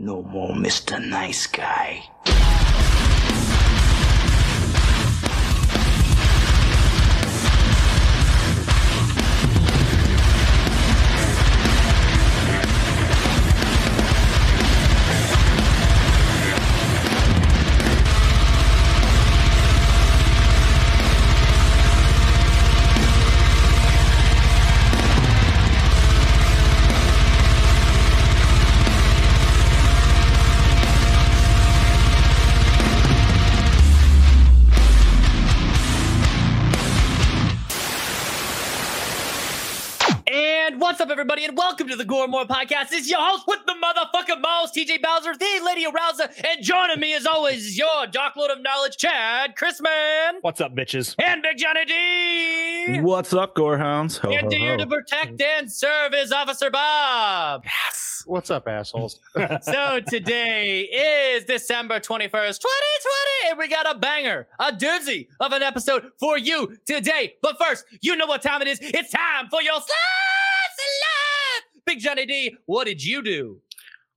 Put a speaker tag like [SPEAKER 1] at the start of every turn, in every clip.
[SPEAKER 1] No more Mr. Nice Guy.
[SPEAKER 2] And what's up, everybody, and welcome to the Goremore Podcast. It's your host with the motherfucking balls, TJ Bowser, the Lady Arouser, and joining me as always is your dockload of knowledge, Chad Chrisman,
[SPEAKER 3] What's up, bitches?
[SPEAKER 2] and Big Johnny D.
[SPEAKER 4] What's up, Gorehounds? Ho,
[SPEAKER 2] And
[SPEAKER 4] ho,
[SPEAKER 2] here to
[SPEAKER 4] ho.
[SPEAKER 2] protect and serve is Officer Bob.
[SPEAKER 5] What's up, assholes?
[SPEAKER 2] So today is December 21st, 2020, and we got a banger, a doozy of an episode for you today. But first, you know what time it is. It's time for your slice of life. Big Johnny D, what did you do?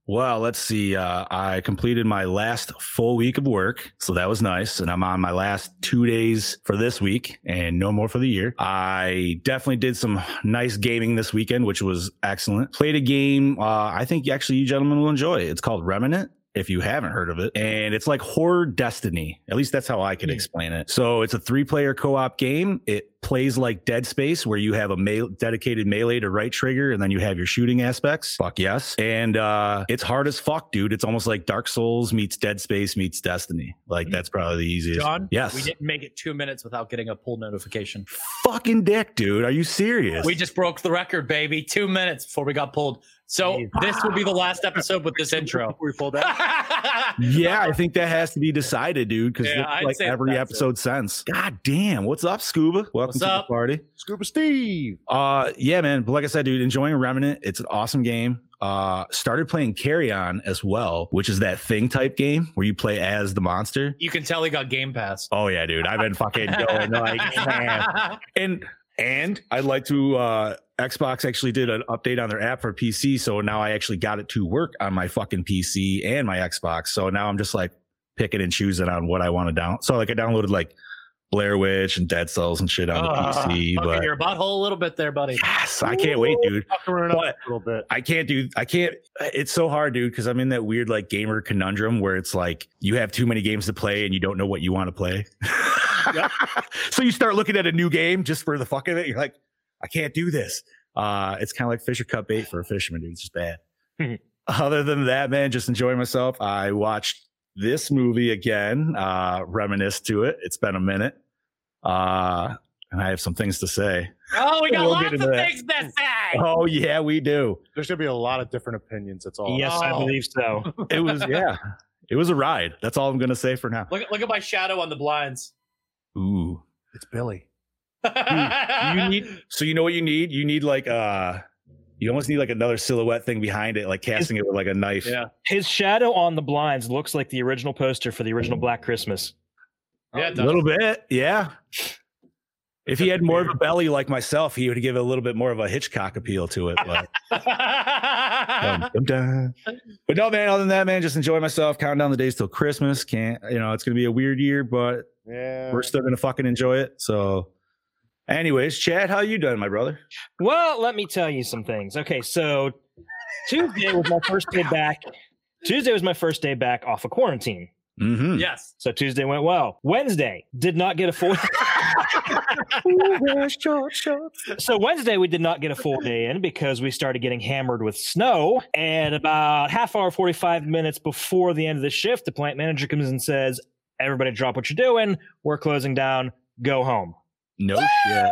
[SPEAKER 4] Well, let's see. Uh, I completed my last full week of work, so that was nice. And I'm on my last two days for this week and no more for the year. I definitely did some nice gaming this weekend, which was excellent. Played a game uh, I think actually you gentlemen will enjoy. It's called Remnant. If you haven't heard of it, and it's like horror destiny. At least that's how I
[SPEAKER 2] Hmm.
[SPEAKER 4] could explain it. So it's a three player co op game. It plays like Dead Space, where you have a me- dedicated melee to right trigger, and then you have your shooting aspects. Fuck yes. And uh, it's hard as fuck, dude. It's almost like Dark Souls meets Dead Space meets Destiny. Like that's probably the easiest.
[SPEAKER 2] Hmm. John,
[SPEAKER 4] yes.
[SPEAKER 2] we didn't make it two minutes without getting a pull notification.
[SPEAKER 4] Fucking dick, dude. Are you serious?
[SPEAKER 2] We just broke the record, baby. Two minutes before we got pulled. So
[SPEAKER 3] Jeez.
[SPEAKER 2] this will be the last episode with this intro.
[SPEAKER 5] we pulled out.
[SPEAKER 2] yeah,
[SPEAKER 4] yeah, I think that has to be decided, dude. Because
[SPEAKER 2] Yeah, I'd
[SPEAKER 4] like
[SPEAKER 2] say
[SPEAKER 4] every
[SPEAKER 2] that's it.
[SPEAKER 4] episode since. God damn. What's up, Scuba? Welcome
[SPEAKER 2] What's
[SPEAKER 4] to
[SPEAKER 2] up?
[SPEAKER 4] the party.
[SPEAKER 5] Scuba Steve.
[SPEAKER 4] Uh, yeah, man. But like I said, dude, enjoying Remnant. It's an awesome game. Uh, started playing Carry On as well, which is that thing type game where you play as the monster.
[SPEAKER 2] You can tell he got Game Pass.
[SPEAKER 4] Oh yeah, dude. I've been fucking going like, man. and and I'd like to. uh Xbox actually did an update on their app for PC, so now I actually got it to work on my fucking PC and my Xbox. So now I'm just like picking and choosing on what I want to down. So like I downloaded like Blair Witch and Dead Cells and shit on the
[SPEAKER 2] Ah,
[SPEAKER 4] PC,
[SPEAKER 2] Fucking
[SPEAKER 4] but.
[SPEAKER 2] your butthole a little bit there, buddy.
[SPEAKER 4] Yes, I can't wait, dude.
[SPEAKER 5] Fucking up
[SPEAKER 4] What?
[SPEAKER 5] a little bit.
[SPEAKER 4] I can't do I can't it's so hard, dude, because I'm in that weird like gamer conundrum where it's like you have too many games to play and you don't know what you want to play. so you start looking at a new game just for the fuck of it. You're like, I can't do this. Uh it's kind of like Fisher Cup bait for a fisherman, dude. It's just bad. Other than that, man, just enjoying myself. I watched this movie again, uh, reminisce to it. It's been a minute. Uh and I have some things to say.
[SPEAKER 2] Oh, we got
[SPEAKER 4] We'll
[SPEAKER 2] lots
[SPEAKER 4] get
[SPEAKER 2] of
[SPEAKER 4] into that.
[SPEAKER 2] things to say.
[SPEAKER 4] Oh yeah, we do.
[SPEAKER 5] There's gonna be a lot of different opinions. That's all.
[SPEAKER 3] yes, I
[SPEAKER 2] Oh.
[SPEAKER 3] believe so.
[SPEAKER 4] it was yeah it was a ride that's all i'm gonna say for now
[SPEAKER 2] Look, look at my shadow on the blinds.
[SPEAKER 4] ooh
[SPEAKER 5] it's Billy.
[SPEAKER 4] Hmm. you need so you know what you need you need like uh you almost need like another silhouette thing behind it like casting it with like a knife
[SPEAKER 2] yeah,
[SPEAKER 3] His shadow on the blinds looks like the original poster for the original Black Christmas.
[SPEAKER 2] yeah,
[SPEAKER 4] a little bit yeah if he had more of a belly like myself he would give it a little bit more of a hitchcock appeal to it but um,
[SPEAKER 2] it
[SPEAKER 4] Dum, dum, dum. But no, man. Other than that, man, just enjoy myself. Counting down the days till Christmas. Can't, you know, it's gonna be a weird year, but
[SPEAKER 5] Yeah.
[SPEAKER 4] we're still gonna fucking enjoy it. So, anyways, Chad, how you doing, my brother?
[SPEAKER 3] Well, let me tell you some things. Okay, so Tuesday was my first day back. Tuesday was my first day back off of quarantine.
[SPEAKER 4] Mm-hmm.
[SPEAKER 2] yes.
[SPEAKER 3] So Tuesday went well. Wednesday did not get a full. so Wednesday we did not get a full day in because we started getting hammered with snow. And about half hour, forty five minutes before the end of the shift, the plant manager comes and says, "Everybody, drop what you're doing. We're closing down. Go home."
[SPEAKER 4] No shit.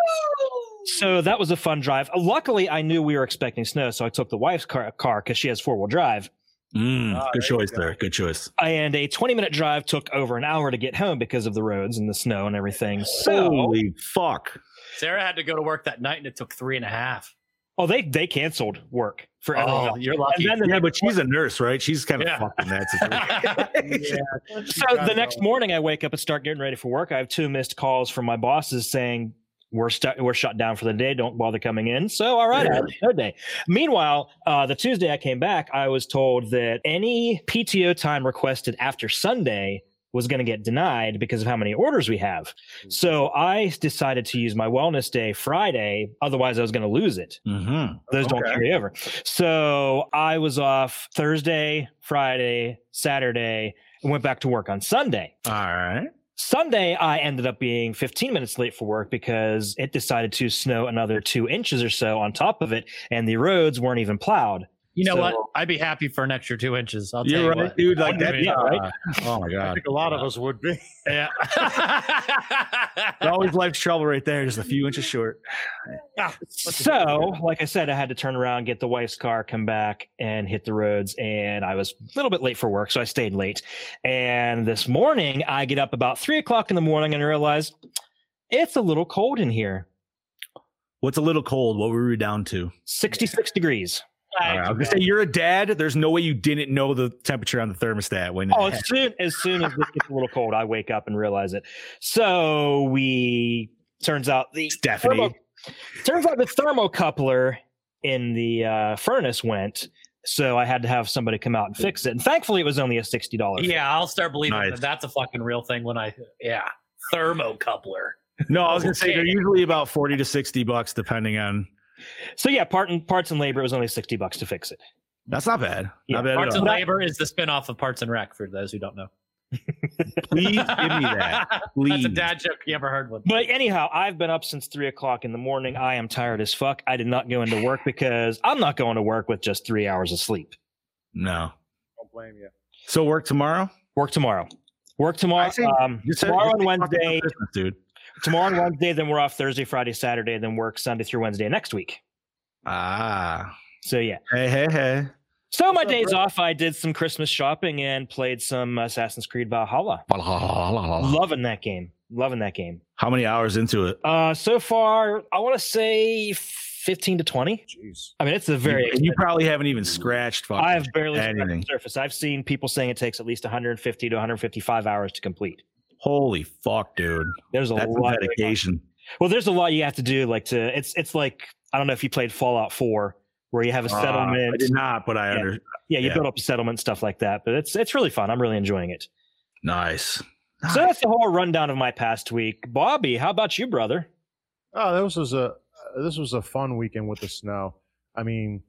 [SPEAKER 3] So that was a fun drive. Luckily, I knew we were expecting snow, so I took the wife's car because she has four wheel drive.
[SPEAKER 4] Mm,
[SPEAKER 5] Ah, there you
[SPEAKER 4] good choice
[SPEAKER 5] go.
[SPEAKER 4] there. Good choice.
[SPEAKER 3] And a twenty minute drive took over an hour to get home because of the roads and the snow and everything. So.
[SPEAKER 4] Holy fuck.
[SPEAKER 2] Sarah had to go to work that night, and it took three and a half.
[SPEAKER 3] Oh, they they canceled work for everyone.
[SPEAKER 2] Oh,
[SPEAKER 3] else.
[SPEAKER 2] you're lucky.
[SPEAKER 3] And then the
[SPEAKER 4] Yeah,
[SPEAKER 3] next
[SPEAKER 4] but she's a nurse, right? She's kind of
[SPEAKER 2] Yeah.
[SPEAKER 4] fucking that situation.
[SPEAKER 5] Yeah.
[SPEAKER 3] so the next morning, I wake up and start getting ready for work. I have two missed calls from my bosses saying, we're stu- we're shut down for the day. Don't bother coming in. So all right, Adam, no day. Meanwhile, uh, the Tuesday I came back, I was told that any PTO time requested after Sunday was going to get denied because of how many orders we have. So I decided to use my wellness day Friday. Otherwise, I was going to lose it.
[SPEAKER 4] Mm-hmm.
[SPEAKER 3] Those don't
[SPEAKER 5] Okay.
[SPEAKER 3] carry over. So I was off Thursday, Friday, Saturday, and went back to work on Sunday.
[SPEAKER 4] All right.
[SPEAKER 3] Sunday, I ended up being 15 minutes late for work because it decided to snow another two inches or so on top of it, and the roads weren't even plowed.
[SPEAKER 6] You know
[SPEAKER 3] So-
[SPEAKER 6] what? I'd be happy for an extra two inches. I'll tell
[SPEAKER 4] You're
[SPEAKER 6] you
[SPEAKER 4] right,
[SPEAKER 6] what.
[SPEAKER 4] dude. Like
[SPEAKER 6] I
[SPEAKER 4] that.
[SPEAKER 6] mean,
[SPEAKER 3] yeah, right?
[SPEAKER 4] oh my
[SPEAKER 5] I
[SPEAKER 4] god.
[SPEAKER 5] think a lot of us would be.
[SPEAKER 6] Yeah.
[SPEAKER 4] It's always life's trouble right there, just a few inches short.
[SPEAKER 3] So, like I said, I had to turn around, get the wife's car, come back, and hit the roads. And I was a little bit late for work, so I stayed late. And this morning, I get up about three o'clock in the morning and realize it's a little cold in here
[SPEAKER 4] What's a little cold? What were we down to?
[SPEAKER 3] 66 degrees.
[SPEAKER 4] All right, I was gonna say you're a dad. There's no way you didn't know the temperature on the thermostat when.
[SPEAKER 3] Oh, as soon as soon as it gets a little cold, I wake up and realize it. So we turns out the
[SPEAKER 4] Stephanie.
[SPEAKER 3] thermo- turns out the thermocoupler in the uh, furnace went. So I had to have somebody come out and fix it. And thankfully, it was only a sixty dollars.
[SPEAKER 6] yeah, I'll start believing
[SPEAKER 4] Nice.
[SPEAKER 6] that that's a fucking real thing when I, yeah, thermocoupler.
[SPEAKER 4] no, I was gonna say
[SPEAKER 6] okay.
[SPEAKER 4] they're usually about forty to sixty bucks, depending on.
[SPEAKER 3] So yeah, part and parts and labor it was only sixty bucks to fix it.
[SPEAKER 4] That's not bad.
[SPEAKER 3] Yeah,
[SPEAKER 4] not bad
[SPEAKER 6] Parts
[SPEAKER 4] at
[SPEAKER 6] and
[SPEAKER 4] all.
[SPEAKER 6] Labor is the spinoff of Parts and Rec, for those who don't know.
[SPEAKER 4] Please give me that. Please.
[SPEAKER 6] that's a dad joke. if You ever heard one?
[SPEAKER 3] But anyhow, I've been up since three o'clock in the morning. I am tired as fuck. I did not go into work because I'm not going to work with just three hours of sleep.
[SPEAKER 4] No.
[SPEAKER 5] Don't blame you.
[SPEAKER 4] So work tomorrow.
[SPEAKER 3] Work tomorrow. Work tomorrow.
[SPEAKER 4] see.
[SPEAKER 3] um,
[SPEAKER 4] Just-
[SPEAKER 3] tomorrow
[SPEAKER 4] just
[SPEAKER 3] and
[SPEAKER 4] keep talking about
[SPEAKER 3] Wednesday.
[SPEAKER 4] business, dude.
[SPEAKER 3] tomorrow and Wednesday, then we're off Thursday, Friday, Saturday, then work Sunday through Wednesday next week.
[SPEAKER 4] Ah.
[SPEAKER 3] So yeah.
[SPEAKER 4] Hey, hey, hey.
[SPEAKER 3] So my
[SPEAKER 5] What's up,
[SPEAKER 3] days
[SPEAKER 5] bro?
[SPEAKER 3] off, I did some Christmas shopping and played some Assassin's Creed Valhalla. Loving that game. Loving that game.
[SPEAKER 4] How many hours into it?
[SPEAKER 3] Uh, so far, I want to say fifteen to twenty.
[SPEAKER 5] Jeez.
[SPEAKER 3] I mean, it's a very.
[SPEAKER 4] You, you probably haven't even scratched. Fucking
[SPEAKER 3] I've barely scratched
[SPEAKER 4] anything.
[SPEAKER 3] the surface. I've seen people saying it takes at least 150 to 155 hours to complete.
[SPEAKER 4] Holy fuck, dude.
[SPEAKER 3] There's a
[SPEAKER 4] That's some
[SPEAKER 3] lot.
[SPEAKER 4] dedication.
[SPEAKER 3] Well, there's a lot you have to do. Like to, it's it's like I don't know if you played Fallout 4, where you have a
[SPEAKER 4] Uh,
[SPEAKER 3] settlement.
[SPEAKER 4] I did not, but I
[SPEAKER 3] Yeah.
[SPEAKER 4] under
[SPEAKER 3] yeah, you
[SPEAKER 4] Yeah.
[SPEAKER 3] build up a settlement stuff like that. But it's it's really fun. I'm really enjoying it.
[SPEAKER 4] nice.
[SPEAKER 3] So that's the whole rundown of my past week. Bobby, how about you, brother?
[SPEAKER 5] Oh, this was a uh, this was a fun weekend with the snow. I mean,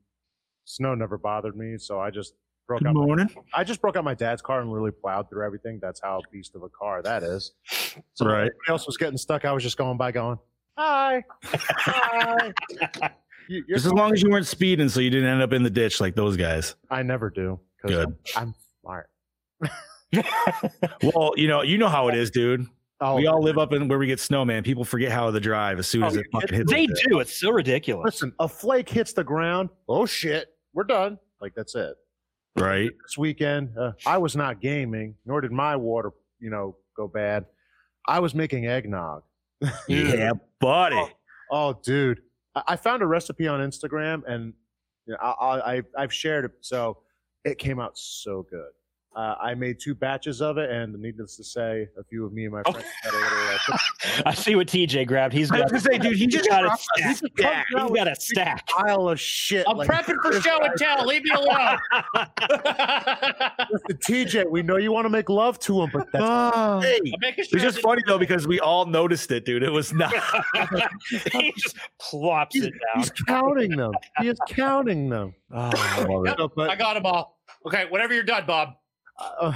[SPEAKER 5] snow never bothered me, so I just broke
[SPEAKER 4] Good
[SPEAKER 5] out. My,
[SPEAKER 4] morning.
[SPEAKER 5] I just broke out my dad's car and literally plowed through everything. That's how beast of a car that is. So
[SPEAKER 4] Right.
[SPEAKER 5] everybody else was getting stuck. I was just going by, going hi, hi. You, you're
[SPEAKER 4] Just as
[SPEAKER 5] cool.
[SPEAKER 4] long as you weren't speeding, so you didn't end up in the ditch like those guys.
[SPEAKER 5] I never do. 'cause
[SPEAKER 4] Good.
[SPEAKER 5] I'm smart.
[SPEAKER 4] Well, you know, you know how it is, dude.
[SPEAKER 5] Oh,
[SPEAKER 4] we all live up in where we get snow, man. People forget how to drive as soon
[SPEAKER 5] Oh,
[SPEAKER 4] as it
[SPEAKER 5] you-
[SPEAKER 4] fucking hits.
[SPEAKER 3] They
[SPEAKER 4] like that.
[SPEAKER 3] do. It's so ridiculous.
[SPEAKER 5] listen. A flake hits the ground. Oh shit, we're done. Like that's it.
[SPEAKER 4] right?
[SPEAKER 5] this weekend. Uh, I was not gaming, nor did my water, you know, go bad. I was making eggnog.
[SPEAKER 4] Yeah, buddy.
[SPEAKER 5] Oh, dude, I, I found a recipe on Instagram, and you know, I, I, I I've shared it, so it came out so good. Uh, I made two batches of it, and needless to say, a few of me and my friends had a little. Uh,
[SPEAKER 3] I see what TJ grabbed. He's
[SPEAKER 4] I was
[SPEAKER 3] got,
[SPEAKER 4] gonna say, dude, he
[SPEAKER 3] he's
[SPEAKER 4] just
[SPEAKER 3] got a
[SPEAKER 4] dropped us.
[SPEAKER 3] stack.
[SPEAKER 4] He's back.
[SPEAKER 3] He's got a stack.
[SPEAKER 5] pile of shit.
[SPEAKER 6] I'm
[SPEAKER 5] like-
[SPEAKER 6] prepping for show and tell. Leave me alone.
[SPEAKER 5] Listen, TJ, we know you want to make love to him, but that's
[SPEAKER 4] Oh.
[SPEAKER 5] hey,
[SPEAKER 6] I'm making sure
[SPEAKER 4] It's just
[SPEAKER 6] that-
[SPEAKER 4] funny though because we all noticed it, dude. It was not.
[SPEAKER 3] he just plops it down.
[SPEAKER 5] he's counting them. He is counting them.
[SPEAKER 4] Oh, I love it.
[SPEAKER 5] So, but
[SPEAKER 6] I got them all. Okay, whenever you're done, Bob.
[SPEAKER 5] Uh,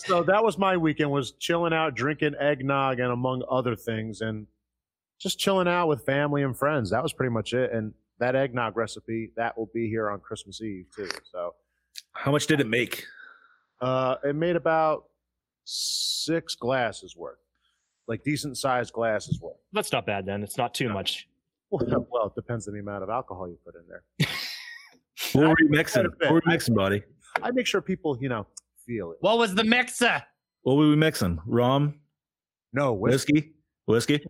[SPEAKER 5] so that was my weekend was chilling out drinking eggnog and among other things and just chilling out with family and friends that was pretty much it and that eggnog recipe that will be here on christmas eve too so
[SPEAKER 4] How much did it make?
[SPEAKER 5] uh, it made about six glasses worth like decent sized glasses worth
[SPEAKER 3] That's not bad then. It's not too much.
[SPEAKER 5] well, well it depends on the amount of alcohol you put in there
[SPEAKER 4] What were you mixing?
[SPEAKER 5] quite a bit.
[SPEAKER 4] What were you mixing, buddy?
[SPEAKER 5] i make sure people you know feel it
[SPEAKER 6] What was the mixer?
[SPEAKER 4] What were we mixing? Rum,
[SPEAKER 5] no whiskey.
[SPEAKER 4] whiskey, whiskey.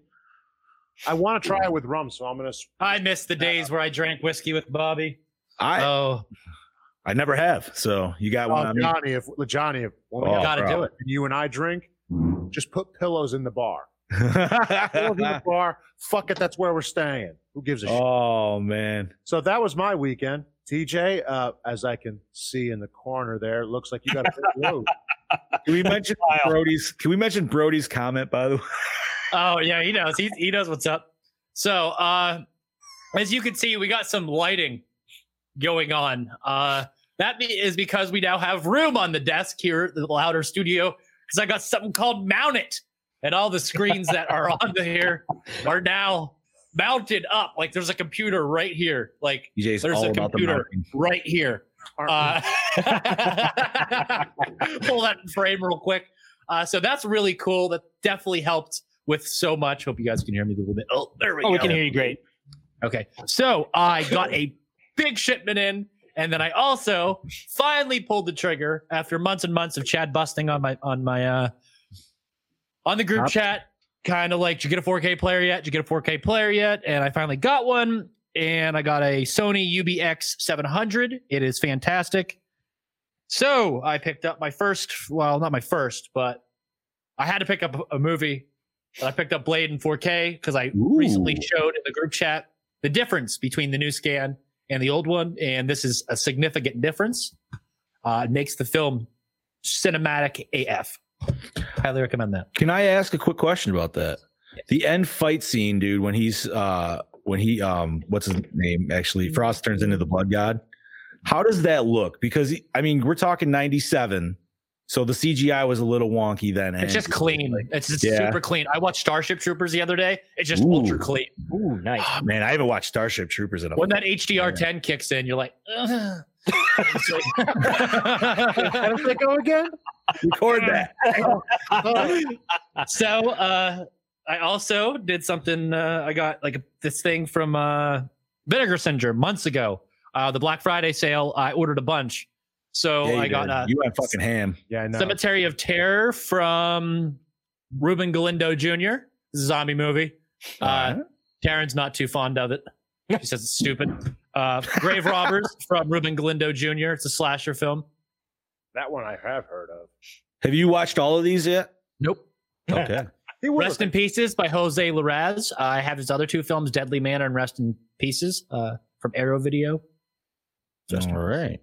[SPEAKER 5] i want to try it with rum so i'm gonna s-
[SPEAKER 6] I miss the days where I drank whiskey with Bobby.
[SPEAKER 4] I
[SPEAKER 6] Oh,
[SPEAKER 4] I never have. So you got
[SPEAKER 5] Uh,
[SPEAKER 4] one
[SPEAKER 5] Oh,
[SPEAKER 4] on me.
[SPEAKER 5] Johnny, if Johnny, if when we
[SPEAKER 4] Oh,
[SPEAKER 5] have
[SPEAKER 6] gotta
[SPEAKER 4] bro.
[SPEAKER 6] do it.
[SPEAKER 5] and you and I drink, just put pillows in the bar. Or the bar. Fuck it, that's where we're staying. Who gives a shit?
[SPEAKER 4] oh man.
[SPEAKER 5] So that was my weekend. TJ, uh, as I can see in the corner there, it looks like you got a big load.
[SPEAKER 4] Can we mention
[SPEAKER 3] Wow.
[SPEAKER 4] Brody's? Can we mention Brody's comment by the way?
[SPEAKER 2] Oh yeah, he knows. He he knows what's up. So uh as you can see, we got some lighting going on. Uh that be- is because we now have room on the desk here at the louder studio because I got something called mount it. And all the screens that are on the here are now mounted up. Like there's a computer right here. Like
[SPEAKER 4] DJ's
[SPEAKER 2] There's
[SPEAKER 4] all
[SPEAKER 2] a
[SPEAKER 4] about
[SPEAKER 2] computer.
[SPEAKER 4] the marketing.
[SPEAKER 2] right here. Uh, pull that frame real quick. Uh, so that's really cool. That definitely helped with so much. Hope you guys can hear me a little bit. Oh, there we
[SPEAKER 3] Oh,
[SPEAKER 2] go.
[SPEAKER 3] we can hear you great.
[SPEAKER 2] Okay. So I got a big shipment in, and then I also finally pulled the trigger after months and months of Chad busting on my on my uh on the group
[SPEAKER 4] Yep.
[SPEAKER 2] chat, kind of like, did you get a 4K player yet? Did you get a 4K player yet? And I finally got one, and I got a Sony UBX 700. It is fantastic. So I picked up my first, well, not my first, but I had to pick up a- a movie. I picked up Blade in 4K because I recently
[SPEAKER 4] Ooh.
[SPEAKER 2] showed in the group chat the difference between the new scan and the old one, and this is a significant difference. Uh, it makes the film cinematic AF. Highly recommend that.
[SPEAKER 4] Can I ask a quick question about that? The end fight scene, dude, when he's uh when he um what's his name
[SPEAKER 2] Mm-hmm.
[SPEAKER 4] actually Frost turns into the blood god. How does that look? Because I mean, we're talking 97. So the CGI was a little wonky then. and-
[SPEAKER 2] It's just clean. It's just
[SPEAKER 4] yeah.
[SPEAKER 2] super clean. I watched Starship Troopers the other day. It's just
[SPEAKER 4] Ooh.
[SPEAKER 2] ultra clean.
[SPEAKER 3] Ooh, nice.
[SPEAKER 4] oh, Man, I haven't watched Starship Troopers in a
[SPEAKER 2] When that HDR10 kicks in, you're like, "Ugh." It's
[SPEAKER 5] How
[SPEAKER 2] like-
[SPEAKER 5] did they go again?
[SPEAKER 4] record that.
[SPEAKER 2] so uh i also did something uh i got like this thing from uh vinegar syndrome months ago uh the black friday sale i ordered a bunch so
[SPEAKER 4] Yeah, you
[SPEAKER 2] i got
[SPEAKER 4] did.
[SPEAKER 2] uh,
[SPEAKER 4] you uh, went fucking ham.
[SPEAKER 5] Yeah, I know.
[SPEAKER 2] cemetery of terror from ruben galindo jr It's a zombie movie uh
[SPEAKER 4] Uh-huh.
[SPEAKER 2] Taryn's not too fond of it. She says it's stupid. Uh, Grave Robbers from Ruben Galindo Jr. It's a slasher film.
[SPEAKER 5] that one I have heard of.
[SPEAKER 4] Have you watched all of these yet?
[SPEAKER 2] Nope.
[SPEAKER 4] Okay.
[SPEAKER 5] He would
[SPEAKER 2] Rest in Pieces by Jose Larraz. Uh, I have his other two films, Deadly Manor and Rest in Pieces, uh, from Arrow Video.
[SPEAKER 4] all right.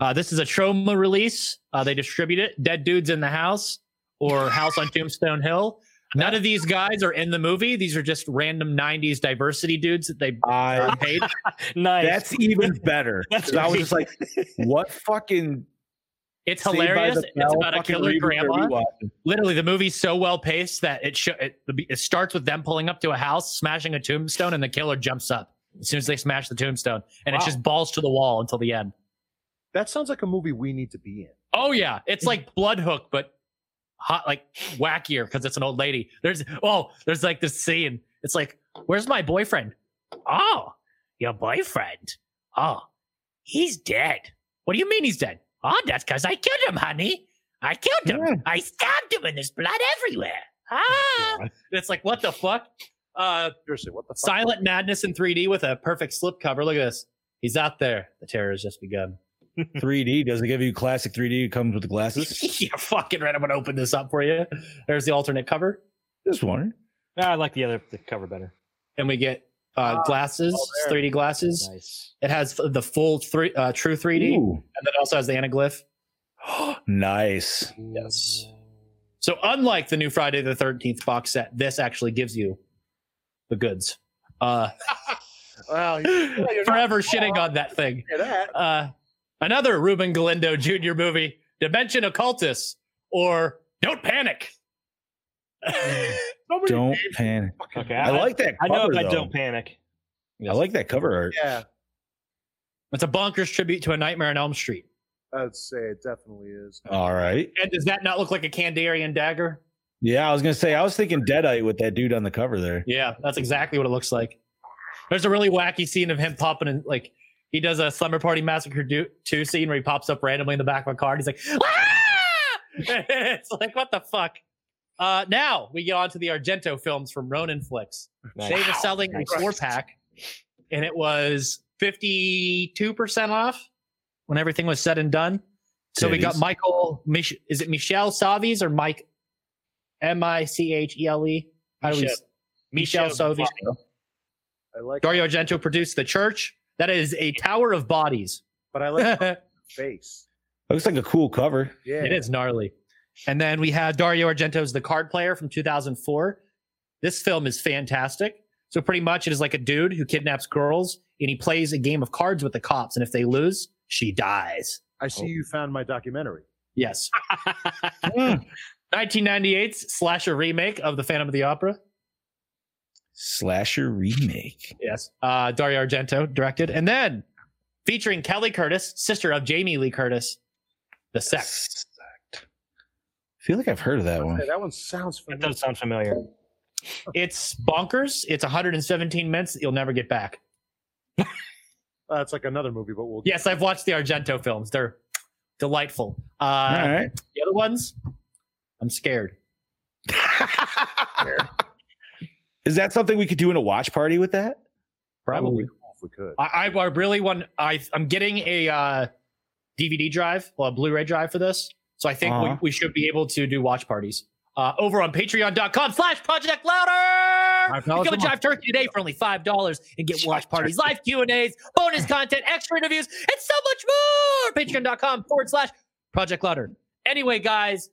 [SPEAKER 2] Uh, this is a trauma release. Uh, they distribute it. Dead Dudes in the House or House on Tombstone Hill. None of these guys are in the movie. These are just random 90s diversity dudes that they
[SPEAKER 4] I
[SPEAKER 2] paid.
[SPEAKER 3] nice.
[SPEAKER 4] that's even better.
[SPEAKER 3] That's
[SPEAKER 4] 'Cause I was just like, what fucking
[SPEAKER 2] It's
[SPEAKER 4] Saved by
[SPEAKER 2] hilarious.
[SPEAKER 4] the
[SPEAKER 2] It's
[SPEAKER 4] Bell
[SPEAKER 2] about a
[SPEAKER 4] fucking
[SPEAKER 2] killer
[SPEAKER 4] reboot are we
[SPEAKER 2] grandma.
[SPEAKER 4] watching?
[SPEAKER 2] literally the movie's so well paced that it, sho it it starts with them pulling up to a house, smashing a tombstone, and the killer jumps up as soon as they smash the tombstone, and it's
[SPEAKER 5] Wow.
[SPEAKER 2] just balls to the wall until the end.
[SPEAKER 5] That sounds like a movie we need to be in.
[SPEAKER 2] Oh yeah, it's like Blood Hook, but hot like wackier because it's an old lady. There's oh, there's like this scene. It's like, where's my boyfriend? Oh, your boyfriend. Oh, he's dead. What do you mean he's dead? Oh, that's because I killed him, honey. I killed him. I stabbed him, and there's blood everywhere.
[SPEAKER 5] Oh,
[SPEAKER 2] Ah, it's like what the fuck? Uh,
[SPEAKER 5] Seriously, what the fuck?
[SPEAKER 2] silent madness in 3D with a perfect slip cover. Look at this. He's out there. The terror has just begun.
[SPEAKER 4] 3D? Does it give you classic 3D? It comes with the glasses.
[SPEAKER 2] You're fucking right. I'm gonna open this up for you. There's the alternate cover,
[SPEAKER 4] Just wondering.
[SPEAKER 3] No, Ah, I like the other the cover better.
[SPEAKER 2] and we get uh, glasses,
[SPEAKER 5] Ah, oh, there.
[SPEAKER 2] 3D glasses.
[SPEAKER 3] Nice.
[SPEAKER 2] It has the full three, uh, true 3D,
[SPEAKER 4] Ooh.
[SPEAKER 2] and then it also has the anaglyph.
[SPEAKER 4] nice.
[SPEAKER 2] Yes. So unlike the new Friday the 13th box set, this actually gives you the goods. Uh,
[SPEAKER 5] Well, you not
[SPEAKER 2] forever shitting on that thing.
[SPEAKER 5] say that.
[SPEAKER 2] uh, another Ruben Galindo Jr. movie, Dimension Occultus, or Don't Panic.
[SPEAKER 5] So many
[SPEAKER 4] Don't
[SPEAKER 5] names.
[SPEAKER 4] panic.
[SPEAKER 3] Okay.
[SPEAKER 4] I like that.
[SPEAKER 3] I
[SPEAKER 4] Cover,
[SPEAKER 3] know if I
[SPEAKER 4] though.
[SPEAKER 3] don't panic.
[SPEAKER 4] I like that cover art.
[SPEAKER 5] Yeah,
[SPEAKER 2] it's a bonkers tribute to A Nightmare on Elm Street.
[SPEAKER 5] I'd say it definitely is.
[SPEAKER 4] All right.
[SPEAKER 2] And does that not look like a Kandarian dagger?
[SPEAKER 4] Yeah, I was gonna say I was thinking Deadite with that dude on the cover there.
[SPEAKER 2] Yeah, that's exactly what it looks like. There's a really wacky scene of him popping in, like, he does a Slumber Party Massacre do- 2 scene where he pops up randomly in the back of a car and he's like, "Ah!" it's like, what the fuck? Uh, now we get on to the Argento films from Ronin Flicks. They were selling
[SPEAKER 3] Nice.
[SPEAKER 2] a four pack, and it was fifty two percent off when everything was said and done. So we got
[SPEAKER 4] Titties.
[SPEAKER 2] Michael. Mich- Is it Michelle Savies or Mike? M I C H E L E.
[SPEAKER 7] How do we?
[SPEAKER 2] Michel-
[SPEAKER 7] Michel
[SPEAKER 2] Michel
[SPEAKER 7] Soviano.
[SPEAKER 5] I like,
[SPEAKER 2] Dario Argento produced The Church. That is a tower of bodies.
[SPEAKER 5] but I like
[SPEAKER 2] it
[SPEAKER 5] face.
[SPEAKER 4] Looks like a cool cover.
[SPEAKER 5] Yeah,
[SPEAKER 2] is gnarly. And then we have Dario Argento's The Card Player from 2004. This film is fantastic. So pretty much it is like a dude who kidnaps girls and he plays a game of cards with the cops. And if they lose, she dies.
[SPEAKER 5] I see you found my documentary.
[SPEAKER 2] Yes. 1998's slasher remake of The Phantom of the Opera.
[SPEAKER 4] Slasher remake.
[SPEAKER 2] Yes. Uh, Dario Argento directed. And then featuring Kelly Curtis, sister of Jamie Lee Curtis, The Sex.
[SPEAKER 4] Sect. I feel like I've heard of that one.
[SPEAKER 5] Hey, that one sounds
[SPEAKER 3] That
[SPEAKER 5] familiar.
[SPEAKER 3] does sound familiar.
[SPEAKER 2] It's bonkers. It's 117 minutes that you'll never get back.
[SPEAKER 5] Uh, it's like another movie, but we'll.
[SPEAKER 2] Yes, I've watched the Argento films. They're delightful. Uh,
[SPEAKER 4] All right.
[SPEAKER 2] The other ones, I'm scared.
[SPEAKER 4] Is that something we could do in a watch party with that?
[SPEAKER 5] probably cool if we could.
[SPEAKER 2] I, I, I really want. I, I'm getting a uh, DVD drive, well, a Blu-ray drive for this. So I think
[SPEAKER 4] Uh-huh.
[SPEAKER 2] we, we should be able to do watch parties uh, over on Patreon.com/slash Project Louder.
[SPEAKER 5] Five dollars
[SPEAKER 2] Become a
[SPEAKER 5] a month.
[SPEAKER 2] Jive Turkey today for only five dollars and get watch parties, live Q and A's, bonus content, extra interviews, and so much more. Patreon.com forward slash Project Louder. Anyway, guys,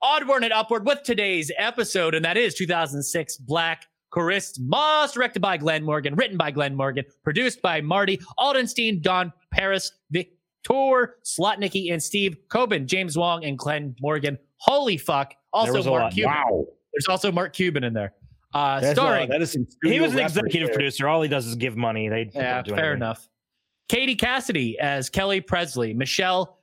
[SPEAKER 2] onward and upward with today's episode, and that is 2006 Black Christmas, directed by Glenn Morgan, written by Glenn Morgan, produced by Marty Aldenstein, Don Paris, Victor Slotnicki, and Steve Coben, James Wong, and Glenn Morgan. Holy fuck! Also
[SPEAKER 3] was a
[SPEAKER 2] Mark
[SPEAKER 3] lot.
[SPEAKER 2] Cuban.
[SPEAKER 4] Wow.
[SPEAKER 2] There's also Mark Cuban in there. Uh,
[SPEAKER 4] That's, uh,
[SPEAKER 2] starring
[SPEAKER 4] that is some
[SPEAKER 3] He
[SPEAKER 4] studio
[SPEAKER 3] was an
[SPEAKER 4] reference
[SPEAKER 3] executive
[SPEAKER 4] there.
[SPEAKER 3] producer. All he does is give money. They
[SPEAKER 2] Yeah,
[SPEAKER 3] don't do
[SPEAKER 2] fair
[SPEAKER 3] anything.
[SPEAKER 2] enough. Katie Cassidy as Kelly Presley, Michelle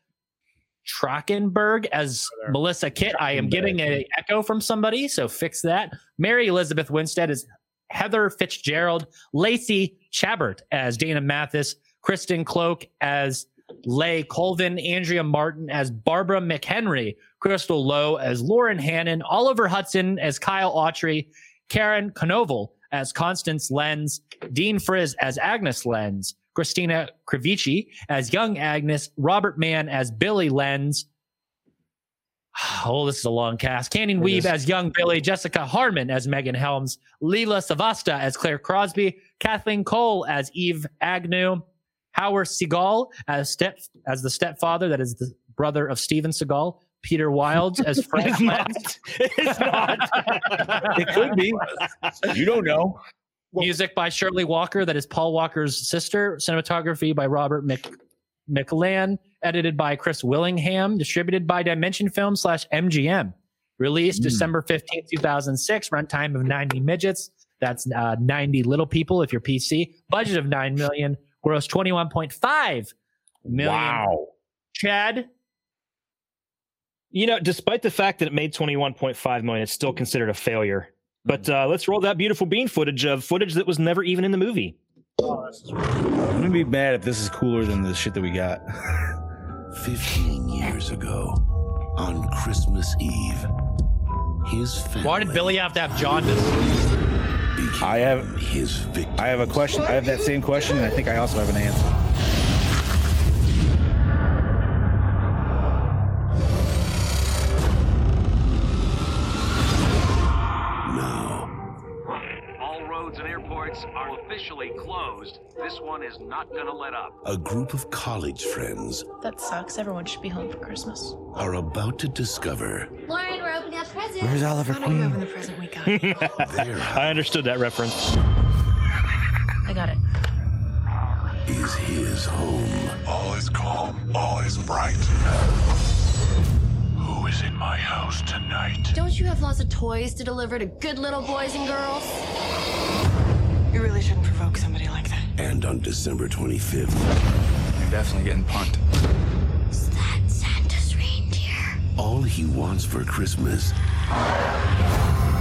[SPEAKER 2] Trachtenberg as
[SPEAKER 5] There.
[SPEAKER 2] Melissa Kitt. I am getting an echo from somebody, so fix that. Mary Elizabeth Winstead as Heather Fitzgerald, Lacey Chabert as Dana Mathis, Kristen Cloak as Leigh Colvin, Andrea Martin as Barbara McHenry, Crystal Lowe as Lauren Hannon, Oliver Hudson as Kyle Autry, Karen Knovel as Constance Lenz, Dean Frizz as Agnes Lenz, Christina Krivici as young Agnes, Robert Mann as Billy Lenz. Oh, this is a long cast. Canyon Weave as young Billy, Jessica Harmon as Megan Helms, Leela Savasta as Claire Crosby, Kathleen Cole as Eve Agnew, Howard Seagal as step as the stepfather that is the brother of Steven Seagal, Peter Wilds as Frank
[SPEAKER 3] It's not. It's not.
[SPEAKER 4] It could be. you don't know.
[SPEAKER 2] Music by Shirley Walker, that is Paul Walker's sister. Cinematography by Robert Mc- McLan. Edited by Chris Willingham. Distributed by Dimension Film slash MGM. Released
[SPEAKER 4] Mm.
[SPEAKER 2] December 15th, 2006. Runtime of 90 midgets. That's uh, 90 little people if you're PC. Budget of 9 million. Gross 21.5 million.
[SPEAKER 4] Wow.
[SPEAKER 2] Chad,
[SPEAKER 3] You know, despite the fact that it made 21.5 million, it's still considered a
[SPEAKER 5] Hmm.
[SPEAKER 3] failure. But uh, let's roll that beautiful bean footage of footage that was never even in the movie.
[SPEAKER 4] I'm gonna be mad if this is cooler than the shit that we got.
[SPEAKER 8] 15 years ago, on Christmas Eve, his family
[SPEAKER 2] why did Billy have to have jaundice?
[SPEAKER 8] became
[SPEAKER 4] I have-
[SPEAKER 8] his victim.
[SPEAKER 4] I have a question. I have that same question, and I think I also have an answer.
[SPEAKER 8] now,
[SPEAKER 9] All roads and airports are officially closed. This one is not going to let up.
[SPEAKER 8] a group of college friends
[SPEAKER 10] That sucks. Everyone should be home for Christmas.
[SPEAKER 8] are about to discover
[SPEAKER 11] Lauren, we're opening up presents.
[SPEAKER 4] Where's Oliver
[SPEAKER 10] Why don't you open the present we got?
[SPEAKER 8] their
[SPEAKER 3] I
[SPEAKER 8] house
[SPEAKER 3] understood that reference.
[SPEAKER 10] I got it.
[SPEAKER 8] is his home.
[SPEAKER 12] All is calm, all is bright. Who is in my house tonight?
[SPEAKER 11] Don't you have lots of toys to deliver to good little boys and girls?
[SPEAKER 10] You really shouldn't provoke somebody like that.
[SPEAKER 8] And on December 25th,
[SPEAKER 12] You're definitely getting punked.
[SPEAKER 11] Is that Santa's reindeer?
[SPEAKER 8] all he wants for Christmas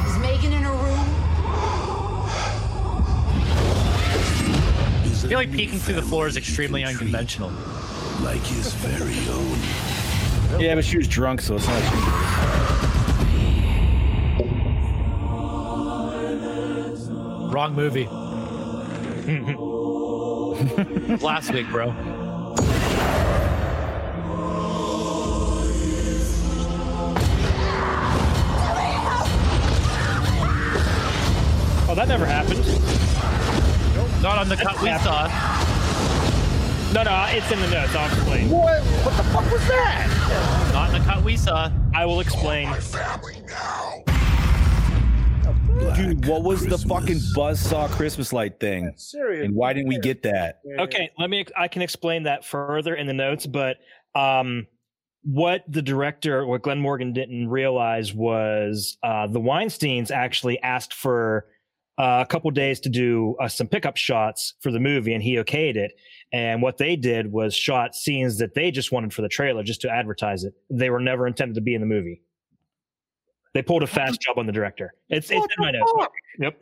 [SPEAKER 11] Is Megan in her room?
[SPEAKER 8] is
[SPEAKER 2] I
[SPEAKER 8] a
[SPEAKER 2] feel like
[SPEAKER 8] new
[SPEAKER 2] peeking through the
[SPEAKER 8] family
[SPEAKER 2] floor is
[SPEAKER 8] he can
[SPEAKER 2] extremely
[SPEAKER 8] treat
[SPEAKER 2] unconventional.
[SPEAKER 8] Like his very own.
[SPEAKER 4] Yeah, but she was drunk, so it's not.
[SPEAKER 2] Wrong movie. Last week, bro.
[SPEAKER 3] Oh, never happened.
[SPEAKER 13] Not on the cut we saw.
[SPEAKER 3] No, no, it's in the notes. I'll explain.
[SPEAKER 5] What? What the fuck was that?
[SPEAKER 13] Not in the cut we saw.
[SPEAKER 3] I will explain.
[SPEAKER 14] family now.
[SPEAKER 8] Dude, what was the
[SPEAKER 15] Christmas.
[SPEAKER 8] fucking buzzsaw Christmas light thing?
[SPEAKER 5] Serious.
[SPEAKER 8] And why didn't we get that?
[SPEAKER 3] Okay, let me. I can explain that further in the notes, but um, what the director, what Glenn Morgan didn't realize was uh, the Weinstein's actually asked for uh, a couple days to do uh, some pickup shots for the movie, and he okayed it. And what they did was shot scenes that they just wanted for the trailer, just to advertise it. They were never intended to be in the movie. They pulled a fast job on the director. It's it's
[SPEAKER 5] What
[SPEAKER 3] in my
[SPEAKER 5] the
[SPEAKER 3] notes.
[SPEAKER 5] fuck?
[SPEAKER 3] Yep.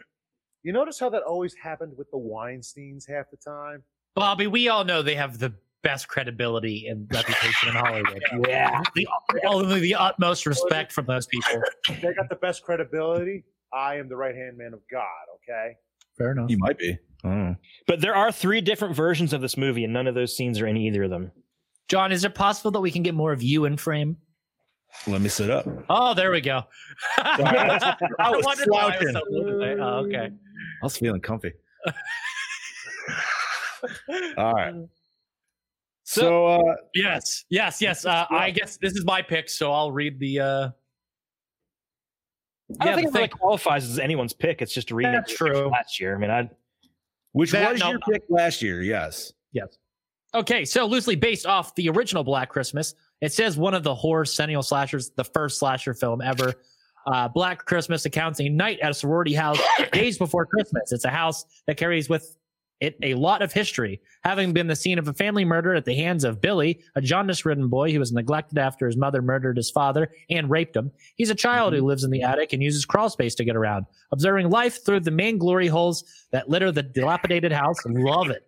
[SPEAKER 5] You notice how that always happened with the Weinsteins half the time?
[SPEAKER 2] Bobby, we all know they have the best credibility and reputation in Hollywood.
[SPEAKER 3] Yeah.
[SPEAKER 2] The, only the utmost respect from those people.
[SPEAKER 5] They got the best credibility. I am the right hand man of God, okay?
[SPEAKER 2] Fair enough.
[SPEAKER 8] You might be. I don't know.
[SPEAKER 3] But there are three different versions of this movie, and none of those scenes are in either of them.
[SPEAKER 2] John, is it possible that we can get more of you in frame?
[SPEAKER 8] Let me sit up.
[SPEAKER 2] Oh, there we go. I,
[SPEAKER 8] was
[SPEAKER 2] wondered why I
[SPEAKER 8] slouching.
[SPEAKER 2] so low today. Oh, okay.
[SPEAKER 8] I was feeling comfy. All right. So, uh,
[SPEAKER 2] Yes, yes, yes. Uh, I guess this is my pick, so I'll read the. Uh...
[SPEAKER 3] I don't
[SPEAKER 2] Yeah,
[SPEAKER 3] think
[SPEAKER 2] the
[SPEAKER 3] it really qualifies as anyone's pick. It's just a remake
[SPEAKER 2] That's
[SPEAKER 3] of
[SPEAKER 2] true.
[SPEAKER 3] last year. I mean, I
[SPEAKER 8] which
[SPEAKER 2] That-
[SPEAKER 8] was
[SPEAKER 2] no.
[SPEAKER 8] your pick last year? Yes.
[SPEAKER 2] Okay, so loosely based off the original Black Christmas, it says one of the horror centennial slashers, the first slasher film ever. Uh, Black Christmas accounts a night at a sorority house days before Christmas. It's a house that carries with it a lot of history, having been the scene of a family murder at the hands of Billy, a jaundice-ridden boy who was neglected after his mother murdered his father and raped him. He's a child who lives in the attic and uses crawl space to get around, observing life through the main glory holes that litter the dilapidated house. Love it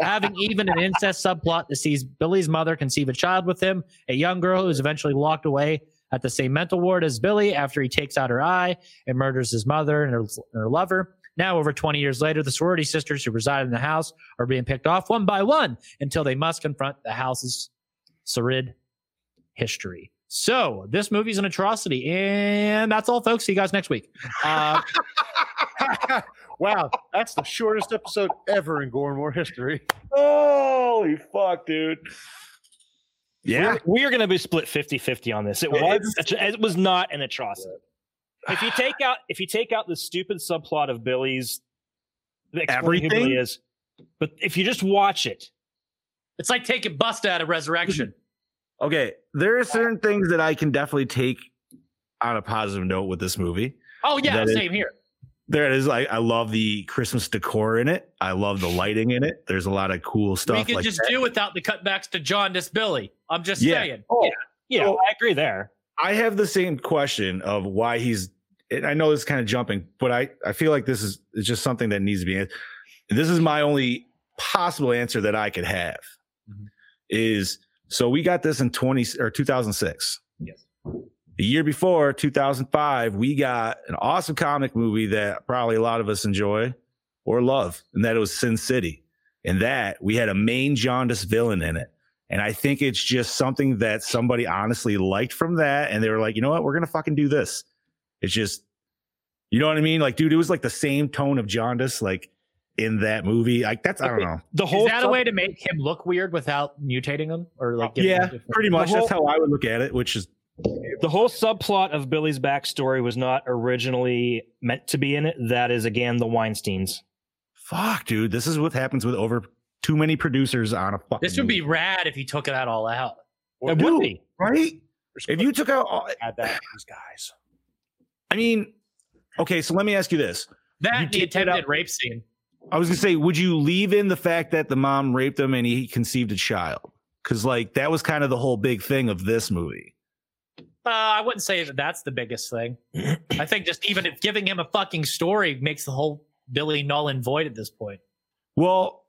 [SPEAKER 2] having even an incest subplot that sees Billy's mother conceive a child with him, a young girl who is eventually locked away at the same mental ward as Billy after he takes out her eye and murders his mother and her, and her lover. Now, over 20 years later, the sorority sisters who reside in the house are being picked off one by one until they must confront the house's sordid history. So, this movie's an atrocity. And that's all, folks. See you guys next week. Uh,
[SPEAKER 5] wow, that's the shortest episode ever in Gormore history.
[SPEAKER 8] Holy fuck, dude. Yeah.
[SPEAKER 3] we are going to be split 50-50 on this. It was such a- it was not an atrocity. If you take out if you take out the stupid subplot of Billy's explaining who Billy
[SPEAKER 4] Everything?
[SPEAKER 3] is, but if you just watch it,
[SPEAKER 2] it's like taking Busta out of Resurrection.
[SPEAKER 4] Okay, there are certain things that I can definitely take on a positive note with this movie.
[SPEAKER 2] Oh, yeah,
[SPEAKER 4] That is-
[SPEAKER 2] same here.
[SPEAKER 4] There it is. I, I love the Christmas decor in it. I love the lighting in it. There's a lot of cool
[SPEAKER 2] we
[SPEAKER 4] stuff.
[SPEAKER 2] could
[SPEAKER 4] Like
[SPEAKER 2] just
[SPEAKER 4] that.
[SPEAKER 2] do without the cutbacks to John Disbilly. I'm just
[SPEAKER 4] Yeah.
[SPEAKER 2] saying.
[SPEAKER 3] yeah,
[SPEAKER 4] Well-
[SPEAKER 3] I agree there.
[SPEAKER 4] I have the same question of why he's. And I know this is kind of jumping, but I I feel like this is it's just something that needs to be. an- This is my only possible answer that I could have. Is so we got this in twenty or two thousand six.
[SPEAKER 3] Yes.
[SPEAKER 4] The year before, 2005, we got an awesome comic movie that probably a lot of us enjoy or love, and that was Sin City. And that we had a main jaundice villain in it. And I think it's just something that somebody honestly liked from that. And they were like, you know what? We're going to fucking do this. It's just, you know what I mean? Like, dude, it was like the same tone of jaundice, like in that movie. Like, that's, I don't know.
[SPEAKER 3] The
[SPEAKER 2] Is
[SPEAKER 3] whole
[SPEAKER 2] that a
[SPEAKER 3] sub-
[SPEAKER 2] way to make him look weird without mutating him or like getting
[SPEAKER 4] Yeah,
[SPEAKER 2] him different-
[SPEAKER 4] Pretty much. That's how I would look at it, which is,
[SPEAKER 3] the whole subplot of Billy's backstory was not originally meant to be in it. That is again the Weinsteins.
[SPEAKER 4] fuck, dude, this is what happens with over too many producers on a fucking.
[SPEAKER 2] This would
[SPEAKER 4] movie.
[SPEAKER 2] be rad if you took that all out.
[SPEAKER 5] Or
[SPEAKER 3] It would be.
[SPEAKER 4] right. If you took out, all-
[SPEAKER 5] add that to these guys.
[SPEAKER 4] I mean, okay, so let me ask you this.
[SPEAKER 2] That
[SPEAKER 4] You
[SPEAKER 2] and the
[SPEAKER 4] take that out-
[SPEAKER 2] attempted rape scene.
[SPEAKER 4] I was gonna say, would you leave in the fact that the mom raped him and he conceived a child? Because like that was kind of the whole big thing of this movie.
[SPEAKER 2] Uh, I wouldn't say that that's the biggest thing. I think just even if giving him a fucking story makes the whole Billy null and void at this point.
[SPEAKER 4] Well,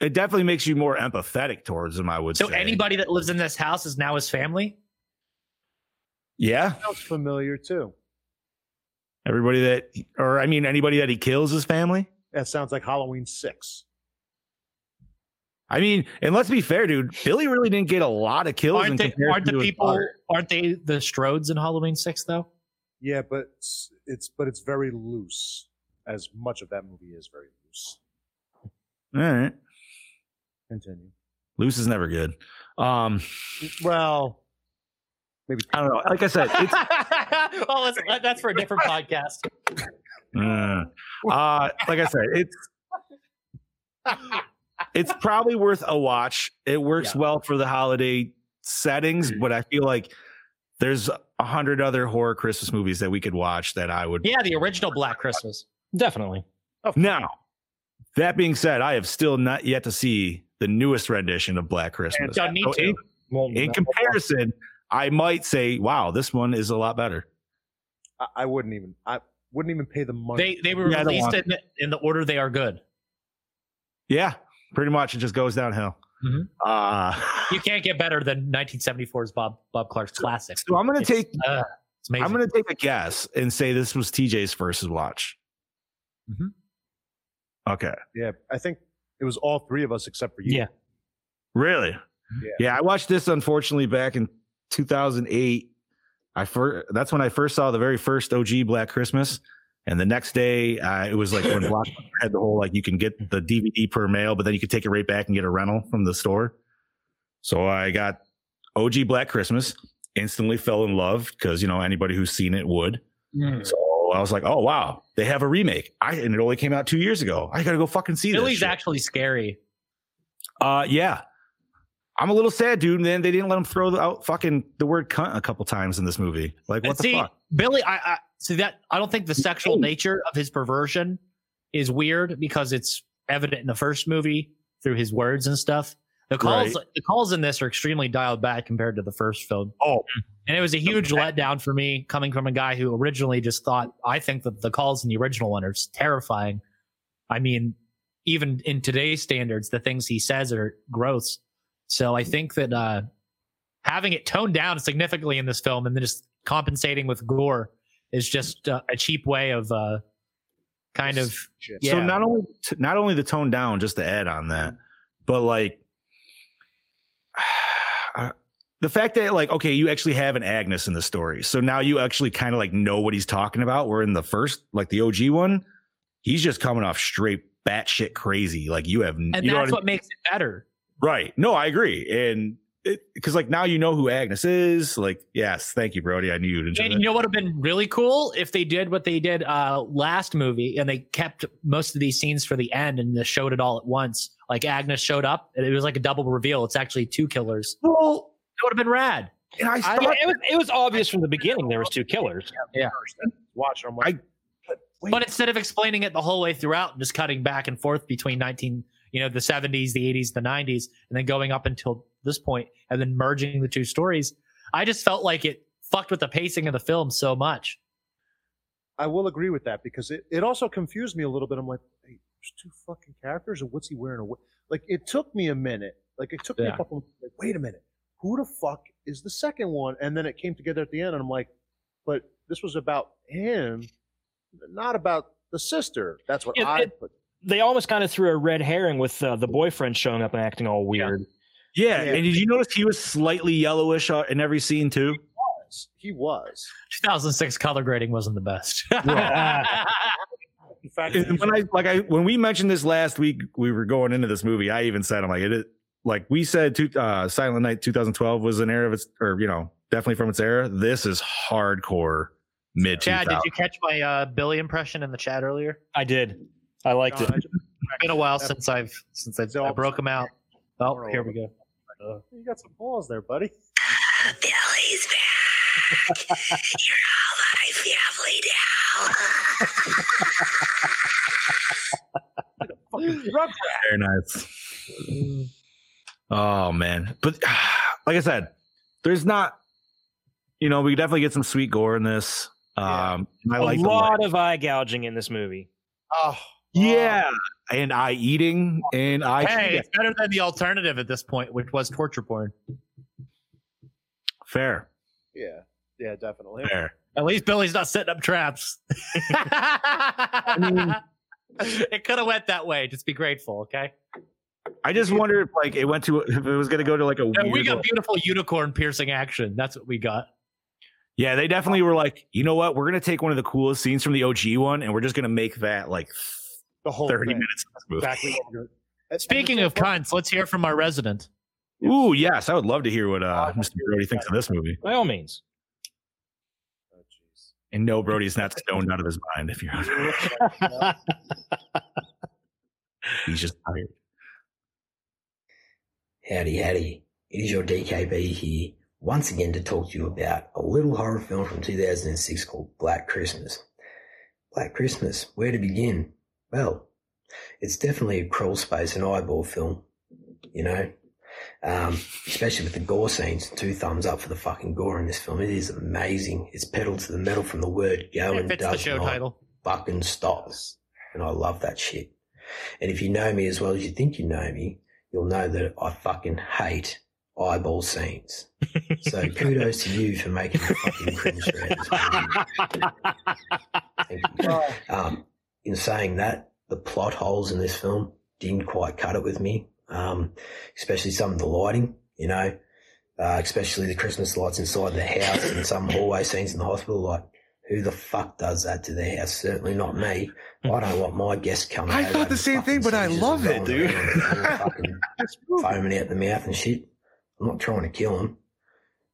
[SPEAKER 4] it definitely makes you more empathetic towards him. I would
[SPEAKER 2] So
[SPEAKER 4] say.
[SPEAKER 2] anybody that lives in this house is now his family.
[SPEAKER 4] yeah,
[SPEAKER 5] Sounds familiar too.
[SPEAKER 4] everybody that, or I mean, anybody that he kills his family.
[SPEAKER 5] That sounds like Halloween six.
[SPEAKER 4] I mean, and let's be fair, dude. Billy really didn't get a lot of kills. in
[SPEAKER 2] Aren't they?
[SPEAKER 4] comparison
[SPEAKER 2] Aren't
[SPEAKER 4] to
[SPEAKER 2] the
[SPEAKER 4] his
[SPEAKER 2] people?
[SPEAKER 4] daughter.
[SPEAKER 2] Aren't they the Strodes in Halloween Six though?
[SPEAKER 5] Yeah, but it's, it's but it's very loose. as much of that movie is very loose.
[SPEAKER 4] All right.
[SPEAKER 5] Continue.
[SPEAKER 4] Loose is never good. Um,
[SPEAKER 5] well, maybe
[SPEAKER 4] I don't know. Like I said, it's
[SPEAKER 2] oh, that's, that's for a different podcast.
[SPEAKER 4] Mm. uh, like I said, it's it's probably worth a watch. It works well for the holiday settings, but I feel like there's a hundred other horror Christmas movies that we could watch that I would.
[SPEAKER 2] Yeah, the original Black Christmas.
[SPEAKER 3] Definitely.
[SPEAKER 4] Now, that being said, I have still not yet to see the newest rendition of Black Christmas.
[SPEAKER 2] Don't need
[SPEAKER 4] So
[SPEAKER 2] to.
[SPEAKER 4] in, in comparison, I might say, wow, this one is a lot better.
[SPEAKER 5] I, I wouldn't even. I wouldn't even pay the money.
[SPEAKER 2] They they were
[SPEAKER 4] Yeah, I don't
[SPEAKER 2] released
[SPEAKER 4] want
[SPEAKER 2] in, in the order they are good.
[SPEAKER 4] Yeah, pretty much. It just goes downhill.
[SPEAKER 2] Mhm.
[SPEAKER 4] Uh,
[SPEAKER 2] You can't get better than 1974's Bob Bob Clark's classic.
[SPEAKER 4] so I'm gonna
[SPEAKER 2] It's-
[SPEAKER 4] take
[SPEAKER 2] uh, it's amazing.
[SPEAKER 4] I'm gonna take a guess and say this was TJ's first watch.
[SPEAKER 2] Mhm.
[SPEAKER 4] Okay.
[SPEAKER 5] yeah, I think it was all three of us except for you.
[SPEAKER 3] Yeah.
[SPEAKER 4] Really?
[SPEAKER 5] Yeah.
[SPEAKER 4] Yeah. I watched this unfortunately back in 2008. I first that's when I first saw the very first OG Black Christmas, and the next day uh, it was like when Blockbuster had the whole like you can get the DVD per mail, but then you could take it right back and get a rental from the store. So I got OG Black Christmas. Instantly fell in love because you know anybody who's seen it would. So I was like, oh wow, they have a remake. I and it only came out two years ago. I gotta go fucking see this.
[SPEAKER 2] Billy's
[SPEAKER 4] shit.
[SPEAKER 2] actually scary.
[SPEAKER 4] Uh, yeah. I'm a little sad, dude. And then they didn't let him throw the, out fucking the word cunt a couple times in this movie. Like, what
[SPEAKER 2] And see,
[SPEAKER 4] the fuck?
[SPEAKER 2] Billy, I, I see that I don't think the sexual nature of his perversion is weird because it's evident in the first movie through his words and stuff. The calls the calls in this are extremely dialed back compared to the first film.
[SPEAKER 4] Oh.
[SPEAKER 2] And it was a huge letdown for me coming from a guy who originally just thought I think that the calls in the original one are terrifying. I mean, even in today's standards, the things he says are gross. So I think that uh having it toned down significantly in this film and then just compensating with gore is just uh, a cheap way of uh kind of
[SPEAKER 5] Shit.
[SPEAKER 2] yeah.
[SPEAKER 4] So not only t- not only the tone down, just to add on that, but like uh, the fact that like okay, you actually have an Agnes in the story, so now you actually kind of like know what he's talking about. Where in the first, like the OG one, he's just coming off straight batshit crazy. Like you have,
[SPEAKER 2] and
[SPEAKER 4] you know
[SPEAKER 2] that's
[SPEAKER 4] I
[SPEAKER 2] what makes it better.
[SPEAKER 4] Right. No, I agree. And because like now you know who Agnes is. Like, yes, thank you, Brody. I knew you'd enjoy
[SPEAKER 2] And
[SPEAKER 4] that.
[SPEAKER 2] you know what would have been really cool if they did what they did uh last movie and they kept most of these scenes for the end and just showed it all at once. Like Agnes showed up and it was like a double reveal. It's actually two killers.
[SPEAKER 4] well,
[SPEAKER 2] That would have been rad.
[SPEAKER 4] and I,
[SPEAKER 3] I,
[SPEAKER 4] thought,
[SPEAKER 3] it, was, it was obvious from the beginning there was two killers.
[SPEAKER 5] Watch. I'm like,
[SPEAKER 2] But instead of explaining it the whole way throughout and just cutting back and forth between 19, you know, the 70s, the 80s, the 90s, and then going up until this point and then merging the two stories, I just felt like it fucked with the pacing of the film so much.
[SPEAKER 5] I will agree with that because it, it also confused me a little bit. I'm like, hey, there's two fucking characters, and what's he wearing? A wh-? Like, it took me a minute. Like, it took me a
[SPEAKER 2] Yeah.
[SPEAKER 5] couple. Like, wait a minute, who the fuck is the second one? And then it came together at the end, and I'm like, but this was about him, not about the sister. That's what
[SPEAKER 3] It-
[SPEAKER 5] I
[SPEAKER 3] it-
[SPEAKER 5] put.
[SPEAKER 3] They almost kind of threw a red herring with uh, the boyfriend showing up and acting all weird.
[SPEAKER 4] yeah,
[SPEAKER 5] Yeah.
[SPEAKER 4] And did you notice he was slightly yellowish uh, in every scene too?
[SPEAKER 5] Was. He was.
[SPEAKER 2] 2006 color grading wasn't the best.
[SPEAKER 5] In fact,
[SPEAKER 4] And when I like I when we mentioned this last week, we were going into this movie. I even said I'm like it is like we said. Two, uh, Silent Night 2012 was an era of its, or you know, definitely from its era. This is hardcore mid
[SPEAKER 2] Chad, did
[SPEAKER 4] 2000s.
[SPEAKER 2] you catch my uh, Billy impression in the chat earlier?
[SPEAKER 3] I did. I liked it.
[SPEAKER 5] John, I just-
[SPEAKER 2] It's been a while since I've since I've I broke him out. Oh, here we go.
[SPEAKER 5] you got some balls there, buddy.
[SPEAKER 1] Billy's back. You're all my family now.
[SPEAKER 5] Fucking rub
[SPEAKER 4] Very nice. Oh man, but like I said, there's not. You know, we definitely get some sweet gore in this. Um, and I
[SPEAKER 3] A
[SPEAKER 4] like the
[SPEAKER 3] lot of eye gouging in this movie.
[SPEAKER 5] Oh,
[SPEAKER 4] yeah, and I eating and I
[SPEAKER 2] Hey, it's better than the alternative at this point, which was torture porn.
[SPEAKER 4] fair,
[SPEAKER 5] yeah, yeah, definitely.
[SPEAKER 4] fair.
[SPEAKER 2] At least Billy's not setting up traps. it could have went that way. Just be grateful, okay?
[SPEAKER 4] I just wonder if like it went to if it was gonna go to like a
[SPEAKER 2] No,
[SPEAKER 4] weird.
[SPEAKER 2] we got
[SPEAKER 4] like-
[SPEAKER 2] beautiful unicorn piercing action. That's what we got.
[SPEAKER 4] Yeah, they definitely were like, you know what? We're gonna take one of the coolest scenes from the OG one, and we're just gonna make that like
[SPEAKER 2] Oh,
[SPEAKER 5] the whole
[SPEAKER 4] thirty
[SPEAKER 5] thing.
[SPEAKER 4] minutes. Of this movie.
[SPEAKER 5] Exactly. what we're doing. And-
[SPEAKER 2] Speaking of cunts, let's hear from our resident.
[SPEAKER 4] Ooh, yes, I would love to hear what uh, Mr. Brody thinks of this movie.
[SPEAKER 3] By all means.
[SPEAKER 5] Oh,
[SPEAKER 4] And no, Brody's not stoned out of his mind. If you're,
[SPEAKER 5] Um,
[SPEAKER 4] he's just tired.
[SPEAKER 1] Howdy, howdy. It is your DKB here, once again to talk to you about a little horror film from 2006 called Black Christmas. Black Christmas, where to begin? Well, it's definitely a crawl space and eyeball film, you know? Um, especially with the gore scenes. Two thumbs up for the fucking gore in this film. It is amazing. It's pedal to the metal from the word go
[SPEAKER 2] It
[SPEAKER 1] and
[SPEAKER 2] fits the
[SPEAKER 1] does
[SPEAKER 2] show
[SPEAKER 1] not
[SPEAKER 2] title.
[SPEAKER 1] fucking stop. And I love that shit. And if you know me as well as you think you know me, you'll know that I fucking hate eyeball scenes. So kudos to you for making me fucking cringe throughout this movie. Thank you. Um, in saying that, the plot holes in this film didn't quite cut it with me, um, especially some of the lighting, you know, uh, especially the Christmas lights inside the house and some hallway scenes in the hospital. Like, who the fuck does that to their house? Certainly not me. I don't want my guests coming.
[SPEAKER 16] I
[SPEAKER 1] over
[SPEAKER 16] thought the same thing, but I love it, dude.
[SPEAKER 1] foaming out the mouth and shit. I'm not trying to kill him.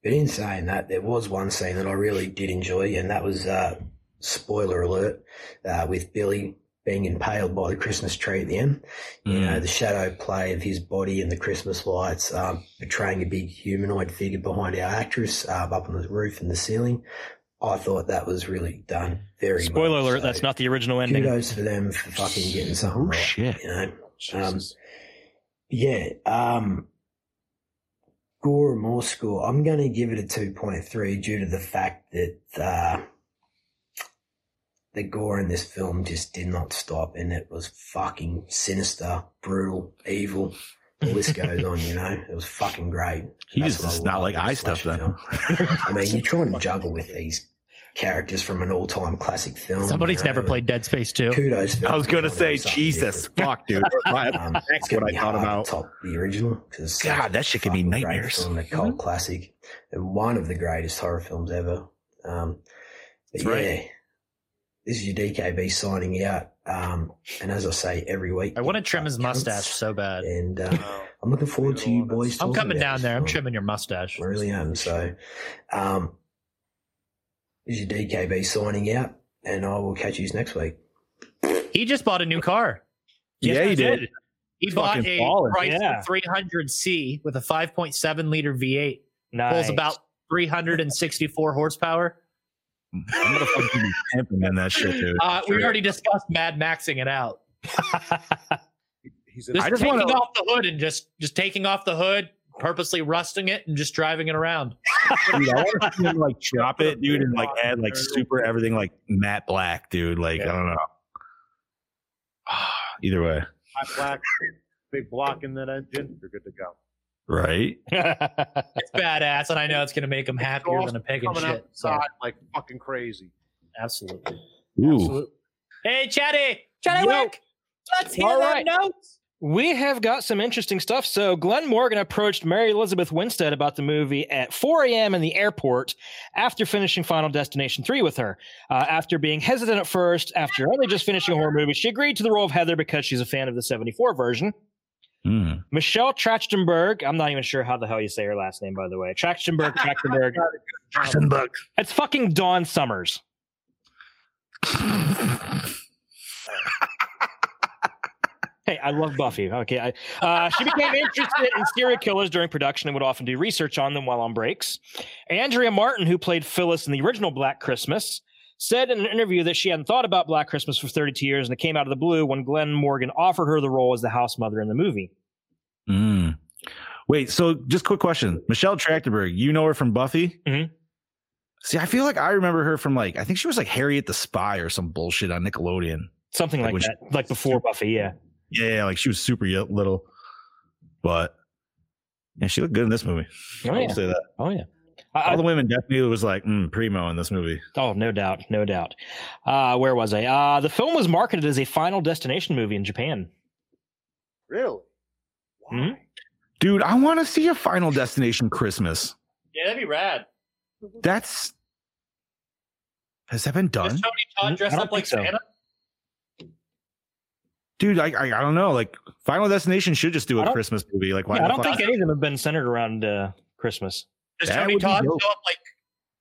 [SPEAKER 1] But in saying that, there was one scene that I really did enjoy, and that was, uh, spoiler alert, uh, with Billy being impaled by the Christmas tree at the end. You
[SPEAKER 3] Mm.
[SPEAKER 1] know, the shadow play of his body and the Christmas lights, um, portraying a big humanoid figure behind our actress, uh, up on the roof and the ceiling. I thought that was really done very
[SPEAKER 3] Spoiler
[SPEAKER 1] well.
[SPEAKER 3] alert: that's not the original ending. Oh,
[SPEAKER 1] Kudos for them for fucking getting something right.
[SPEAKER 4] Oh, Shit.
[SPEAKER 1] You know? Um, yeah. Um, gore and more score. I'm going to give it a 2.3 due to the fact that uh, the gore in this film just did not stop and it was fucking sinister, brutal, evil. The list goes on, you know? It was fucking great.
[SPEAKER 4] He
[SPEAKER 1] That's
[SPEAKER 4] just
[SPEAKER 1] what I
[SPEAKER 4] does not like eye stuff then.
[SPEAKER 1] I mean, you're trying to juggle with these characters from an all-time classic film.
[SPEAKER 2] Somebody's
[SPEAKER 1] you know,
[SPEAKER 2] never played Dead Space 2.
[SPEAKER 1] Kudos. for
[SPEAKER 4] I was gonna
[SPEAKER 1] doing
[SPEAKER 4] say,
[SPEAKER 1] something
[SPEAKER 4] Jesus, fuck, dude. Right,
[SPEAKER 1] Um, it's
[SPEAKER 4] That's
[SPEAKER 1] gonna
[SPEAKER 4] what I
[SPEAKER 1] be
[SPEAKER 4] thought
[SPEAKER 1] hard to
[SPEAKER 4] about.
[SPEAKER 1] Top the original. 'cause uh, it's
[SPEAKER 4] God,
[SPEAKER 1] such
[SPEAKER 4] that
[SPEAKER 1] a
[SPEAKER 4] shit gave me
[SPEAKER 1] fucking great
[SPEAKER 4] nightmares.
[SPEAKER 1] Film, a cult classic, and one of the greatest horror films ever. Um, but
[SPEAKER 4] That's right.
[SPEAKER 1] yeah, this is your DKB signing out. Um, and as I say every week,
[SPEAKER 2] I want to trim his mustache so bad.
[SPEAKER 1] and uh, I'm looking forward to you boys.
[SPEAKER 2] I'm
[SPEAKER 1] talking
[SPEAKER 2] coming
[SPEAKER 1] about
[SPEAKER 2] down
[SPEAKER 1] this
[SPEAKER 2] there. I'm
[SPEAKER 1] film.
[SPEAKER 2] trimming your mustache.
[SPEAKER 1] I really am. So, um, this is your DKB signing out, and I will catch you next week.
[SPEAKER 2] He just bought a new car.
[SPEAKER 4] Yeah, he did.
[SPEAKER 2] He bought
[SPEAKER 4] Fucking
[SPEAKER 2] a
[SPEAKER 4] baller,
[SPEAKER 2] Chrysler
[SPEAKER 4] yeah.
[SPEAKER 2] 300C with a 5.7 liter V8.
[SPEAKER 3] Nice.
[SPEAKER 2] Pulls about 364 horsepower.
[SPEAKER 4] I'm gonna fucking be pimping in that shit, dude.
[SPEAKER 2] Uh, we already discussed Mad Maxing it out.
[SPEAKER 5] He's
[SPEAKER 2] Just
[SPEAKER 4] I just
[SPEAKER 2] taking
[SPEAKER 4] wanna-
[SPEAKER 2] off the hood and just just taking off the hood, purposely rusting it and just driving it around.
[SPEAKER 4] dude, I want to like chop it, dude, and like add like super everything like matte black, dude. Like I don't know. Either way,
[SPEAKER 5] hot black, big block in that engine. You're good to go.
[SPEAKER 4] right?
[SPEAKER 2] It's badass, and I know it's gonna make him happier than a pig and
[SPEAKER 5] Coming
[SPEAKER 2] shit.
[SPEAKER 5] out the
[SPEAKER 2] So,
[SPEAKER 5] side like fucking crazy.
[SPEAKER 2] absolutely.
[SPEAKER 4] Ooh,
[SPEAKER 6] Hey, Chatty, Chatty
[SPEAKER 3] Yo.
[SPEAKER 6] Wick, let's hear
[SPEAKER 3] All
[SPEAKER 6] them
[SPEAKER 3] right.
[SPEAKER 6] notes.
[SPEAKER 3] We have got some interesting stuff. So, Glenn Morgan approached Mary Elizabeth Winstead about the movie at 4 a.m. in the airport after finishing Final Destination 3 with her. Uh, after being hesitant at first, after only just finishing a horror movie, she agreed to the role of Heather because she's a fan of the 74 version.
[SPEAKER 4] Mm.
[SPEAKER 3] Michelle Trachtenberg, I'm not even sure how the hell you say her last name, by the way. Trachtenberg, Trachtenberg.
[SPEAKER 4] Trachtenberg.
[SPEAKER 3] It's fucking Dawn Summers. Hey, I love Buffy. Okay. I, uh, she became interested in serial killers during production and would often do research on them while on breaks. Andrea Martin, who played Phyllis in the original Black Christmas, said in an interview that she hadn't thought about Black Christmas for 32 years and it came out of the blue when Glenn Morgan offered her the role as the house mother in the movie.
[SPEAKER 4] Mm. Wait, so just quick question, Michelle Trachtenberg, you know her from Buffy?
[SPEAKER 3] Mhm.
[SPEAKER 4] See, I feel like I remember her from like I think she was like Harriet the Spy or some bullshit on Nickelodeon.
[SPEAKER 3] Something like
[SPEAKER 4] Like when
[SPEAKER 3] that. Like before Buffy, yeah.
[SPEAKER 4] Yeah, yeah, like she was super y- little, but yeah, she looked good in this movie.
[SPEAKER 3] Oh,
[SPEAKER 4] I will
[SPEAKER 3] yeah.
[SPEAKER 4] say that.
[SPEAKER 3] Oh, yeah. I- I-
[SPEAKER 4] All the women definitely was like mm, primo in this movie.
[SPEAKER 3] Oh, no doubt, no doubt. Uh, where was I? Uh, the film was marketed as a Final Destination movie in Japan.
[SPEAKER 5] Really? Why?
[SPEAKER 3] Mhm.
[SPEAKER 4] Dude, I want to see a Final Destination Christmas.
[SPEAKER 2] Yeah, that'd be rad.
[SPEAKER 4] That's Has that been done?
[SPEAKER 2] Is Tony
[SPEAKER 4] Hmm?
[SPEAKER 2] Todd dressed up like Santa?
[SPEAKER 4] Dude, I, I I don't know. Like Final Destination should just do
[SPEAKER 3] I
[SPEAKER 4] a
[SPEAKER 3] don't-
[SPEAKER 4] Christmas movie. Like why
[SPEAKER 3] Yeah, I
[SPEAKER 4] the
[SPEAKER 3] don't
[SPEAKER 4] fuck-
[SPEAKER 3] think any of them have been centered around uh, Christmas.
[SPEAKER 2] Does
[SPEAKER 4] That
[SPEAKER 2] Tony
[SPEAKER 4] would be
[SPEAKER 2] Todd
[SPEAKER 4] dope.
[SPEAKER 2] show up like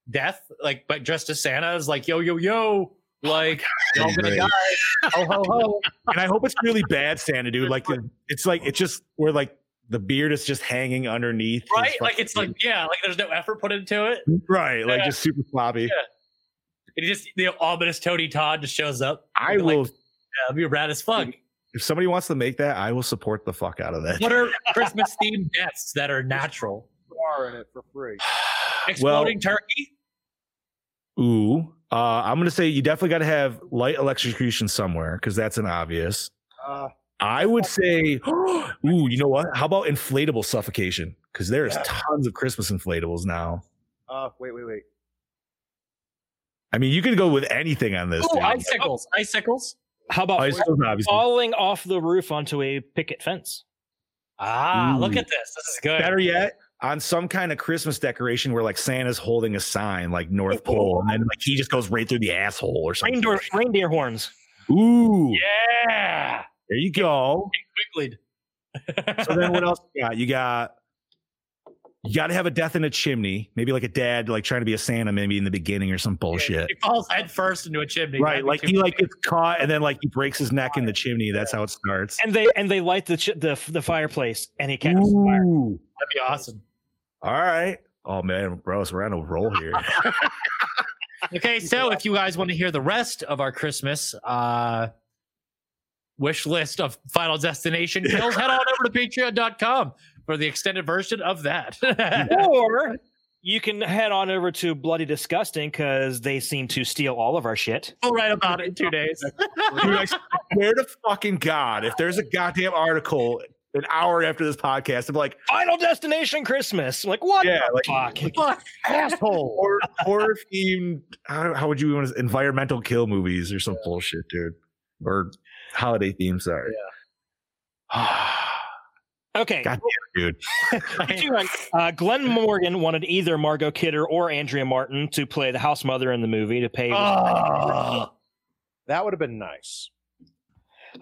[SPEAKER 2] death, like but dressed as Santa is like yo yo yo, like
[SPEAKER 4] God,
[SPEAKER 2] y'all
[SPEAKER 4] that'd
[SPEAKER 2] gonna
[SPEAKER 4] be
[SPEAKER 2] die.
[SPEAKER 5] ho
[SPEAKER 2] Oh,
[SPEAKER 5] ho ho.
[SPEAKER 4] and I hope it's really bad Santa, dude. Like it's like it's just where like the beard is just hanging underneath. his
[SPEAKER 2] Right? Like
[SPEAKER 4] fucking-
[SPEAKER 2] it's like yeah, like there's no effort put into it.
[SPEAKER 4] right, like
[SPEAKER 2] Yeah.
[SPEAKER 4] just super floppy.
[SPEAKER 2] It just the ominous Tony Todd just shows up.
[SPEAKER 4] I
[SPEAKER 2] Like,
[SPEAKER 4] will.
[SPEAKER 2] yeah, that'd be rad as fuck.
[SPEAKER 4] if somebody wants to make that, I will support the fuck out of that.
[SPEAKER 2] What are Christmas themed deaths that are natural?
[SPEAKER 5] Bar in it for free.
[SPEAKER 2] Exploding turkey?
[SPEAKER 4] Ooh, uh, I'm gonna say you definitely got to have light electrocution somewhere because that's an obvious.
[SPEAKER 5] Uh,
[SPEAKER 4] I would say, ooh, you know what? How about inflatable suffocation? Because there's tons of Christmas inflatables now.
[SPEAKER 5] uh, wait, wait, wait.
[SPEAKER 4] I mean, you could go with anything on this.
[SPEAKER 2] Oh,
[SPEAKER 4] dude.
[SPEAKER 2] icicles. Icicles.
[SPEAKER 3] How about
[SPEAKER 4] Icicles, obviously.
[SPEAKER 3] falling off the roof onto a picket fence?
[SPEAKER 2] Ah, look
[SPEAKER 4] Ooh.
[SPEAKER 2] at this. This is good.
[SPEAKER 4] Better yet, on some kind of Christmas decoration where like Santa's holding a sign like North Pole, and then like he just goes right through the asshole or something.
[SPEAKER 3] Reindeer, reindeer horns.
[SPEAKER 4] Ooh,
[SPEAKER 2] Yeah.
[SPEAKER 4] there you go.
[SPEAKER 2] Quickly.
[SPEAKER 4] So then, what else you got? You got you got to have a death in a chimney. Maybe like a dad like trying to be a Santa, maybe in the beginning or some bullshit.
[SPEAKER 2] He falls head first into a chimney.
[SPEAKER 4] Right,
[SPEAKER 2] That'd be
[SPEAKER 4] like
[SPEAKER 2] too
[SPEAKER 4] he like
[SPEAKER 2] funny.
[SPEAKER 4] gets caught and then like he breaks his neck in the chimney. That's how it starts.
[SPEAKER 3] And they and they light the ch- the the fireplace and he catches fire.
[SPEAKER 4] Ooh.
[SPEAKER 2] that'd be awesome.
[SPEAKER 4] All right. Oh man, bros, we're on a roll here.
[SPEAKER 2] Okay, so if you guys want to hear the rest of our Christmas uh, wish list of Final Destination kills, head on over to patreon.com for the extended version of that.
[SPEAKER 3] or you can head on over to Bloody Disgusting because they seem to steal all of our shit.
[SPEAKER 2] we'll write about it in two days.
[SPEAKER 4] Dude, I swear to fucking God, if there's a goddamn article an hour after this podcast, I'm like,
[SPEAKER 3] Final Destination Christmas. Like what?
[SPEAKER 4] Yeah,
[SPEAKER 3] the
[SPEAKER 4] like-
[SPEAKER 3] fuck?
[SPEAKER 2] Fuck, asshole.
[SPEAKER 4] horror, horror themed, how, how would you want to, environmental kill movies or some bullshit, dude, or holiday themes. Sorry.
[SPEAKER 3] okay.
[SPEAKER 4] God damn it, dude.
[SPEAKER 3] Uh, Glenn Morgan wanted either Margot Kidder or Andrea Martin to play the house mother in the movie to pay.
[SPEAKER 2] Oh.
[SPEAKER 5] That would have been nice.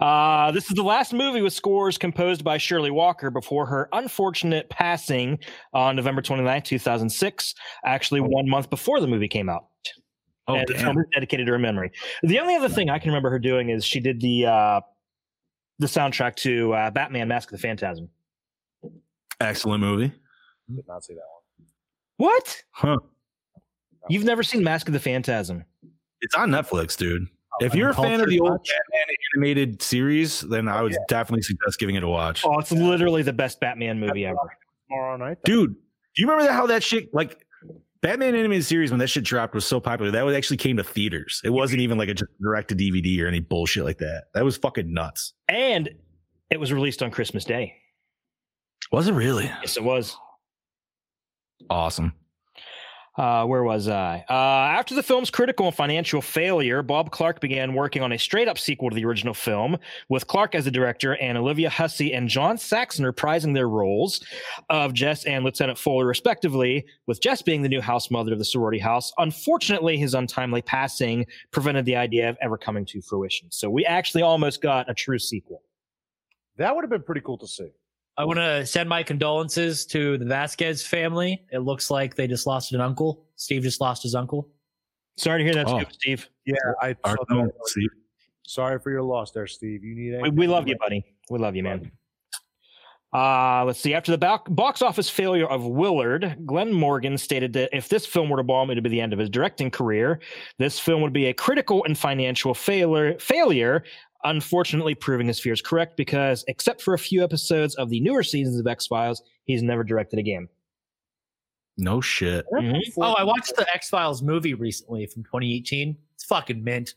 [SPEAKER 3] Uh, this is the last movie with scores composed by Shirley Walker before her unfortunate passing on November 29, 2006, actually one month before the movie came out.
[SPEAKER 4] Oh,
[SPEAKER 3] and the
[SPEAKER 4] damn.
[SPEAKER 3] film is dedicated to her memory. The only other thing I can remember her doing is she did the uh, the soundtrack to uh, Batman: Mask of the Phantasm.
[SPEAKER 4] Excellent movie.
[SPEAKER 5] Did not see that one.
[SPEAKER 3] What?
[SPEAKER 4] Huh.
[SPEAKER 3] You've never seen Mask of the Phantasm?
[SPEAKER 4] It's on Netflix, dude. If you're a fan of Oh, the old Batman animated series, then I would definitely suggest giving it a watch.
[SPEAKER 3] Oh, it's literally the best Batman movie ever.
[SPEAKER 5] Tomorrow night. though.
[SPEAKER 4] dude do you remember that, how that shit like batman animated series when that shit dropped was so popular that was actually came to theaters it wasn't even like a just direct to dvd or any bullshit like that that was fucking nuts
[SPEAKER 3] And it was released on Christmas Day.
[SPEAKER 4] was it really
[SPEAKER 3] Yes, it was.
[SPEAKER 4] awesome
[SPEAKER 3] Uh, where was I? Uh, after the film's critical and financial failure, Bob Clark began working on a straight up sequel to the original film, with Clark as the director and Olivia Hussey and John Saxon reprising their roles of Jess and Lieutenant Fuller, respectively, with Jess being the new house mother of the sorority house. Unfortunately, his untimely passing prevented the idea of ever coming to fruition. So we actually almost got a true sequel.
[SPEAKER 5] That would have been pretty cool to see.
[SPEAKER 2] I want to send my condolences to the Vasquez family. It looks like they just lost an uncle. Steve just lost his uncle.
[SPEAKER 3] Sorry to hear that,
[SPEAKER 4] Oh.
[SPEAKER 3] Steve.
[SPEAKER 5] Yeah, I.
[SPEAKER 4] All
[SPEAKER 5] saw
[SPEAKER 4] right,
[SPEAKER 5] that.
[SPEAKER 4] see.
[SPEAKER 5] Sorry for your loss, there, Steve. You need.
[SPEAKER 3] We,
[SPEAKER 5] anything?
[SPEAKER 3] we love you, buddy. We love you, man. Uh, let's see. After the bo- box office failure of Willard, Glenn Morgan stated that if this film were to bomb, it would be the end of his directing career. This film would be a critical and financial failure. Failure, unfortunately, proving his fears correct because, except for a few episodes of the newer seasons of X Files, he's never directed again.
[SPEAKER 4] no shit
[SPEAKER 3] Mhm.
[SPEAKER 4] Mm-hmm.
[SPEAKER 2] Oh, I watched the X Files movie recently from 2018. It's fucking mint.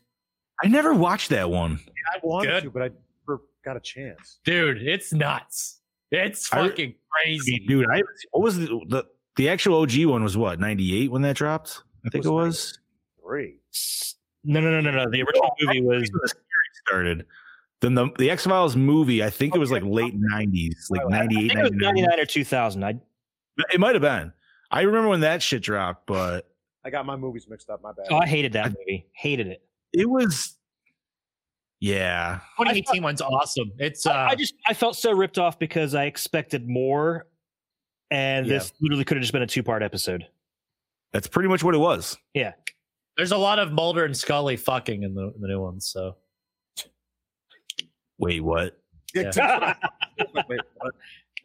[SPEAKER 4] i never watched that one
[SPEAKER 5] I wanted
[SPEAKER 2] Good.
[SPEAKER 5] to, but I never got a chance.
[SPEAKER 2] Dude, it's nuts. It's
[SPEAKER 4] I-
[SPEAKER 2] fucking crazy.
[SPEAKER 4] dude i what was the, the the actual og one was what 98 when that dropped i think it was,
[SPEAKER 5] Three.
[SPEAKER 3] No, no, no, no, no. The original movie was
[SPEAKER 4] when the series started then the, the x-files movie i think it was like late 90s like
[SPEAKER 3] I
[SPEAKER 4] 98
[SPEAKER 3] think it
[SPEAKER 4] 99.
[SPEAKER 3] was 99 or 2000. I,
[SPEAKER 4] It might have been. I remember when that shit dropped, but
[SPEAKER 5] I got my movies mixed up. My bad.
[SPEAKER 3] Oh, I hated that movie. Hated it.
[SPEAKER 4] It was. Yeah.
[SPEAKER 2] 2018 one's awesome. It's uh,
[SPEAKER 3] I, I just I felt so ripped off because I expected more, and this literally could have just been a two part episode.
[SPEAKER 4] That's pretty much what it was.
[SPEAKER 3] Yeah.
[SPEAKER 2] there's a lot of Mulder and Scully fucking in the, the new ones. So
[SPEAKER 4] Wait, what?
[SPEAKER 2] yeah,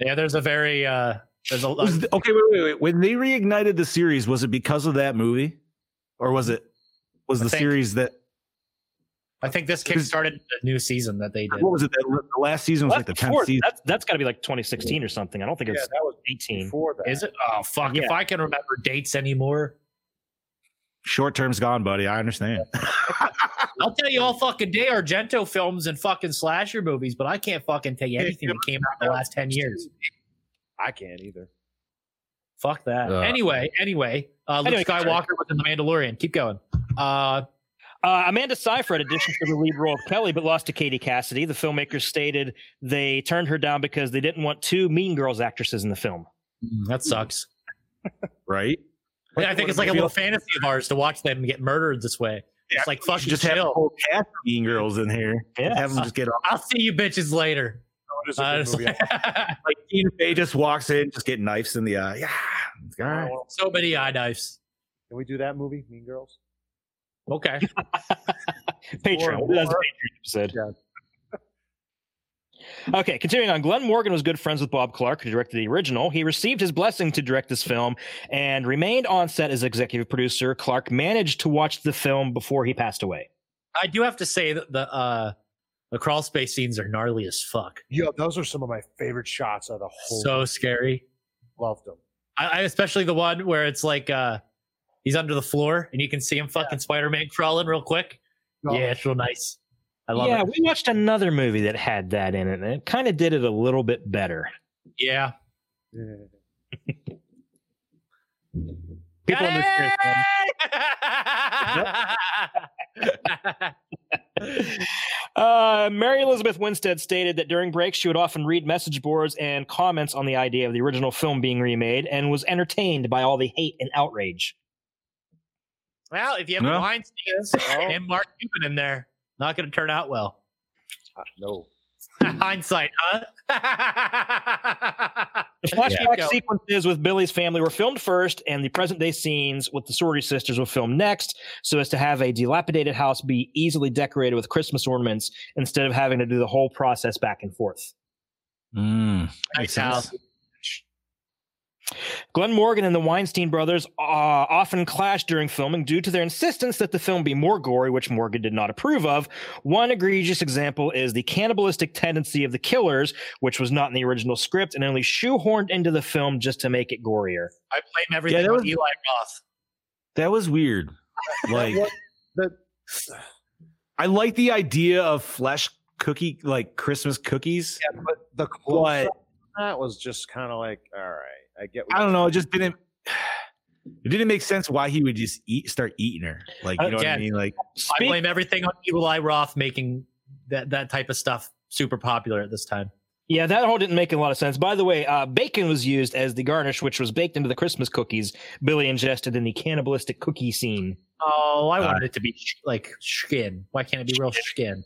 [SPEAKER 2] yeah there's a very uh, there's a
[SPEAKER 4] Was th- okay, wait, wait, wait. When they reignited the series, was it because of that movie, or was it was
[SPEAKER 2] I
[SPEAKER 4] the
[SPEAKER 2] think-
[SPEAKER 4] series that
[SPEAKER 2] I think this kickstarted a new season that they did.
[SPEAKER 4] what was it? That the last season was
[SPEAKER 3] Well,
[SPEAKER 4] like the
[SPEAKER 3] that's
[SPEAKER 4] tenth
[SPEAKER 3] before-
[SPEAKER 4] season.
[SPEAKER 3] That's that's got to be like 2016 or something. I don't think
[SPEAKER 5] Yeah,
[SPEAKER 3] it's
[SPEAKER 5] that was
[SPEAKER 3] 18.
[SPEAKER 5] before that.
[SPEAKER 2] Is it? Oh fuck! If
[SPEAKER 3] Yeah.
[SPEAKER 2] I can remember dates anymore,
[SPEAKER 4] Short term's gone, buddy. I understand.
[SPEAKER 2] I'll tell you all fucking day Argento films and fucking slasher movies, but I can't fucking tell you anything that came out in the last ten years.
[SPEAKER 5] I can't either.
[SPEAKER 2] Fuck that.
[SPEAKER 4] Uh,
[SPEAKER 2] anyway, anyway, uh, Luke
[SPEAKER 3] Anyway, sorry.
[SPEAKER 2] Skywalker was in The Mandalorian. Keep going. Uh,
[SPEAKER 3] Uh, Amanda Seyfried auditioned for the lead role of Kelly, but lost to Katie Cassidy. The filmmakers stated they turned her down because they didn't want two Mean Girls actresses in the film.
[SPEAKER 2] that sucks.
[SPEAKER 4] right?
[SPEAKER 2] I think it's like a little fantasy of ours to watch them get murdered this way. It's like fucking
[SPEAKER 4] just have a
[SPEAKER 2] chill.
[SPEAKER 4] whole cast of mean girls in here.
[SPEAKER 3] Yeah.
[SPEAKER 4] Have them just get on.
[SPEAKER 2] I'll see you bitches later.
[SPEAKER 5] It is a
[SPEAKER 2] Uh,
[SPEAKER 5] good
[SPEAKER 2] it's
[SPEAKER 5] movie.
[SPEAKER 2] like-
[SPEAKER 4] Like Tina Fey just walks in, just get knives in the eye. Yeah. All right.
[SPEAKER 2] so many eye knives.
[SPEAKER 5] Can we do that movie, Mean Girls?
[SPEAKER 2] Okay.
[SPEAKER 3] Patreon. That's a Patreon episode. Okay, continuing on. Glenn Morgan was good friends with Bob Clark, who directed the original. He received his blessing to direct this film and remained on set as executive producer. Clark managed to watch the film before he passed away.
[SPEAKER 2] I do have to say that the uh the crawl space scenes are gnarly as fuck.
[SPEAKER 5] Yo, those are some of my favorite shots of the whole.
[SPEAKER 2] So scary.
[SPEAKER 5] loved them.
[SPEAKER 2] I, I especially the one where it's like uh he's under the floor and you can see him fucking Spider Man crawling real quick.
[SPEAKER 5] Oh,
[SPEAKER 2] Yeah, it's real nice. I love
[SPEAKER 3] yeah,
[SPEAKER 2] it.
[SPEAKER 3] we watched another movie that had that in it, and it kind of did it a little bit better.
[SPEAKER 2] Yeah.
[SPEAKER 5] yeah.
[SPEAKER 3] People in this series- Uh, Mary Elizabeth Winstead stated that during breaks she would often read message boards and comments on the idea of the original film being remade and was entertained by all the hate and outrage.
[SPEAKER 2] well, if you have a
[SPEAKER 4] Well.
[SPEAKER 2] line scenes and Mark Cuban in there, not gonna turn out well.
[SPEAKER 5] Uh, no.
[SPEAKER 2] Hindsight, huh?
[SPEAKER 3] The flashback
[SPEAKER 2] Yeah.
[SPEAKER 3] sequences with Billy's family were filmed first, and the present day scenes with the sorority sisters were filmed next, so as to have a dilapidated house be easily decorated with Christmas ornaments instead of having to do the whole process back and forth.
[SPEAKER 4] Mm.
[SPEAKER 2] nice house.
[SPEAKER 3] Glenn Morgan and the Weinstein brothers uh, often clashed during filming due to their insistence that the film be more gory, which Morgan did not approve of. One egregious example is the cannibalistic tendency of the killers, which was not in the original script and only shoehorned into the film just to make it gorier.
[SPEAKER 2] I blame everything
[SPEAKER 4] that
[SPEAKER 2] on
[SPEAKER 4] was-
[SPEAKER 2] Eli Roth.
[SPEAKER 4] That was weird. Like
[SPEAKER 5] That-
[SPEAKER 4] I like the idea of flesh cookie, like Christmas cookies.
[SPEAKER 5] Yeah, but the
[SPEAKER 4] But-
[SPEAKER 5] close that was just kind of like, all right, I get. What
[SPEAKER 4] I don't
[SPEAKER 5] you're
[SPEAKER 4] know. It just didn't. It didn't make sense why he would just eat, start eating her. Like you know what
[SPEAKER 2] Yeah.
[SPEAKER 4] I mean? Like
[SPEAKER 2] I
[SPEAKER 3] Speak-
[SPEAKER 2] blame everything on Eli Roth making that that type of stuff super popular at this time.
[SPEAKER 3] yeah, that whole didn't make a lot of sense. By the way, uh, bacon was used as the garnish, which was baked into the Christmas cookies Billy ingested in the cannibalistic cookie scene.
[SPEAKER 2] Oh, I
[SPEAKER 4] Uh,
[SPEAKER 2] wanted it to be sh- like skin. Why can't it be real skin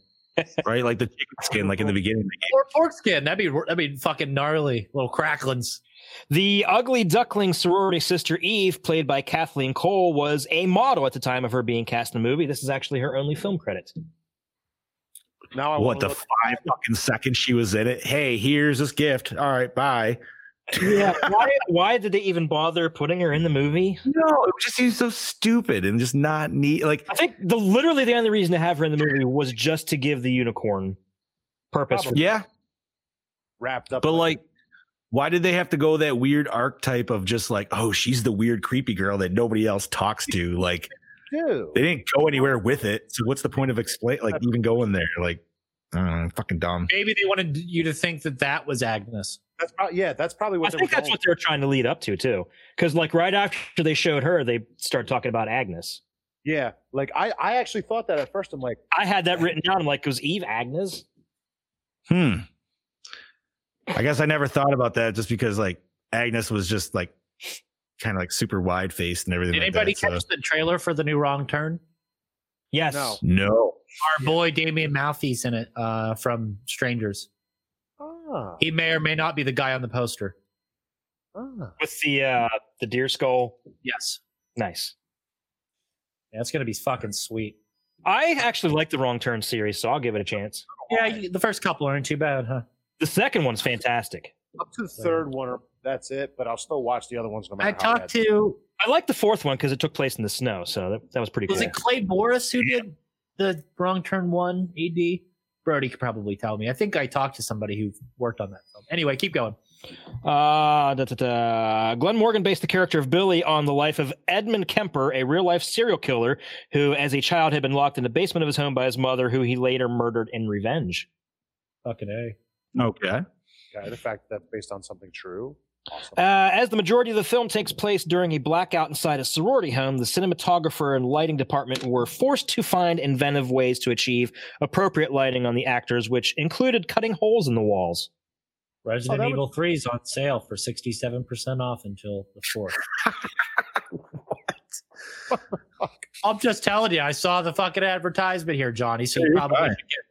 [SPEAKER 4] right, like the chicken skin, like in the beginning.
[SPEAKER 2] or pork skin? That'd be that'd be fucking gnarly little cracklings.
[SPEAKER 3] The ugly duckling sorority sister Eve, played by Kathleen Cole, was a model at the time of her being cast in the movie. This is actually her only film credit.
[SPEAKER 5] doing. Now I
[SPEAKER 4] What
[SPEAKER 5] wanna
[SPEAKER 4] the five fucking seconds she was in it? Hey, here's this gift. All right, bye.
[SPEAKER 3] Yeah, why, why did they even bother putting her in the movie?
[SPEAKER 4] No, it just seems so stupid and just not neat. Like
[SPEAKER 3] I think the literally the only reason to have her in the movie was just to give the unicorn purpose. For,
[SPEAKER 4] yeah,
[SPEAKER 5] wrapped up.
[SPEAKER 4] but like. Why did they have to go that weird archetype of just like, oh, she's the weird creepy girl that nobody else talks to? Like,
[SPEAKER 5] dude,
[SPEAKER 4] they didn't go anywhere with it. So what's the point of explain like even going there? Like, I don't know, fucking dumb.
[SPEAKER 2] Maybe they wanted you to think that that was Agnes.
[SPEAKER 5] that's probably, yeah, that's probably
[SPEAKER 3] I
[SPEAKER 5] what. they
[SPEAKER 3] think
[SPEAKER 5] were
[SPEAKER 3] that's
[SPEAKER 5] going
[SPEAKER 3] what they're trying to lead up to too, because like right after they showed her, they start talking about Agnes.
[SPEAKER 5] for. Yeah, like I, I actually thought that at first. I'm like,
[SPEAKER 3] I had that written down. I'm like, was Eve Agnes?
[SPEAKER 4] Hmm. I guess I never thought about that just because like Agnes was just like kind of like super wide faced and everything.
[SPEAKER 2] Did
[SPEAKER 4] like
[SPEAKER 2] anybody
[SPEAKER 4] that, so-
[SPEAKER 2] catch the trailer for the new Wrong Turn?
[SPEAKER 3] Yes.
[SPEAKER 5] No.
[SPEAKER 4] No.
[SPEAKER 2] Our boy Damian Malthy's in it uh, from Strangers.
[SPEAKER 5] Ah,
[SPEAKER 2] He may or may not be the guy on the poster.
[SPEAKER 5] ah.
[SPEAKER 3] with the uh the deer skull.
[SPEAKER 2] Yes,
[SPEAKER 3] Nice.
[SPEAKER 2] yeah, it's gonna be fucking sweet.
[SPEAKER 3] I actually like the Wrong Turn series, so I'll give it a chance.
[SPEAKER 2] Yeah, you- the first couple aren't too bad, huh?
[SPEAKER 3] The second one's fantastic.
[SPEAKER 5] Up to the third one, or that's it. But I'll still watch the other ones no matter.
[SPEAKER 2] I
[SPEAKER 5] how
[SPEAKER 2] talked
[SPEAKER 5] uh, bad.
[SPEAKER 2] to
[SPEAKER 3] I like the fourth one because it took place in the snow, so that, that was pretty
[SPEAKER 2] was
[SPEAKER 3] cool.
[SPEAKER 2] it Clay Boris who did the Wrong Turn One ED? Brody could probably tell me. I think I talked to somebody who worked on that film. Anyway, keep going.
[SPEAKER 3] Uh, da, da, da. Glenn Morgan based the character of Billy on the life of Edmund Kemper, a real life serial killer who, as a child, had been locked in the basement of his home by his mother, who he later murdered in revenge.
[SPEAKER 2] Fucking a.
[SPEAKER 4] Okay.
[SPEAKER 5] Okay, the fact that based on something true. Awesome.
[SPEAKER 3] Uh, as the majority of the film takes place during a blackout inside a sorority home, the cinematographer and lighting department were forced to find inventive ways to achieve appropriate lighting on the actors, which included cutting holes in the walls.
[SPEAKER 2] Resident
[SPEAKER 5] that would-
[SPEAKER 2] Evil 3 is on sale for 67% off until the 4th. I'm just telling you, I saw the fucking advertisement here, Johnny. So you probably should get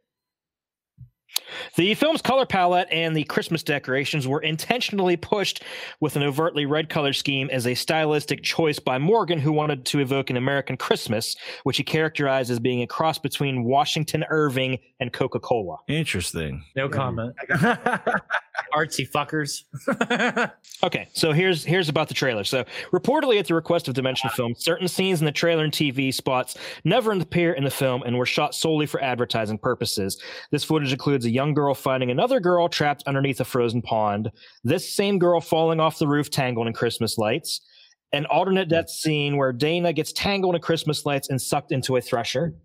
[SPEAKER 3] The film's color palette and the Christmas decorations were intentionally pushed with an overtly red color scheme as a stylistic choice by Morgan, who wanted to evoke an American Christmas, which he characterized as being a cross between Washington Irving and Coca Cola.
[SPEAKER 4] Interesting.
[SPEAKER 2] no comment. Artsy fuckers.
[SPEAKER 3] Okay, so here's here's about the trailer. So reportedly, at the request of Dimension Film, certain scenes in the trailer and TV spots never appear in the film and were shot solely for advertising purposes. This footage includes a young girl finding another girl trapped underneath a frozen pond. This same girl falling off the roof, tangled in Christmas lights. An alternate death scene where Dana gets tangled in Christmas lights and sucked into a thresher.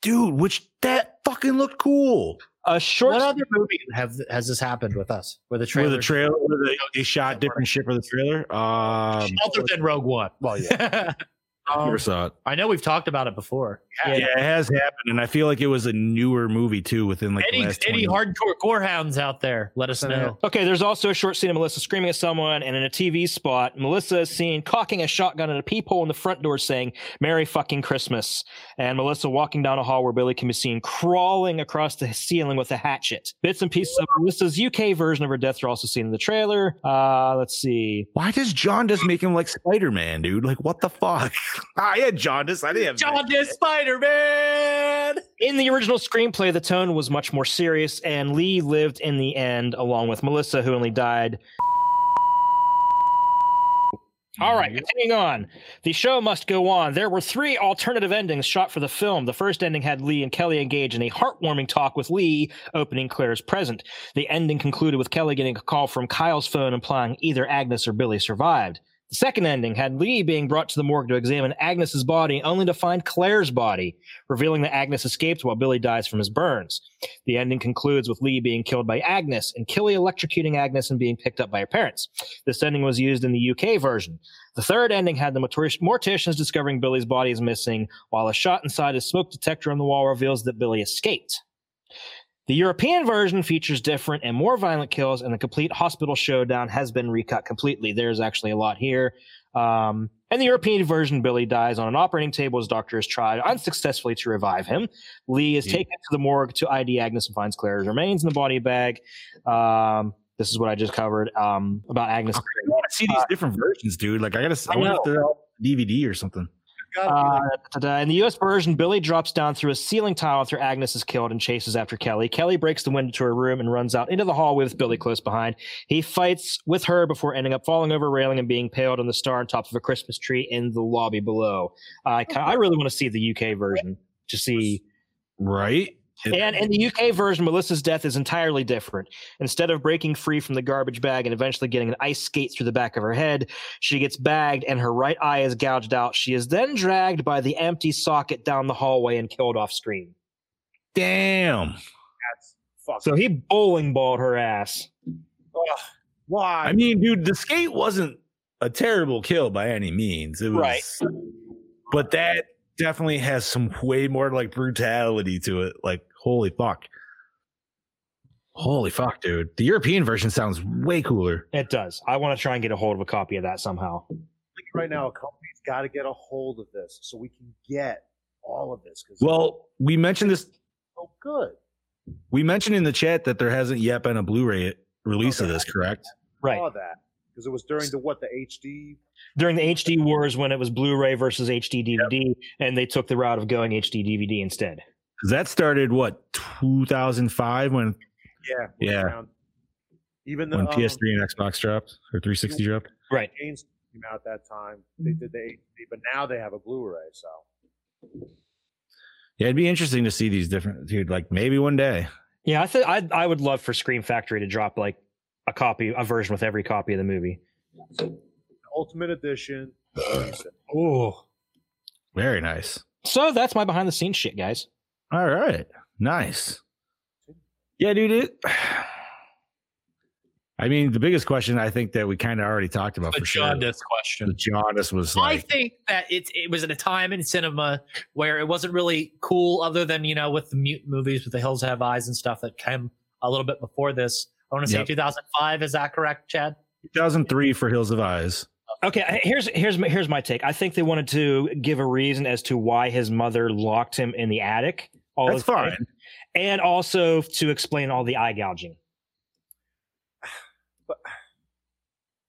[SPEAKER 4] Dude, which that fucking looked cool.
[SPEAKER 3] A short.
[SPEAKER 2] what other movie have, has this happened with us? Where the
[SPEAKER 4] Where
[SPEAKER 2] trailer,
[SPEAKER 4] the trailer, where they, they shot different shit for the trailer. Um,
[SPEAKER 2] other than Rogue One.
[SPEAKER 5] Well, yeah.
[SPEAKER 4] I
[SPEAKER 2] Um,
[SPEAKER 4] never saw it.
[SPEAKER 2] I know we've talked about it before.
[SPEAKER 4] Yeah, it has happened, and I feel like it was a newer movie too. Within like the
[SPEAKER 2] any
[SPEAKER 4] last
[SPEAKER 2] any
[SPEAKER 4] 20
[SPEAKER 2] hardcore gore hounds out there, let us
[SPEAKER 5] Send
[SPEAKER 2] know.
[SPEAKER 3] Okay, there's also a short scene of Melissa screaming at someone, and in a TV spot, Melissa is seen cocking a shotgun at a peephole in the front door saying, Merry fucking Christmas. And Melissa walking down a hall where Billy can be seen crawling across the ceiling with a hatchet. Bits and pieces of Melissa's UK version of her death are also seen in the trailer. Uh, let's see.
[SPEAKER 4] Why does jaundice make him like Spider Man, dude? Like, what the fuck? I had jaundice. I didn't have
[SPEAKER 2] Jaundice Spider Man.
[SPEAKER 3] In the original screenplay, the tone was much more serious, and Lee lived in the end along with Melissa, who only died. All right, continuing on. The show must go on. There were three alternative endings shot for the film. The first ending had Lee and Kelly engage in a heartwarming talk with Lee, opening Claire's present. The ending concluded with Kelly getting a call from Kyle's phone implying either Agnes or Billy survived. The second ending had Lee being brought to the morgue to examine Agnes's body, only to find Claire's body revealing that Agnes escaped while Billy dies from his burns. The ending concludes with Lee being killed by Agnes and Killy electrocuting Agnes and being picked up by her parents. This ending was used in the UK version. The third ending had the mortician- morticians discovering Billy's body is missing, while a shot inside his smoke detector on the wall reveals that Billy escaped. The European version features different and more violent kills, and the complete hospital showdown has been recut completely. There's actually a lot here. Um, in the European version, Billy dies on an operating table as doctors try unsuccessfully to revive him. Lee is
[SPEAKER 4] Yeah.
[SPEAKER 3] taken to the morgue to ID Agnes and finds Claire's remains in the body bag. Um, this is what I just covered um, about Agnes.
[SPEAKER 4] I want to see these different versions, dude. Like, I gotta. I,
[SPEAKER 3] Uh, I
[SPEAKER 4] wonder
[SPEAKER 3] know.
[SPEAKER 4] if they're all DVD or something.
[SPEAKER 3] Uh, ta-da. in the US version, Billy drops down through a ceiling tile after Agnes is killed and chases after Kelly. Kelly breaks the window to her room and runs out into the hall with Billy close behind. He fights with her before ending up falling over a railing and being paled on the star on top of a Christmas tree in the lobby below. I ki- I really want to see the UK version to see.
[SPEAKER 4] Right.
[SPEAKER 3] And in the UK version, Melissa's death is entirely different. Instead of breaking free from the garbage bag and eventually getting an ice skate through the back of her head, she gets bagged and her right eye is gouged out. She is then dragged by the empty socket down the hallway and killed off screen.
[SPEAKER 4] Damn.
[SPEAKER 5] Fuck.
[SPEAKER 3] So he bowling balled her ass.
[SPEAKER 5] Ugh, why?
[SPEAKER 4] I mean, dude, the skate wasn't a terrible kill by any means. It was,
[SPEAKER 3] Right.
[SPEAKER 4] But that definitely has some way more like brutality to it. Like, holy fuck. Holy fuck, dude. The European version sounds way cooler.
[SPEAKER 3] It does. I want to try and get a hold of a copy of that somehow.
[SPEAKER 5] right now, a company's got to get a hold of this so we can get all of this because
[SPEAKER 4] Well, we mentioned this.
[SPEAKER 5] so good.
[SPEAKER 4] We mentioned in the chat that there hasn't yet been a Blu-ray release of this, correct?
[SPEAKER 5] Right.
[SPEAKER 3] Oh.
[SPEAKER 5] Saw that because it was during the what the HD.
[SPEAKER 3] during the HD wars when it was Blu-ray versus HD DVD, and they took the route of going HD DVD instead.
[SPEAKER 4] 'Cause that started what 2005 when
[SPEAKER 5] Yeah. right
[SPEAKER 4] Yeah.
[SPEAKER 5] around- Even the
[SPEAKER 4] when
[SPEAKER 5] um,
[SPEAKER 4] PS3 and Xbox dropped or 360 dropped.
[SPEAKER 3] Right.
[SPEAKER 5] Games came out that time. They
[SPEAKER 2] Mm-hmm.
[SPEAKER 5] did the HD, but now they have a Blu-ray. So
[SPEAKER 4] Yeah, it'd be interesting to see these different dude. Like maybe one day.
[SPEAKER 3] Yeah, I th- I I would love for Scream Factory to drop like a copy, a version with every copy of the movie.
[SPEAKER 5] Ultimate Edition.
[SPEAKER 3] Oh,
[SPEAKER 4] very nice.
[SPEAKER 3] So that's my behind the scenes shit, guys.
[SPEAKER 4] All right, nice. Yeah, dude. It, I mean, the biggest question I think that we kind of already talked about
[SPEAKER 2] The
[SPEAKER 4] Oh, for sure.
[SPEAKER 2] jaundice question.
[SPEAKER 4] The jaundice was
[SPEAKER 2] I
[SPEAKER 4] like,
[SPEAKER 2] think that it, it was at a time in cinema where it wasn't really cool, other than, you know, with the mute movies with the Hills Have Eyes and stuff that came a little bit before this. I want to say
[SPEAKER 4] Yep.
[SPEAKER 2] 2005. Is that correct, Chad?
[SPEAKER 4] 2003 for Hills of Eyes.
[SPEAKER 3] Okay, h- here's here's my, here's my take. I think they wanted to give a reason as to why his mother locked him in the attic. All
[SPEAKER 4] That's
[SPEAKER 3] the time,
[SPEAKER 4] fine.
[SPEAKER 3] and also to explain all the eye gouging.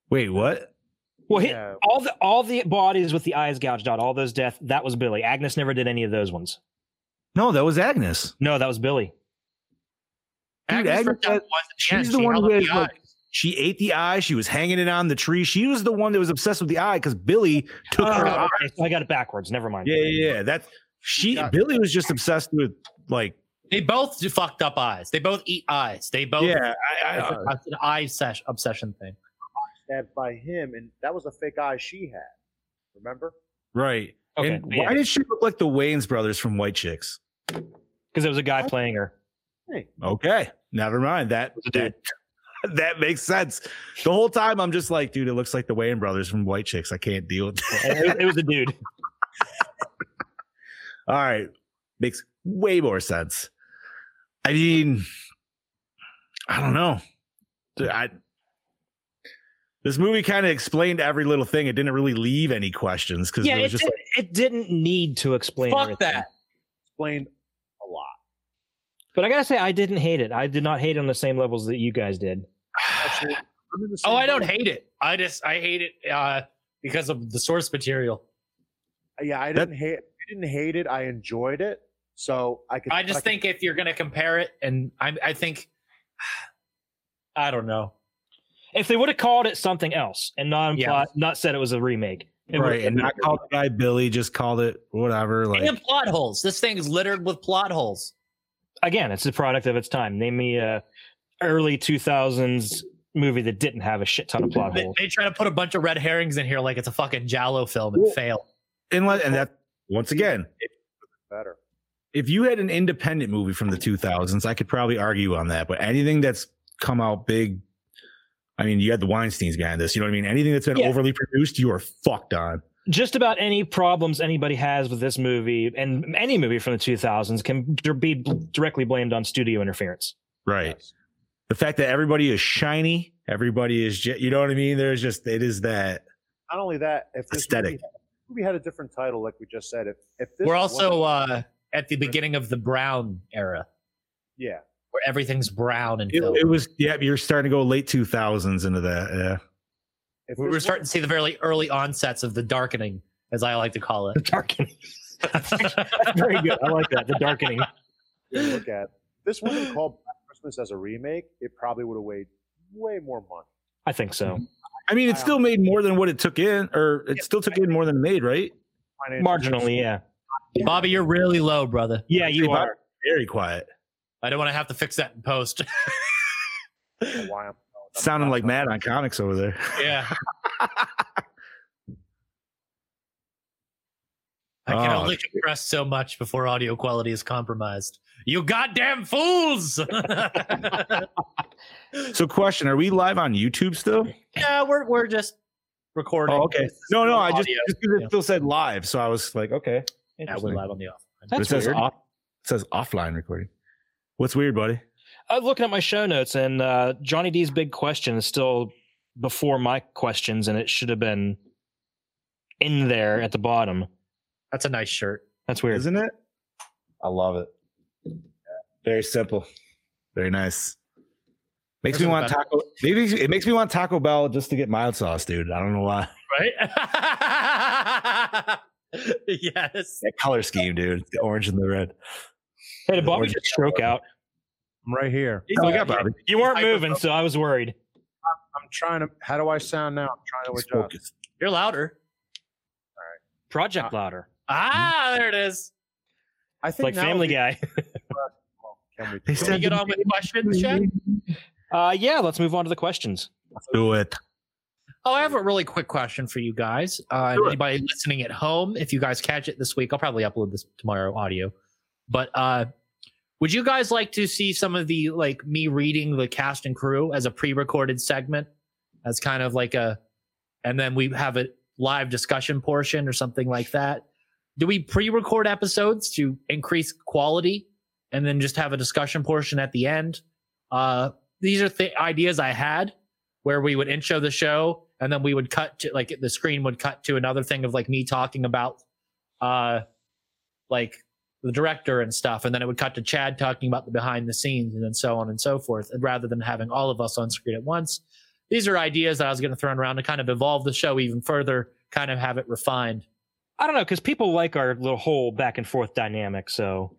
[SPEAKER 4] Wait, what?
[SPEAKER 3] Well, he, all the all the bodies with the eyes gouged out, all those deaths. That was Billy. Agnes never did any of those ones.
[SPEAKER 4] No, that was Agnes.
[SPEAKER 3] No, that was Billy.
[SPEAKER 4] Dude,
[SPEAKER 2] Agnes
[SPEAKER 4] Agnes,
[SPEAKER 2] Varda was at the end.
[SPEAKER 4] she's the
[SPEAKER 2] She
[SPEAKER 4] one
[SPEAKER 2] held
[SPEAKER 4] who
[SPEAKER 2] up
[SPEAKER 4] had,
[SPEAKER 2] the
[SPEAKER 4] like, she ate the eye. She was hanging it on the tree. She was the one that was obsessed with the eye because Billy took her
[SPEAKER 3] Oh,
[SPEAKER 4] eye.
[SPEAKER 3] okay, so I got it backwards. Never mind.
[SPEAKER 4] Yeah, yeah, yeah. That's she. Billy was just obsessed with like.
[SPEAKER 2] They both do fucked up eyes. They both eat eyes. They both.
[SPEAKER 4] Yeah, I- I-
[SPEAKER 2] it's a- it's an eye sesh, obsession thing.
[SPEAKER 5] Stabbed by him, and that was a fake eye she had. Remember?
[SPEAKER 4] Right.
[SPEAKER 3] Okay,
[SPEAKER 4] and
[SPEAKER 3] yeah.
[SPEAKER 4] why did she look like the Wayans brothers from White Chicks?
[SPEAKER 3] Because there was a guy playing her.
[SPEAKER 4] Okay, never mind. That that, that makes sense. The whole time I'm just like, dude, it looks like the Wayans brothers from White Chicks. I can't deal with that.
[SPEAKER 3] It, it was a dude.
[SPEAKER 4] All right. Makes way more sense. I mean, I don't know. Dude, I this movie kind of explained every little thing. It didn't really leave any questions because
[SPEAKER 3] Yeah,
[SPEAKER 4] it
[SPEAKER 3] it,
[SPEAKER 4] was just
[SPEAKER 3] did,
[SPEAKER 4] like,
[SPEAKER 3] it didn't need to explain.
[SPEAKER 4] Fuck
[SPEAKER 3] everything.
[SPEAKER 4] that.
[SPEAKER 5] Explained a lot.
[SPEAKER 3] But I gotta say, I didn't hate it. I did not hate it on the same levels that you guys did.
[SPEAKER 5] Actually, I'm in the
[SPEAKER 2] Oh,
[SPEAKER 5] same
[SPEAKER 2] I don't
[SPEAKER 5] boat.
[SPEAKER 2] hate it. I just I hate it uh, because of the source material.
[SPEAKER 5] Yeah, I didn't hate. I didn't hate it. I enjoyed it. So I could.
[SPEAKER 2] I just think if you're going to compare it, and I, I think I don't know.
[SPEAKER 3] If they would have called it something else and not implied, not said it was a remake, it
[SPEAKER 4] right,
[SPEAKER 3] would've
[SPEAKER 4] and
[SPEAKER 3] been
[SPEAKER 4] not called the guy Billy, just called it whatever. Like
[SPEAKER 2] and plot holes. This thing is littered with plot holes.
[SPEAKER 3] again, it's a product of its time. Name me a early two thousands movie that didn't have a shit ton of plot
[SPEAKER 2] They,
[SPEAKER 3] holes.
[SPEAKER 2] they try to put a bunch of red herrings in here like it's a fucking Jallo film and fail.
[SPEAKER 4] and, let- and that once again,
[SPEAKER 5] better.
[SPEAKER 4] if you had an independent movie from the 2000s, I could probably argue on that. But anything that's come out big, I mean, you had the Weinstein's behind this. You know what I mean? Anything that's been
[SPEAKER 3] Yeah.
[SPEAKER 4] overly produced, you are fucked on.
[SPEAKER 3] Just about any problems anybody has with this movie and any movie from the two thousands can d- be bl- directly blamed on studio interference.
[SPEAKER 4] Right. The fact that everybody is shiny, everybody is, ju- you know what I mean? There's just, it is that.
[SPEAKER 5] Not only that, if this
[SPEAKER 4] Aesthetic.
[SPEAKER 5] movie, movie had a different title, like we just said, if if this
[SPEAKER 2] We're
[SPEAKER 5] was-
[SPEAKER 2] also uh, at the beginning of the Brown era
[SPEAKER 5] yeah,
[SPEAKER 2] where everything's brown and
[SPEAKER 4] It,
[SPEAKER 2] film.
[SPEAKER 4] it was, yeah, you're starting to go late 2000s into that. Yeah.
[SPEAKER 5] if
[SPEAKER 2] we
[SPEAKER 5] this
[SPEAKER 2] were
[SPEAKER 5] was-
[SPEAKER 2] starting to see the very early onsets of the darkening, as I like to call it.
[SPEAKER 3] Darkening. Very good. I like that. The darkening.
[SPEAKER 5] you look at if this wasn't called Black Christmas as a remake, it probably would have weighed way more money.
[SPEAKER 3] I think so.
[SPEAKER 4] I mean, it still made more than what it took in, or it still took in more than it made, right?
[SPEAKER 5] Financial-
[SPEAKER 3] Marginally, yeah.
[SPEAKER 2] Bobby, you're really low, brother.
[SPEAKER 3] Yeah, you are.
[SPEAKER 4] Very quiet.
[SPEAKER 2] I don't want to have to fix that in post.
[SPEAKER 5] I don't know Why I'm
[SPEAKER 4] Sounding like Matt on comics over there.
[SPEAKER 2] yeah. I can
[SPEAKER 4] Oh,
[SPEAKER 2] only compress so much before audio quality is compromised. You goddamn fools!
[SPEAKER 4] So, question: Are we live on YouTube still?
[SPEAKER 2] yeah, we're we're just recording.
[SPEAKER 4] Oh, okay. No, no, I just,
[SPEAKER 2] Audio.
[SPEAKER 4] just 'cause it
[SPEAKER 2] Yeah.
[SPEAKER 4] still said live, so I was like, okay.
[SPEAKER 2] Yeah, we're live on the off.
[SPEAKER 4] But it
[SPEAKER 3] That's
[SPEAKER 4] says
[SPEAKER 3] weird.
[SPEAKER 4] off, it says offline recording. What's weird, buddy?
[SPEAKER 3] I'm looking at my show notes, and uh, Johnny D's big question is still before my questions, and it should have been in there at the bottom.
[SPEAKER 2] That's a nice shirt.
[SPEAKER 3] That's weird,
[SPEAKER 4] isn't it?
[SPEAKER 17] I love it.
[SPEAKER 4] Very simple. Very nice. Makes
[SPEAKER 2] Those
[SPEAKER 4] me
[SPEAKER 2] are
[SPEAKER 4] want
[SPEAKER 2] the best.
[SPEAKER 4] taco. Maybe it makes me want Taco Bell just to get mild sauce, dude. I don't know why.
[SPEAKER 2] Right? yes.
[SPEAKER 4] That color scheme, dude. The orange and the red.
[SPEAKER 3] Hey, did Bobby just stroke out?
[SPEAKER 5] I'm right here.
[SPEAKER 4] Oh, we got Bobby.
[SPEAKER 3] You weren't moving, so I was worried.
[SPEAKER 5] I'm trying to. How do I sound now? I'm trying to adjust.
[SPEAKER 2] You're louder.
[SPEAKER 3] Project louder.
[SPEAKER 2] Ah, there it is.
[SPEAKER 5] I
[SPEAKER 3] It's like Family Guy.
[SPEAKER 5] Can
[SPEAKER 4] They
[SPEAKER 2] Can we
[SPEAKER 4] said
[SPEAKER 2] get on with questions, Chad?
[SPEAKER 3] Uh, yeah, let's move on to the questions.
[SPEAKER 4] do it.
[SPEAKER 2] Oh, I have a really quick question for you guys. Uh, and Anybody listening at home, if you guys catch it this week, I'll probably upload this tomorrow audio. But uh, would you guys like to see some of the like me reading the cast and crew as a pre-recorded segment, as kind of like a, and then we have a live discussion portion or something like that? Do we pre-record episodes to increase quality, and then just have a discussion portion at the end? Uh, these are th- ideas I had where we would intro the show and then we would cut to like the screen would cut to another thing of like me talking about uh like the director and stuff and then it would cut to chad talking about the behind the scenes and then so on and so forth and rather than having all of us on screen at once these are ideas that i was going to throw around to kind of evolve the show even further kind of have it refined
[SPEAKER 3] I don't know because people like our little whole back and forth dynamic. So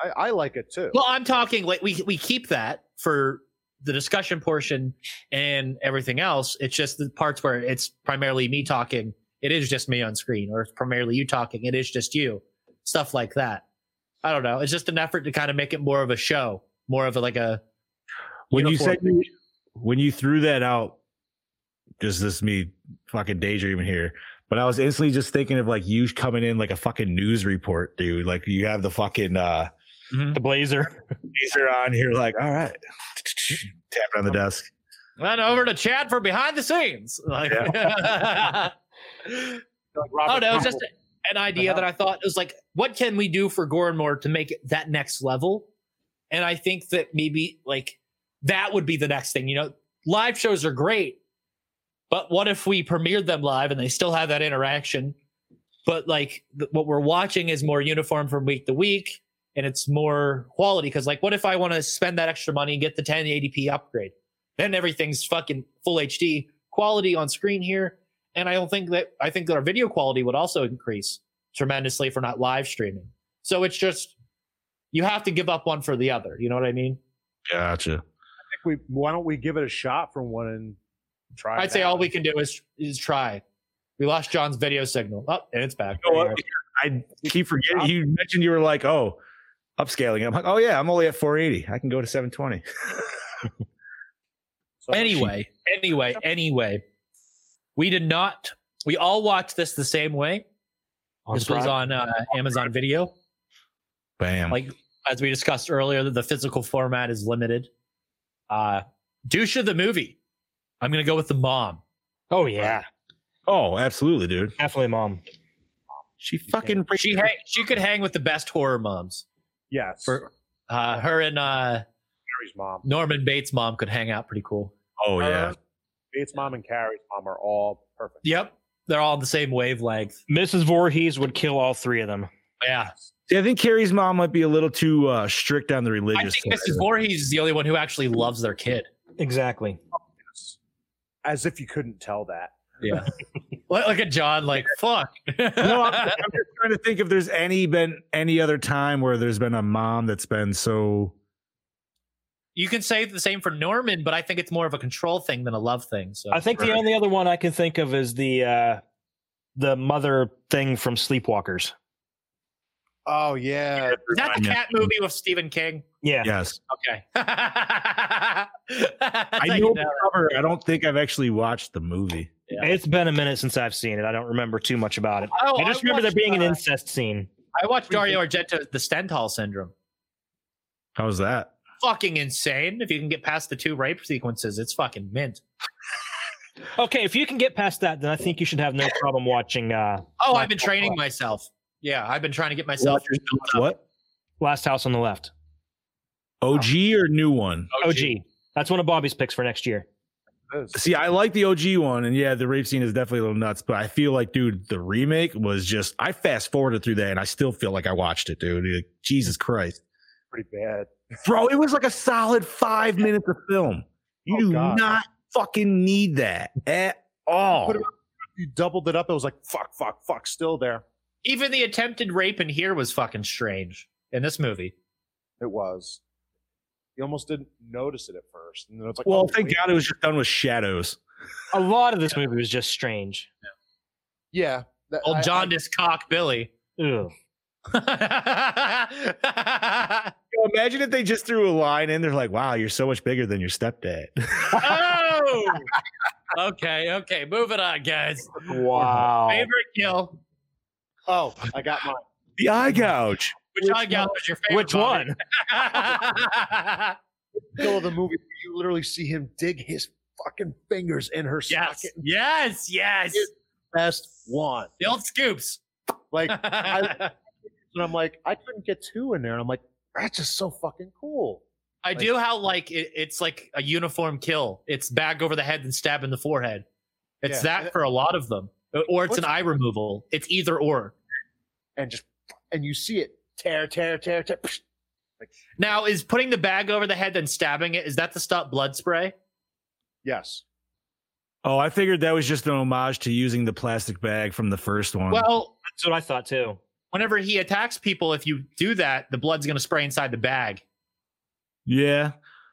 [SPEAKER 5] I, I like it too.
[SPEAKER 2] well i'm talking like we, we keep that for the discussion portion and everything else it's just the parts where it's primarily me talking it is just me on screen or it's primarily you talking it is just you stuff like that i don't know it's just an effort to kind of make it more of a show more of a, like a
[SPEAKER 4] When you
[SPEAKER 2] uniform
[SPEAKER 4] said you, when you threw that out, just this me fucking daydreaming here. But I was instantly just thinking of like you coming in like a fucking news report, dude. Like you have the fucking uh
[SPEAKER 3] the blazer.
[SPEAKER 4] laser on here, like, all right. Tapping on the desk.
[SPEAKER 2] then over to chad for behind the scenes like,
[SPEAKER 5] Like
[SPEAKER 2] oh
[SPEAKER 5] Robert
[SPEAKER 2] no, it's
[SPEAKER 5] Campbell.
[SPEAKER 2] just a- an idea that I thought it was like, what can we do for Goranmore to make it that next level? And I think that maybe like that would be the next thing. You know, live shows are great, but what if we premiered them live and they still have that interaction? But like th- what we're watching is more uniform from week to week and it's more quality. Cause like, what if I want to spend that extra money and get the 1080p upgrade? Then everything's fucking full HD quality on screen here and I don't think that I think that our video quality would also increase tremendously for not live streaming. So it's just you have to give up one for the other. You know what I mean?
[SPEAKER 4] Gotcha.
[SPEAKER 5] I think we why don't we give it a shot from one and try?
[SPEAKER 2] I'd say all we can do is is try. We lost John's video signal. Oh, and it's back.
[SPEAKER 4] You know what? I keep forgetting you mentioned you were like, oh, upscaling. I'm like, oh yeah, I'm only at 480. I can go to 720.
[SPEAKER 2] anyway, anyway, anyway, we did not. We all watched this the same way. This was on
[SPEAKER 3] Prime?
[SPEAKER 2] uh, Amazon Video.
[SPEAKER 4] Bam.
[SPEAKER 2] like as we discussed earlier that the physical format is limited uh douche of the movie i'm gonna go with the mom
[SPEAKER 3] Oh yeah,
[SPEAKER 4] oh, absolutely, dude.
[SPEAKER 3] definitely, mom.
[SPEAKER 4] She fucking
[SPEAKER 2] she hang, she could hang with the best horror moms
[SPEAKER 5] Yes,
[SPEAKER 2] for uh her and uh
[SPEAKER 5] Carrie's mom.
[SPEAKER 2] norman bates mom could hang out pretty cool
[SPEAKER 4] Oh yeah.
[SPEAKER 5] Her, Um, Bates' mom and Carrie's mom are all perfect.
[SPEAKER 2] yep they're all on the same wavelength
[SPEAKER 3] Mrs. Voorhees would kill all three of them.
[SPEAKER 2] yeah
[SPEAKER 4] See, I think Carrie's mom might be a little too uh, strict on the
[SPEAKER 2] i
[SPEAKER 4] religious.
[SPEAKER 2] think
[SPEAKER 4] side.
[SPEAKER 2] mrs Voorhees is the only one who actually loves their kid
[SPEAKER 3] Exactly.
[SPEAKER 5] As if you couldn't tell that.
[SPEAKER 2] yeah look at john like fuck
[SPEAKER 4] no, I'm, I'm just trying to think if there's any been any other time where there's been a mom that's been so.
[SPEAKER 2] you can say the same for norman but i think it's more of a control thing than a love thing so
[SPEAKER 3] I think the only other one I can think of is the uh the mother thing from Sleepwalkers.
[SPEAKER 5] Oh yeah,
[SPEAKER 2] Is that the cat movie with Stephen King?
[SPEAKER 3] Yeah.
[SPEAKER 4] Yes,
[SPEAKER 2] Okay. I,
[SPEAKER 4] I know the cover. I don't think I've actually watched the movie.
[SPEAKER 3] It's been a minute since I've seen it. I don't remember too much about it.
[SPEAKER 2] Oh,
[SPEAKER 3] I
[SPEAKER 2] I
[SPEAKER 3] just remember there
[SPEAKER 2] watched,
[SPEAKER 3] being an
[SPEAKER 2] uh,
[SPEAKER 3] incest scene.
[SPEAKER 2] I watched Dario Argento's The Stendhal Syndrome.
[SPEAKER 4] How's that?
[SPEAKER 2] Fucking insane. If you can get past the two rape sequences, it's fucking mint.
[SPEAKER 3] Okay, if you can get past that, then I think you should have no problem watching uh
[SPEAKER 2] Oh, I've been training myself. Yeah, I've been trying to get myself.
[SPEAKER 4] What?
[SPEAKER 3] Last House on the Left.
[SPEAKER 4] OG or new one?
[SPEAKER 2] Oh,
[SPEAKER 3] OG. That's one of Bobby's picks for next year.
[SPEAKER 4] See, I like the OG one, and yeah, the rape scene is definitely a little nuts. But I feel like, dude, the remake was just. I fast forwarded through that, and I still feel like I watched it, dude. Like, Jesus Christ,
[SPEAKER 5] pretty bad,
[SPEAKER 4] bro! It was like a solid five minutes of film. You do
[SPEAKER 5] God.
[SPEAKER 4] not fucking need that at all.
[SPEAKER 5] Put it up, you doubled it up. It was like fuck, fuck, fuck. Still there.
[SPEAKER 2] Even the attempted rape in here was fucking strange in this movie.
[SPEAKER 5] It was. You almost didn't notice it at first, and then it's like,
[SPEAKER 4] Well,
[SPEAKER 5] oh,
[SPEAKER 4] thank
[SPEAKER 5] wait.
[SPEAKER 4] God it was just done with shadows.
[SPEAKER 3] A lot of this movie was just strange.
[SPEAKER 5] Yeah. that- I- I-
[SPEAKER 2] Old jaundice cock Billy.
[SPEAKER 3] Ugh.
[SPEAKER 4] You know, imagine if they just threw a line in. They're like, "Wow, you're so much bigger than your stepdad."
[SPEAKER 2] oh. Okay, okay. Moving on, guys.
[SPEAKER 3] Wow.
[SPEAKER 2] Favorite kill.
[SPEAKER 5] oh, I got mine.
[SPEAKER 4] the eye gouge.
[SPEAKER 2] Which, I got was your favorite.
[SPEAKER 3] Which one?
[SPEAKER 2] one?
[SPEAKER 5] Middle of the movie, you literally see him dig his fucking fingers in her
[SPEAKER 2] yes.
[SPEAKER 5] socket.
[SPEAKER 2] Yes. Yes.
[SPEAKER 5] Best one.
[SPEAKER 2] The old scoops.
[SPEAKER 5] Like, I, and I'm like, I couldn't get two in there, and I'm like, that's just so fucking cool.
[SPEAKER 2] I do how like it, it's like a uniform kill. It's back over the head and stab in the forehead. It's
[SPEAKER 5] Yeah.
[SPEAKER 2] that for a lot of them, or it's an eye removal. It's either or.
[SPEAKER 5] And just, and you see it tear, tear, tear, tear.
[SPEAKER 2] Now, is putting the bag over the head and stabbing it is that to stop blood spray?
[SPEAKER 5] Yes.
[SPEAKER 4] Oh, I figured that was just an homage to using the plastic bag from the first one.
[SPEAKER 2] Well,
[SPEAKER 3] That's what I thought too.
[SPEAKER 2] whenever he attacks people, if you do that, the blood's going to spray inside the bag.
[SPEAKER 4] yeah,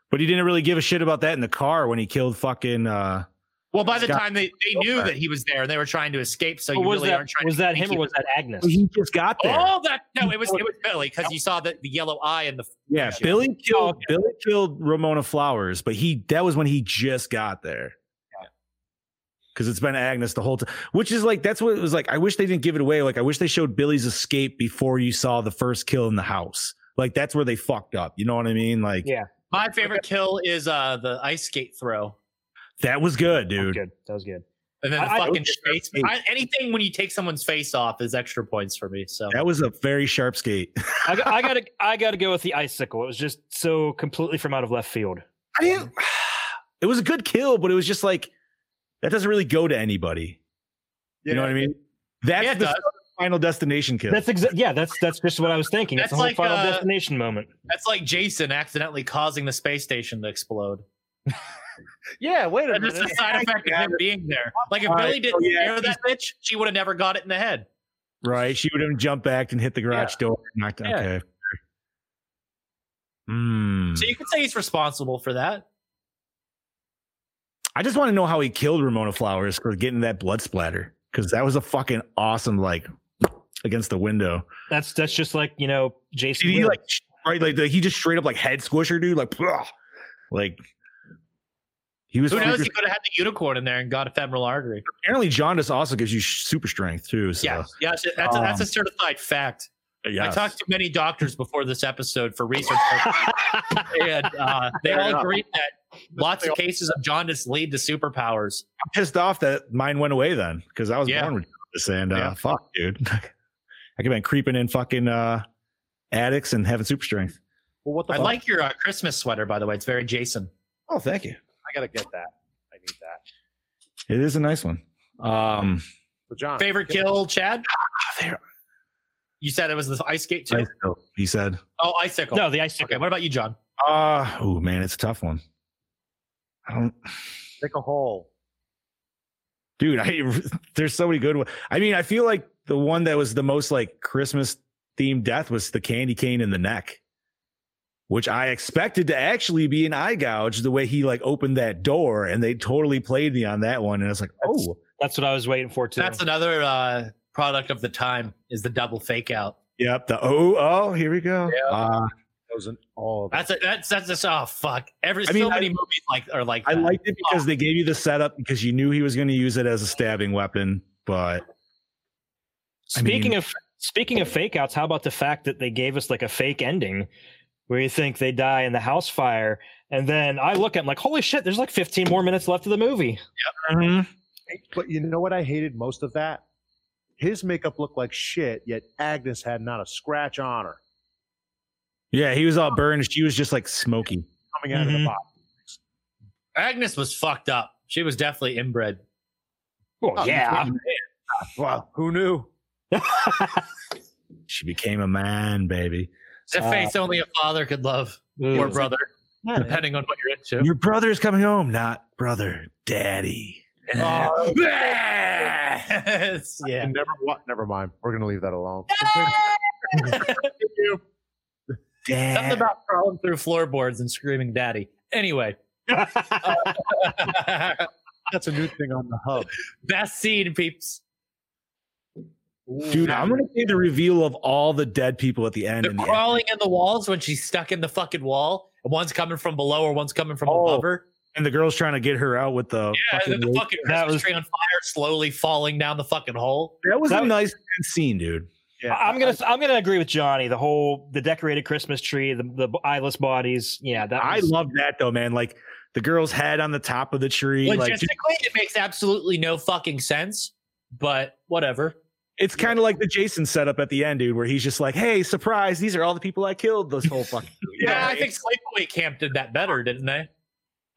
[SPEAKER 4] but he didn't really give a shit about that in the car when he killed fucking. uh
[SPEAKER 2] Well, by the
[SPEAKER 4] Scott-
[SPEAKER 2] time they, they knew that he was there and they were trying to escape, so
[SPEAKER 3] But
[SPEAKER 2] you
[SPEAKER 3] was
[SPEAKER 2] really
[SPEAKER 3] that
[SPEAKER 2] aren't trying.
[SPEAKER 3] was
[SPEAKER 2] to
[SPEAKER 3] that him
[SPEAKER 2] keep-
[SPEAKER 3] or was that Agnes?
[SPEAKER 4] He just got there.
[SPEAKER 2] Oh, that no, it was it was Billy because you saw the, the yellow eye and the
[SPEAKER 4] yeah,
[SPEAKER 2] shit.
[SPEAKER 4] Billy killed
[SPEAKER 3] Oh, okay.
[SPEAKER 4] Billy killed Ramona Flowers, but he that was when he just got there. Because it's been Agnes the whole time, which is like that's what it was like. I wish they didn't give it away. Like I wish they showed Billy's escape before you saw the first kill in the house. Like that's where they fucked up. You know what I mean? Like
[SPEAKER 3] Yeah.
[SPEAKER 2] My favorite kill is uh the ice skate throw.
[SPEAKER 4] that was good,
[SPEAKER 3] That was
[SPEAKER 4] dude.
[SPEAKER 3] good. That was good.
[SPEAKER 2] And then the
[SPEAKER 3] I- I-
[SPEAKER 2] fucking face.
[SPEAKER 4] skate.
[SPEAKER 2] I, anything when you take someone's face off is extra points for me. So
[SPEAKER 4] That was a very sharp skate.
[SPEAKER 3] I, got- I gotta I gotta go with the icicle. It was just so completely from out of left field.
[SPEAKER 4] I didn't. It was a good kill, but it was just like that doesn't really go to anybody. You know what I mean? That's
[SPEAKER 2] Yeah, it
[SPEAKER 4] the
[SPEAKER 2] does.
[SPEAKER 4] final destination kill.
[SPEAKER 3] That's exa- yeah. That's that's just what I was thinking.
[SPEAKER 2] That's
[SPEAKER 3] it's a whole
[SPEAKER 2] like,
[SPEAKER 3] final
[SPEAKER 2] uh,
[SPEAKER 3] destination moment.
[SPEAKER 2] that's like Jason accidentally causing the space station to explode.
[SPEAKER 5] Yeah. Wait a
[SPEAKER 2] And that's the
[SPEAKER 5] minute.
[SPEAKER 2] side effect of him being there. Like if
[SPEAKER 4] All right,
[SPEAKER 2] Billy didn't
[SPEAKER 4] so yeah,
[SPEAKER 2] hear that bitch, she would have never got it in the head.
[SPEAKER 4] right. She would have jumped back and hit the garage door. and knocked-
[SPEAKER 2] Yeah.
[SPEAKER 4] Okay. Hmm.
[SPEAKER 2] So you could say he's responsible for that.
[SPEAKER 4] I just want to know how he killed Ramona Flowers for getting that blood splatter because that was a fucking awesome like against the window.
[SPEAKER 3] That's that's just like you know Jason.
[SPEAKER 4] Did he
[SPEAKER 3] Wheeler.
[SPEAKER 4] like sh- right like the, he just straight up like head squisher dude like blah. like he was
[SPEAKER 2] Who knows?
[SPEAKER 4] freaking-
[SPEAKER 2] He could have had the unicorn in there and got a femoral artery.
[SPEAKER 4] apparently jaundice also gives you sh- super strength too. So
[SPEAKER 2] Yeah, yeah. so That's a, that's a certified fact. I
[SPEAKER 4] Yes.
[SPEAKER 2] talked to many doctors before this episode for research, purposes, and uh, they all agreed that lots of cases of jaundice lead to superpowers.
[SPEAKER 4] I'm pissed off that mine went away then because I was
[SPEAKER 2] Yeah.
[SPEAKER 4] born with jaundice and uh,
[SPEAKER 2] Yeah.
[SPEAKER 4] fuck, dude. I could have been creeping in fucking uh, addicts and having super strength.
[SPEAKER 5] Well, what the
[SPEAKER 2] I
[SPEAKER 5] fuck?
[SPEAKER 2] like your uh, Christmas sweater, by the way. It's very Jason.
[SPEAKER 4] Oh, thank you.
[SPEAKER 5] I gotta get that. I need that.
[SPEAKER 4] It is a nice one. Um,
[SPEAKER 5] So John,
[SPEAKER 2] Favorite kill, Chad?
[SPEAKER 4] Ah, there-
[SPEAKER 2] You said it was the ice skate too.
[SPEAKER 4] nice though, he said.
[SPEAKER 2] Oh, icicle.
[SPEAKER 3] no the icicle.
[SPEAKER 2] Okay. What about you, John?
[SPEAKER 4] Uh, oh man, it's a tough one. I don't,
[SPEAKER 5] Pick a hole.
[SPEAKER 4] dude. I there's so many good ones. I mean, I feel like the one that was the most like Christmas themed death was the candy cane in the neck, which I expected to actually be an eye gouge. The way he like opened that door, and they totally played me on that one, and I was like,
[SPEAKER 3] That's-
[SPEAKER 4] oh
[SPEAKER 3] That's what I was waiting for too.
[SPEAKER 2] That's another uh, product of the time is the double fake out.
[SPEAKER 4] yep, the oh oh here we go. Uh,
[SPEAKER 5] That was an all. Of it.
[SPEAKER 2] That's a, that's that's just oh fuck. Every
[SPEAKER 4] I mean,
[SPEAKER 2] so
[SPEAKER 4] I-
[SPEAKER 2] many movies like are like
[SPEAKER 4] I
[SPEAKER 2] that.
[SPEAKER 4] liked it because they gave you the setup because you knew he was going to use it as a stabbing weapon, but I mean-
[SPEAKER 3] speaking of speaking of fake outs, how about the fact that they gave us like a fake ending where you think they die in the house fire, and then I look at them like, holy shit, there's like 15 more minutes left of the movie.
[SPEAKER 5] But you know what I hated most of that? His makeup looked like shit, yet Agnes had not a scratch on her
[SPEAKER 4] yeah, he was all burned. She was just like smoky.
[SPEAKER 5] coming out of
[SPEAKER 3] Mhm.
[SPEAKER 5] the box.
[SPEAKER 2] Agnes was fucked up. She was definitely inbred.
[SPEAKER 3] Well,
[SPEAKER 2] Oh,
[SPEAKER 3] yeah.
[SPEAKER 5] Wow, who knew?
[SPEAKER 4] She became a man, baby.
[SPEAKER 2] It's a face only a father could love or
[SPEAKER 4] Ooh.
[SPEAKER 2] brother, depending on what you're into.
[SPEAKER 4] Your brother's coming home, not brother, daddy.
[SPEAKER 2] Oh,
[SPEAKER 5] yeah. Never, wa- never mind. We're gonna leave that alone.
[SPEAKER 2] Something about crawling through floorboards and screaming daddy. Anyway.
[SPEAKER 5] That's a new thing on the hub.
[SPEAKER 2] Best scene, peeps.
[SPEAKER 4] Dude, I'm gonna see the reveal of all the dead people at the end.
[SPEAKER 2] They're
[SPEAKER 4] And the
[SPEAKER 2] crawling in the walls when she's stuck in the fucking wall. And one's coming from below or one's coming from
[SPEAKER 5] Oh,
[SPEAKER 2] above her.
[SPEAKER 4] and the girl's trying to get her out with
[SPEAKER 2] Yeah,
[SPEAKER 4] the fucking
[SPEAKER 2] and then the
[SPEAKER 4] rope.
[SPEAKER 2] fucking
[SPEAKER 4] that
[SPEAKER 2] Christmas
[SPEAKER 4] was
[SPEAKER 2] tree on fire, slowly falling down the fucking hole.
[SPEAKER 4] that was
[SPEAKER 3] That
[SPEAKER 4] a
[SPEAKER 3] was-
[SPEAKER 4] nice scene, dude.
[SPEAKER 5] Yeah,
[SPEAKER 3] I'm gonna I, am gonna agree with Johnny. The whole the decorated Christmas tree, the, the eyeless bodies. Yeah, that
[SPEAKER 4] I
[SPEAKER 3] was-
[SPEAKER 4] love that though, man. Like the girl's head on the top of the tree. Like
[SPEAKER 2] Logistically, it makes absolutely no fucking sense, but whatever.
[SPEAKER 4] it's kind of like the Jason setup at the end, dude, where he's just like, "Hey, surprise! These are all the people I killed this whole fucking."
[SPEAKER 2] Yeah, I think Sleepaway Camp did that better, didn't they?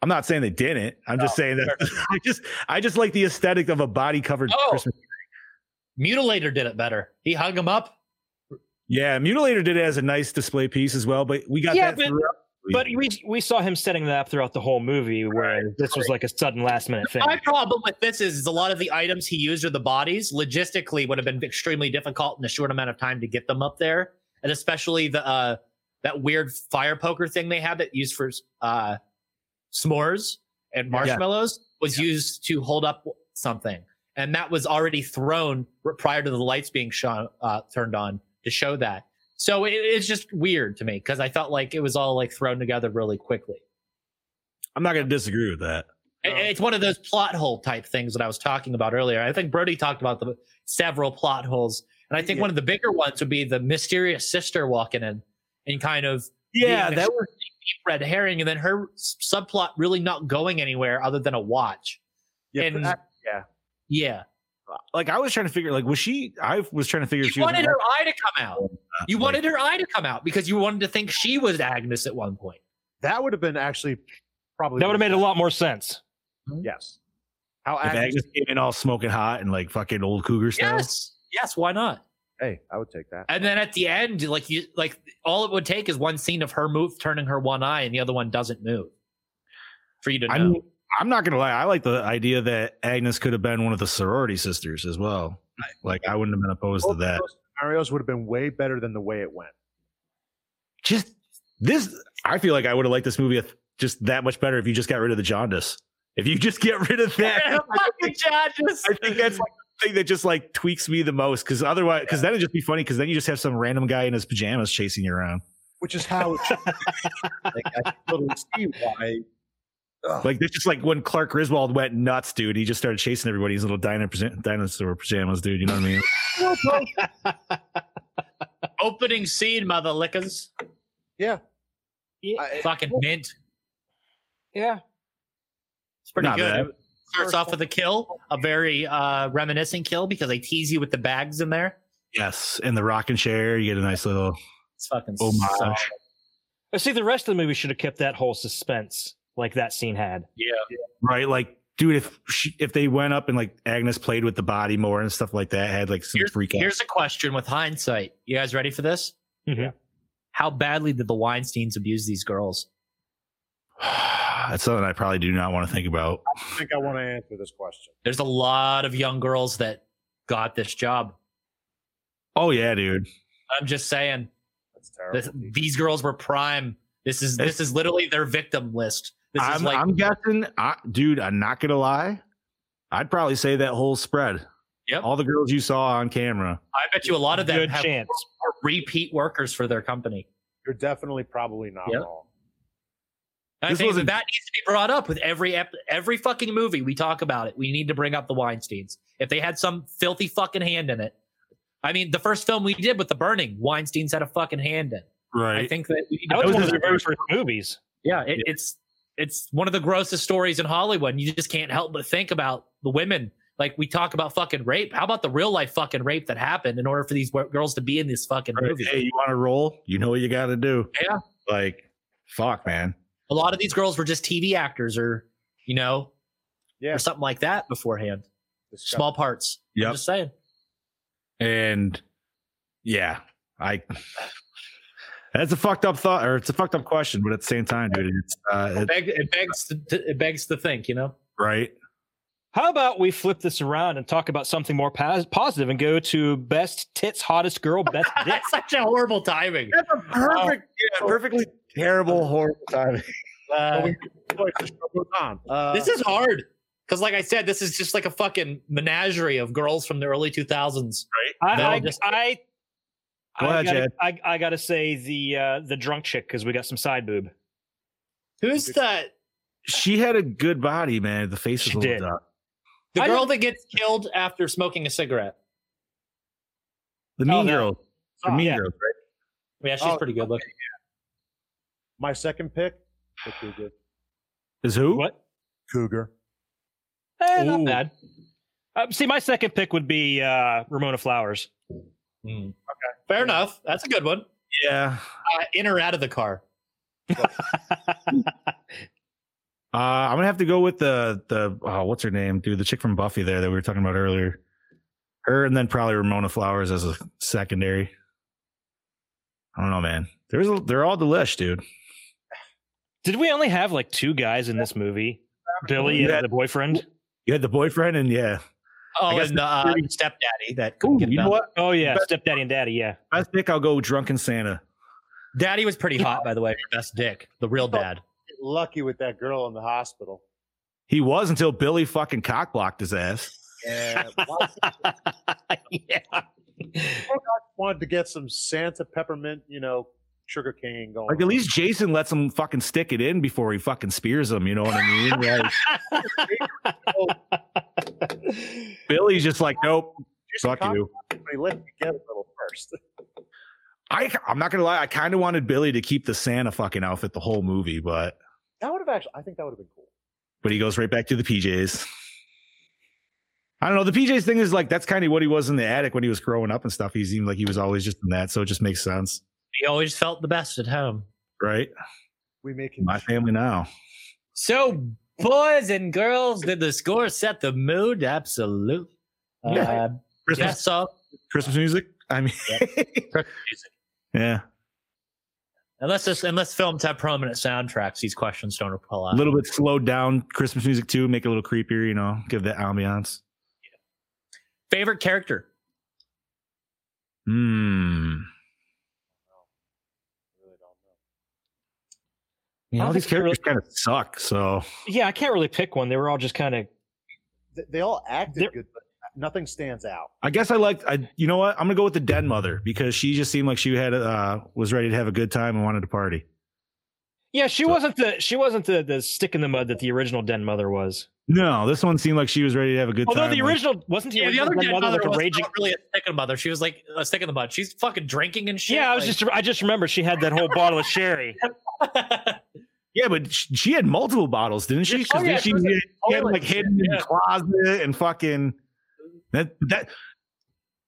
[SPEAKER 4] I'm not saying they didn't. I'm just saying that I just I just like the aesthetic of a body covered
[SPEAKER 2] Oh.
[SPEAKER 4] Christmas.
[SPEAKER 2] Mutilator did it better. He hung him up.
[SPEAKER 4] Yeah, Mutilator did it as a nice display piece as well, but we got
[SPEAKER 3] yeah,
[SPEAKER 4] that.
[SPEAKER 3] but,
[SPEAKER 4] throughout.
[SPEAKER 3] but we we saw him setting that up throughout the whole movie, whereas this was like a sudden last minute thing.
[SPEAKER 2] My problem with this is, is a lot of the items he used are the bodies. Logistically, would have been extremely difficult in a short amount of time to get them up there, and especially the uh, that weird fire poker thing they had that used for uh, s'mores and marshmallows was used to hold up something, and that was already thrown r- prior to the lights being shone, uh, turned on to show that. So it, it's just weird to me because I felt like it was all like thrown together really quickly.
[SPEAKER 4] I'm not going to disagree with that.
[SPEAKER 2] It- It's one of those plot hole type things that I was talking about earlier. I think Brody talked about the several plot holes, and I think one of the bigger ones would be the mysterious sister walking in and kind of
[SPEAKER 4] Yeah,
[SPEAKER 2] being
[SPEAKER 4] that
[SPEAKER 2] a
[SPEAKER 4] was-
[SPEAKER 2] red herring, and then her s- subplot really not going anywhere other than a watch.
[SPEAKER 5] Yeah,
[SPEAKER 2] and
[SPEAKER 5] but I- yeah.
[SPEAKER 2] yeah,
[SPEAKER 4] Like I was trying to figure, like was she? I was trying to figure. if
[SPEAKER 2] you
[SPEAKER 4] she was
[SPEAKER 2] wanted
[SPEAKER 4] an
[SPEAKER 2] her eye to come out. You wanted her eye to come out because you wanted to think she was Agnes at one point.
[SPEAKER 5] That would have been actually probably
[SPEAKER 3] That would have made a lot more sense.
[SPEAKER 5] yes. How
[SPEAKER 4] If
[SPEAKER 5] Agnes-
[SPEAKER 4] Agnes came in all smoking hot and like fucking old cougar style.
[SPEAKER 2] Yes, yes, why not?
[SPEAKER 5] Hey, I would take that.
[SPEAKER 2] And then at the end, like you, like all it would take is one scene of her move, turning her one eye, and the other one doesn't move, for you to know.
[SPEAKER 4] I mean, I'm not gonna lie. I like the idea that Agnes could have been one of the sorority sisters as well. Like I wouldn't have been opposed to
[SPEAKER 5] Both of
[SPEAKER 4] that.
[SPEAKER 5] those scenarios would have been way better than the way it went.
[SPEAKER 4] Just this, I feel like I would have liked this movie a- just that much better if you just got rid of the jaundice. If you just get rid of that,
[SPEAKER 2] Fucking judges.
[SPEAKER 4] I think that's like the thing that just like tweaks me the most. Because otherwise, because then it'd just be funny. Because then you just have some random guy in his pajamas chasing you around.
[SPEAKER 5] Which is how it like, I can totally see why
[SPEAKER 4] Like this, just like when Clark Griswold went nuts, dude. He just started chasing everybody. in His little dino- dinosaur pajamas, dude. You know what I mean?
[SPEAKER 2] Opening scene, mother lickers.
[SPEAKER 5] Yeah.
[SPEAKER 3] Yeah.
[SPEAKER 5] I-
[SPEAKER 2] Fucking mint.
[SPEAKER 3] Yeah.
[SPEAKER 2] It's pretty
[SPEAKER 4] Not
[SPEAKER 2] good.
[SPEAKER 4] bad.
[SPEAKER 2] It Starts off with a kill, a very uh, reminiscent kill because they tease you with the bags in there.
[SPEAKER 4] Yes, in the rocking chair, you get a nice little
[SPEAKER 2] It's fucking.
[SPEAKER 4] homage.
[SPEAKER 2] solid.
[SPEAKER 3] But Uh, see, the rest of the movie should have kept that whole suspense like that scene had.
[SPEAKER 2] Yeah.
[SPEAKER 4] right? Like, dude, if she, if they went up and like Agnes played with the body more and stuff like that, had like some
[SPEAKER 2] Here's,
[SPEAKER 4] freak out.
[SPEAKER 2] here's a question with hindsight. You guys ready for this?
[SPEAKER 3] Mhm.
[SPEAKER 4] Mm-hmm.
[SPEAKER 3] Yeah.
[SPEAKER 2] How badly did the Weinsteins abuse these girls?
[SPEAKER 4] That's something I probably do not want to think about.
[SPEAKER 5] I think I want to answer this question.
[SPEAKER 2] There's a lot of young girls that got this job.
[SPEAKER 4] Oh yeah, dude.
[SPEAKER 2] I'm just saying,
[SPEAKER 5] That's terrible.
[SPEAKER 2] this, these girls were prime. This is this is literally their victim list. This is
[SPEAKER 4] I'm,
[SPEAKER 2] like
[SPEAKER 4] I'm guessing, I, dude. I'm not gonna lie. I'd probably say that whole spread.
[SPEAKER 2] Yep.
[SPEAKER 4] All the girls you saw on camera.
[SPEAKER 2] I bet you a lot of them
[SPEAKER 3] Good
[SPEAKER 2] have
[SPEAKER 3] chance.
[SPEAKER 2] are repeat workers for their company.
[SPEAKER 5] You're definitely probably not
[SPEAKER 2] Yeah.
[SPEAKER 5] wrong.
[SPEAKER 2] And I
[SPEAKER 4] This
[SPEAKER 2] think that,
[SPEAKER 4] wasn't-
[SPEAKER 2] that needs to be brought up with every ep- every fucking movie we talk about it. We need to bring up the Weinsteins. If they had some filthy fucking hand in it, I mean, the first film we did with the burning, Weinstein's had a fucking hand in. it.
[SPEAKER 4] Right.
[SPEAKER 2] I think that we need to
[SPEAKER 3] That was
[SPEAKER 2] bring
[SPEAKER 3] one
[SPEAKER 2] that
[SPEAKER 3] of their
[SPEAKER 2] up.
[SPEAKER 3] very first movies.
[SPEAKER 2] Yeah, it,
[SPEAKER 4] Yeah.
[SPEAKER 2] it's it's one of the grossest stories in Hollywood. and You just can't help but think about the women. Like we talk about fucking rape. How about the real life fucking rape that happened in order for these wo- girls to be in this fucking
[SPEAKER 4] Right.
[SPEAKER 2] movie?
[SPEAKER 4] Hey, you want to roll? You know what you got to do.
[SPEAKER 2] Yeah.
[SPEAKER 4] Like, fuck, man.
[SPEAKER 2] A lot of these girls were just TV actors, or you know,
[SPEAKER 6] or something like that beforehand. Small parts.
[SPEAKER 4] Yep.
[SPEAKER 6] I'm just saying.
[SPEAKER 4] And yeah, I. That's a fucked up thought, or it's a fucked up question, but at the same time, dude, it's, uh,
[SPEAKER 2] It,
[SPEAKER 4] it's
[SPEAKER 2] beg, it begs to, to- it begs to think, you know.
[SPEAKER 4] right.
[SPEAKER 3] How about we flip this around and talk about something more pos- positive and go to best tits, hottest girl, best dick?
[SPEAKER 2] That's such a horrible timing. Uh,
[SPEAKER 5] Perfect.
[SPEAKER 4] yeah, perfectly
[SPEAKER 5] Oh.
[SPEAKER 4] terrible, horrible timing.
[SPEAKER 2] Uh,
[SPEAKER 5] Uh,
[SPEAKER 2] this is hard because, like I said, this is just like a fucking menagerie of girls from the early 2000s.
[SPEAKER 3] I,
[SPEAKER 2] No,
[SPEAKER 3] I,
[SPEAKER 2] just-
[SPEAKER 3] I,
[SPEAKER 4] Go
[SPEAKER 3] I,
[SPEAKER 4] ahead,
[SPEAKER 3] gotta,
[SPEAKER 4] Jed.
[SPEAKER 3] I, I gotta say the uh, the drunk chick because we got some side boob.
[SPEAKER 2] Who's the
[SPEAKER 4] She had a good body, man. The face is
[SPEAKER 3] She
[SPEAKER 4] a
[SPEAKER 3] did.
[SPEAKER 4] little dark.
[SPEAKER 2] the
[SPEAKER 3] I
[SPEAKER 2] girl
[SPEAKER 3] don't-
[SPEAKER 2] that gets killed after smoking a cigarette?
[SPEAKER 4] The mean
[SPEAKER 3] no.
[SPEAKER 4] girl, the mean
[SPEAKER 3] yeah.
[SPEAKER 4] girl,
[SPEAKER 2] Yeah, she's
[SPEAKER 5] Oh,
[SPEAKER 2] pretty good looking.
[SPEAKER 5] my second pick, the Cougar.
[SPEAKER 4] is who?
[SPEAKER 3] What?
[SPEAKER 5] Cougar.
[SPEAKER 3] Eh, not
[SPEAKER 2] Ooh.
[SPEAKER 3] bad. Uh, see, my second pick would be uh, Ramona Flowers.
[SPEAKER 2] Hmm. Fair enough. That's a good one.
[SPEAKER 4] Yeah,
[SPEAKER 2] Uh, in or out of the car?
[SPEAKER 4] uh, I'm gonna have to go with the the oh, what's her name, dude? The chick from Buffy there that we were talking about earlier. Her and then probably Ramona Flowers as a secondary. I don't know, man. There's a, they're all delish, dude.
[SPEAKER 3] Did we only have like two guys in this movie? Billy
[SPEAKER 4] Yeah.
[SPEAKER 3] and the boyfriend.
[SPEAKER 4] You had the boyfriend, and yeah,
[SPEAKER 2] Oh,
[SPEAKER 4] guess
[SPEAKER 2] and uh, stepdaddy that couldn't
[SPEAKER 4] Ooh,
[SPEAKER 2] get
[SPEAKER 4] you know
[SPEAKER 2] done.
[SPEAKER 4] what?
[SPEAKER 3] Oh yeah, stepdaddy and daddy. Yeah.
[SPEAKER 4] I think I'll go drunken Santa.
[SPEAKER 2] Daddy was pretty hot, by the way. for Best dick, the real dad.
[SPEAKER 5] Get Lucky with that girl in the hospital.
[SPEAKER 4] He was until Billy fucking cock blocked his ass.
[SPEAKER 5] Yeah. I
[SPEAKER 3] yeah.
[SPEAKER 5] wanted to get some Santa peppermint, you know, sugar cane going.
[SPEAKER 4] Like at least Jason lets him fucking stick it in before he fucking spears him. You know what I mean? Like, Billy's just like, nope,
[SPEAKER 5] Jason
[SPEAKER 4] fuck you.
[SPEAKER 5] Company, let me get a little first.
[SPEAKER 4] I I'm not gonna lie, I kind of wanted Billy to keep the Santa fucking outfit the whole movie, but
[SPEAKER 5] That would have actually. I think that would have been cool.
[SPEAKER 4] but he goes right back to the PJs. I don't know. The PJs thing is like that's kind of what he was in the attic when he was growing up and stuff. He seemed like he was always just in that, so it just makes sense,
[SPEAKER 2] He always felt the best at home.
[SPEAKER 4] right?
[SPEAKER 5] We make him
[SPEAKER 4] My family now.
[SPEAKER 6] So, boys and girls, did the score set the mood? Absolutely.
[SPEAKER 4] Yeah.
[SPEAKER 6] Uh,
[SPEAKER 4] Christmas,
[SPEAKER 6] Jess saw
[SPEAKER 4] Christmas music. I mean, yeah,
[SPEAKER 2] Unless this, unless films have prominent soundtracks, these questions don't apply.
[SPEAKER 4] a little bit slowed down Christmas music too, make it a little creepier. You know, give that ambiance.
[SPEAKER 2] Favorite character?
[SPEAKER 4] Hmm. You know,
[SPEAKER 3] I
[SPEAKER 4] all these
[SPEAKER 3] think they're-
[SPEAKER 4] characters kind of suck. So
[SPEAKER 3] Yeah, I can't really pick one. They were all just kind of.
[SPEAKER 5] They, they all acted
[SPEAKER 3] They're-
[SPEAKER 5] good, but nothing stands out.
[SPEAKER 4] I guess I liked. I you know what? I'm gonna go with the dead mother because she just seemed like she had uh was ready to have a good time and wanted to party.
[SPEAKER 3] Yeah, she wasn't the she wasn't the the stick in the mud that the original den mother was.
[SPEAKER 4] No, this one seemed like she was ready to have a good
[SPEAKER 3] Although
[SPEAKER 4] time.
[SPEAKER 3] the
[SPEAKER 4] like-
[SPEAKER 3] original wasn't the
[SPEAKER 2] Yeah, the
[SPEAKER 3] original
[SPEAKER 2] other
[SPEAKER 3] den
[SPEAKER 2] dead
[SPEAKER 3] mother,
[SPEAKER 2] mother
[SPEAKER 3] like
[SPEAKER 2] was
[SPEAKER 3] a raging.
[SPEAKER 2] not really a stick in the mother. She was like a stick in the mud. She's fucking drinking and shit.
[SPEAKER 3] Yeah, I was
[SPEAKER 2] like-
[SPEAKER 3] just I just remember she had that whole bottle of sherry.
[SPEAKER 4] yeah, but sh- she had multiple bottles, didn't she? 'Cause
[SPEAKER 2] Oh,
[SPEAKER 4] then
[SPEAKER 2] yeah,
[SPEAKER 4] she,
[SPEAKER 2] she was in
[SPEAKER 4] had- she had
[SPEAKER 2] toilet
[SPEAKER 4] like
[SPEAKER 2] and shit,
[SPEAKER 4] hidden in
[SPEAKER 2] yeah.
[SPEAKER 4] the closet and fucking that that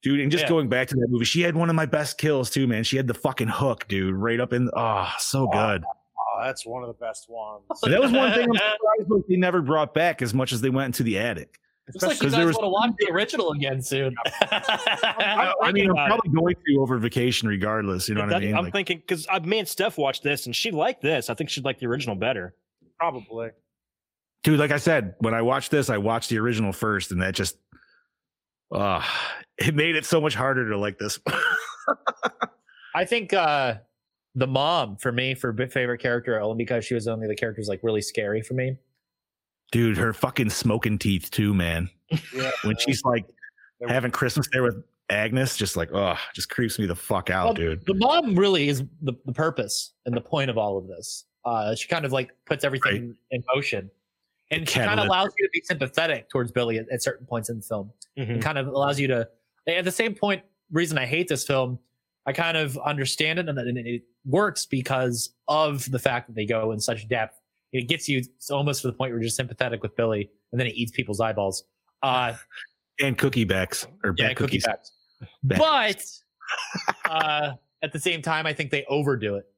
[SPEAKER 4] dude. And just
[SPEAKER 2] Yeah.
[SPEAKER 4] going back to that movie, she had one of my best kills too, man. She had the fucking hook, dude, right up in. Oh, so good.
[SPEAKER 5] Oh,
[SPEAKER 2] Uh,
[SPEAKER 5] that's one of the best ones.
[SPEAKER 4] So that was one thing I'm surprised that they never brought back as much as they went into the attic.
[SPEAKER 2] Looks like you guys
[SPEAKER 4] 'Cause there
[SPEAKER 2] want
[SPEAKER 4] was-
[SPEAKER 2] to watch the original again soon.
[SPEAKER 4] I, I mean, I'm
[SPEAKER 3] thinking about
[SPEAKER 4] probably going to over vacation regardless. You know what I
[SPEAKER 3] That-
[SPEAKER 4] mean?
[SPEAKER 3] I'm
[SPEAKER 4] Like,
[SPEAKER 3] thinking because me and Steph watched this and she liked this. I think she'd like the original better.
[SPEAKER 5] Probably.
[SPEAKER 4] dude, like I said, when I watched this, I watched the original first, and that just, uh, it made it so much harder to like this.
[SPEAKER 2] I think uh, the mom for me for b- favorite character only because she was only the character who's like really scary for me.
[SPEAKER 4] dude, her fucking smoking teeth too, man.
[SPEAKER 5] Yeah.
[SPEAKER 4] When she's like having Christmas there with Agnes, just like, oh, just creeps me the fuck out,
[SPEAKER 2] Well,
[SPEAKER 4] dude.
[SPEAKER 2] The mom really is the, the purpose and the point of all of this. Uh, she kind of like puts everything in motion, and she kind of
[SPEAKER 4] catalyst.
[SPEAKER 2] allows you to be sympathetic towards Billy at, at certain points in the film.
[SPEAKER 3] Mhm.
[SPEAKER 2] and kind of allows you to at the same point reason i hate this film i kind of understand it and it- and it works because of the fact that they go in such depth it gets you almost to the point where you're just sympathetic with billy and then it eats people's eyeballs uh
[SPEAKER 4] And cookie backs or
[SPEAKER 2] yeah
[SPEAKER 4] back
[SPEAKER 2] cookie
[SPEAKER 4] cookies.
[SPEAKER 2] facts
[SPEAKER 4] Back
[SPEAKER 2] but uh at the same time i think they overdo it uh,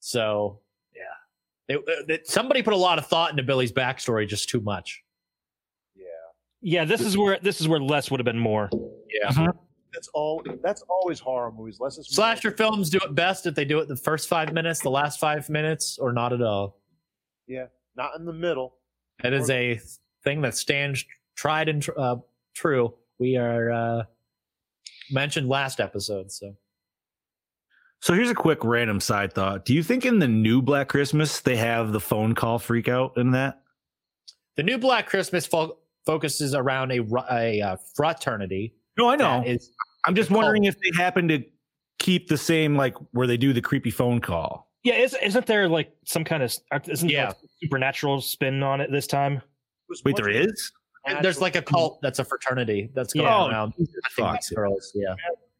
[SPEAKER 2] so yeah they, they, somebody put a lot of thought into billy's backstory just too much
[SPEAKER 3] Yeah, this is where this is where less would have been more.
[SPEAKER 2] Yeah.
[SPEAKER 5] That's all. That's always horror movies. Less is more.
[SPEAKER 2] Slasher films do it best if they do it the first five minutes, the last five minutes, or not at all.
[SPEAKER 5] Yeah, not in the middle.
[SPEAKER 2] That is a thing that stands tried and tr- uh, true. We are uh, mentioned last episode, so
[SPEAKER 4] So here's a quick random side thought. Do you think in the new Black Christmas they have the phone call freak out in that?
[SPEAKER 2] the new Black Christmas fo- focuses around a ru- a uh, fraternity.
[SPEAKER 4] No, I know.
[SPEAKER 2] that is-
[SPEAKER 4] I'm just wondering if they happen to keep the same like where they do the creepy phone call.
[SPEAKER 3] Yeah, is, isn't there like some kind of isn't there like supernatural spin on it this time?
[SPEAKER 4] Wait, there is? Oh,
[SPEAKER 2] there's like a cult that's a fraternity that's going
[SPEAKER 3] Yeah.
[SPEAKER 2] around. I think
[SPEAKER 4] fuck.
[SPEAKER 2] it's girls, yeah.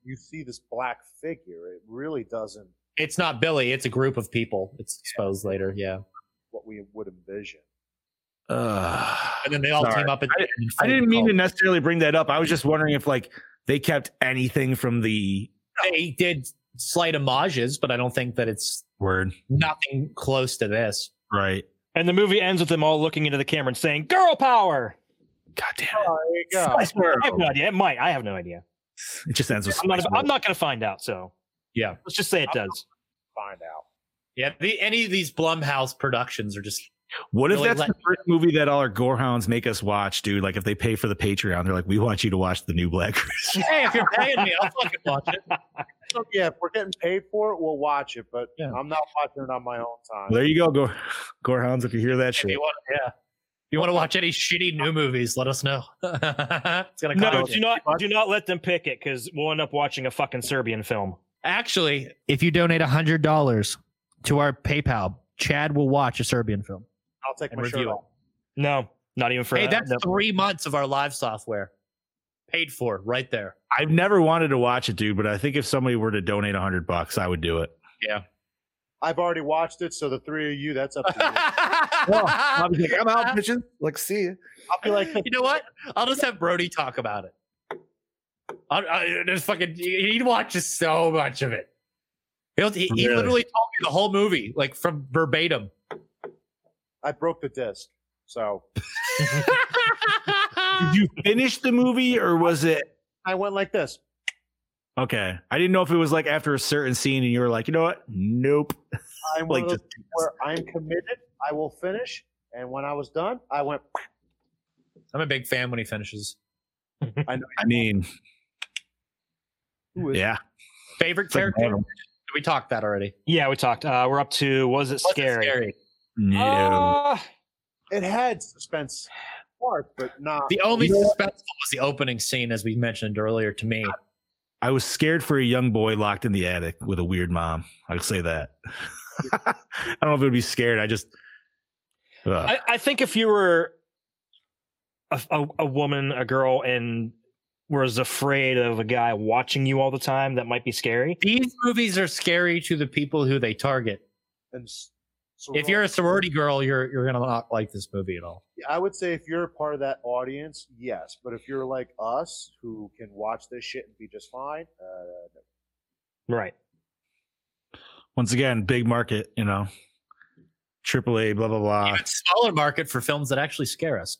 [SPEAKER 5] You see this black figure. It really doesn't
[SPEAKER 2] It's not Billy. It's a group of people. It's exposed later. Yeah.
[SPEAKER 5] what we would envision.
[SPEAKER 4] Uh,
[SPEAKER 2] And then they all
[SPEAKER 4] Sorry.
[SPEAKER 2] team up. At
[SPEAKER 4] I
[SPEAKER 2] the end and
[SPEAKER 4] I
[SPEAKER 2] fight
[SPEAKER 4] didn't
[SPEAKER 2] the
[SPEAKER 4] mean to
[SPEAKER 2] cult.
[SPEAKER 4] necessarily bring that up. I was just wondering if like they kept anything from the
[SPEAKER 2] They did slight homages, but I don't think that it's
[SPEAKER 4] word.
[SPEAKER 2] nothing close to this.
[SPEAKER 4] Right.
[SPEAKER 3] And the movie ends with them all looking into the camera and saying, "Girl power."
[SPEAKER 4] God damn it.
[SPEAKER 5] Oh, there you go.
[SPEAKER 3] I swear, I have no idea. It might. I have no idea.
[SPEAKER 4] It just ends with
[SPEAKER 3] I'm not.
[SPEAKER 4] Spice
[SPEAKER 3] I'm
[SPEAKER 4] World.
[SPEAKER 3] not going to find out. So
[SPEAKER 2] Yeah.
[SPEAKER 3] let's just say it does.
[SPEAKER 5] Find out.
[SPEAKER 2] Yeah. The, any of these Blumhouse productions are just
[SPEAKER 4] What if
[SPEAKER 2] really
[SPEAKER 4] that's
[SPEAKER 2] let-
[SPEAKER 4] the first movie that all our gorehounds make us watch, dude? Like if they pay for the Patreon, they're like, "We want you to watch the new Black Christmas."
[SPEAKER 2] hey, if you're paying me, I'll fucking watch it.
[SPEAKER 5] So, yeah, if we're getting paid for it, we'll watch it. But
[SPEAKER 2] Yeah.
[SPEAKER 5] I'm not watching it on my own time.
[SPEAKER 4] there you go, gore gorehounds. If you hear that
[SPEAKER 2] If
[SPEAKER 4] shit,
[SPEAKER 2] you want, yeah. If you want to watch any shitty new movies, let us know. it's gonna
[SPEAKER 3] No,
[SPEAKER 2] cost
[SPEAKER 3] do not. Do not let them pick it because we'll end up watching a fucking Serbian film.
[SPEAKER 2] Actually, if you donate hundred dollars to our PayPal, Chad will watch a Serbian film.
[SPEAKER 5] I'll take
[SPEAKER 2] and
[SPEAKER 5] my shirt
[SPEAKER 2] review it.
[SPEAKER 5] off.
[SPEAKER 3] No, not even for.
[SPEAKER 2] hey, that's
[SPEAKER 3] no.
[SPEAKER 2] three months of our live software paid for right there.
[SPEAKER 4] I've never wanted to watch it, dude. But I think if somebody were to donate hundred bucks, I would do it.
[SPEAKER 5] I've already watched it, so the three of you, that's up to you.
[SPEAKER 4] I'll be like, I'm out bitching.
[SPEAKER 16] Like, see you.
[SPEAKER 5] I'll be like,
[SPEAKER 2] you know what? I'll just have Brody talk about it. I, I, there's fucking he he watches so much of it. He'll- He, he
[SPEAKER 4] Really?
[SPEAKER 2] literally told me the whole movie, like from verbatim.
[SPEAKER 5] I broke the disc. So
[SPEAKER 4] Did you finish the movie, or was it
[SPEAKER 5] I went like this.
[SPEAKER 4] okay? I didn't know if it was like after a certain scene, and you were like, you know what? Nope.
[SPEAKER 5] I'm one
[SPEAKER 4] Like
[SPEAKER 5] of those
[SPEAKER 4] just
[SPEAKER 5] where I'm committed. I will finish. And when I was done, I went.
[SPEAKER 2] I'm a big fan when he finishes.
[SPEAKER 4] I mean,
[SPEAKER 5] Who is
[SPEAKER 4] yeah.
[SPEAKER 2] Favorite
[SPEAKER 4] It's like
[SPEAKER 2] character?
[SPEAKER 4] Marvel.
[SPEAKER 2] Did we talked that already?
[SPEAKER 3] yeah, we talked. Uh, we're up to. Was it
[SPEAKER 2] Wasn't
[SPEAKER 3] scary?
[SPEAKER 4] No.
[SPEAKER 3] Uh,
[SPEAKER 5] it? had suspense part, but not.
[SPEAKER 2] The only suspenseful was the opening scene, as we mentioned earlier to me.
[SPEAKER 4] I was scared for a young boy locked in the attic with a weird mom. I'll say that. I don't know if it would be scared. I just, Ugh.
[SPEAKER 3] I, I think if you were a, a, a woman, a girl, and was afraid of a guy watching you all the time, that might be scary.
[SPEAKER 2] These movies are scary to the people who they target.
[SPEAKER 5] and s-
[SPEAKER 2] If you're a sorority girl, you're you're gonna not like this movie at all.
[SPEAKER 5] I would say if you're a part of that audience, yes. But if you're like us, who can watch this shit and be just fine, uh, no.
[SPEAKER 3] Right.
[SPEAKER 4] once again, big market, you know, triple A, blah, blah, blah.
[SPEAKER 2] Even smaller market for films that actually scare us.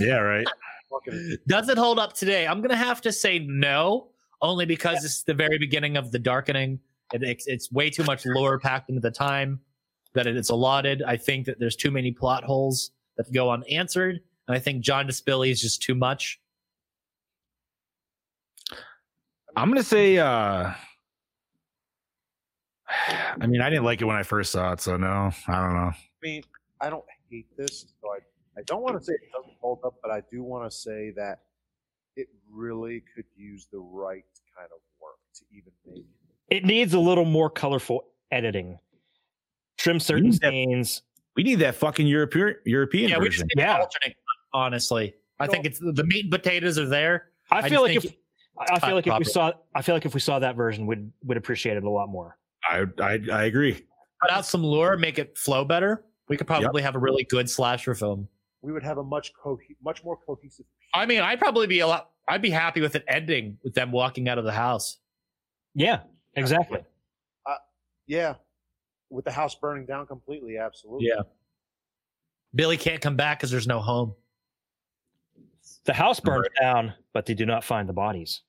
[SPEAKER 4] Yeah, right.
[SPEAKER 5] fucking
[SPEAKER 2] Does it hold up today? I'm gonna have to say no, only because it's the very beginning of the darkening. It, it's, it's way too much lore packed into the time that it- it's allotted. I think that there's too many plot holes that go unanswered, and I think John Disbilly is just too much.
[SPEAKER 4] I'm going to say, uh, I mean, I didn't like it when I first saw it. So, no, I don't know.
[SPEAKER 5] I mean, I don't hate this, so I, I don't want to say it doesn't hold up, but I do want to say that it really could use the right kind of work to even make it.
[SPEAKER 3] It needs a little more colorful editing. Trim certain
[SPEAKER 4] need that-
[SPEAKER 3] scenes.
[SPEAKER 4] We need that fucking European, European
[SPEAKER 2] yeah, we just
[SPEAKER 4] version.
[SPEAKER 2] need
[SPEAKER 3] Yeah.
[SPEAKER 2] an alternate. Honestly, I think it's the meat and potatoes are there.
[SPEAKER 3] I
[SPEAKER 2] I
[SPEAKER 3] feel
[SPEAKER 2] just
[SPEAKER 3] like if
[SPEAKER 2] think
[SPEAKER 3] I I
[SPEAKER 2] cut
[SPEAKER 3] feel like if we
[SPEAKER 2] properly.
[SPEAKER 3] saw I feel like if we saw that version, we'd would appreciate it a lot more.
[SPEAKER 4] I, I, I agree.
[SPEAKER 2] Cut out some lore, make it flow better. We could probably have a really good slasher film.
[SPEAKER 5] We would have a much co- much more cohesive.
[SPEAKER 2] I mean, I'd probably be a lot. I'd be happy with it ending with them walking out of the house.
[SPEAKER 3] Yeah, exactly.
[SPEAKER 5] Yeah, with the house burning down completely, absolutely.
[SPEAKER 2] Yeah. Billy can't come back because there's no home.
[SPEAKER 3] The house burns down, but they do not find the bodies.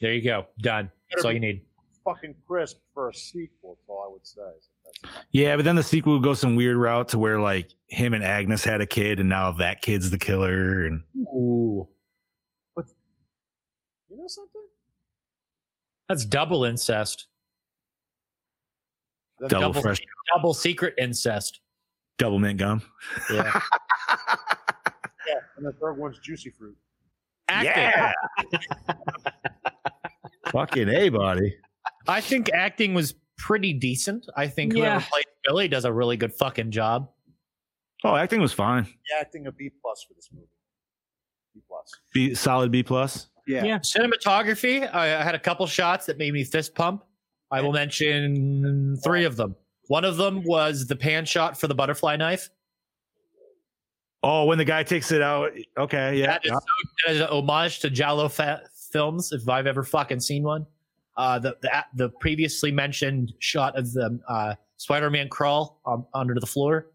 [SPEAKER 2] There you go. Done. That's all you need.
[SPEAKER 5] Fucking crisp for a sequel, that's all I would say.
[SPEAKER 4] Yeah, but then the sequel would go some weird route to where like him and Agnes had a kid, and now that kid's the killer. And
[SPEAKER 2] Ooh.
[SPEAKER 5] You know something?
[SPEAKER 2] That's double incest.
[SPEAKER 4] Double fresh-
[SPEAKER 2] double secret incest.
[SPEAKER 4] double mint gum.
[SPEAKER 2] Yeah.
[SPEAKER 5] Yeah, and the third one's juicy fruit.
[SPEAKER 4] Yeah. Fucking a body.
[SPEAKER 2] I think acting was pretty decent. I think whoever
[SPEAKER 3] Yeah.
[SPEAKER 2] played Billy does a really good fucking job.
[SPEAKER 4] Oh, acting was fine.
[SPEAKER 5] The acting a B plus for this movie. B plus.
[SPEAKER 4] B solid B plus.
[SPEAKER 5] Yeah.
[SPEAKER 2] Cinematography, I, I had a couple shots that made me fist pump. I will mention three of them. One of them was the pan shot for the butterfly knife.
[SPEAKER 4] Oh, when the guy takes it out. Okay, yeah.
[SPEAKER 2] That is, so- that is an homage to Jallo fa- films, if I've ever fucking seen one. Uh, the, the the previously mentioned shot of the uh, Spider-Man crawl um, under the floor,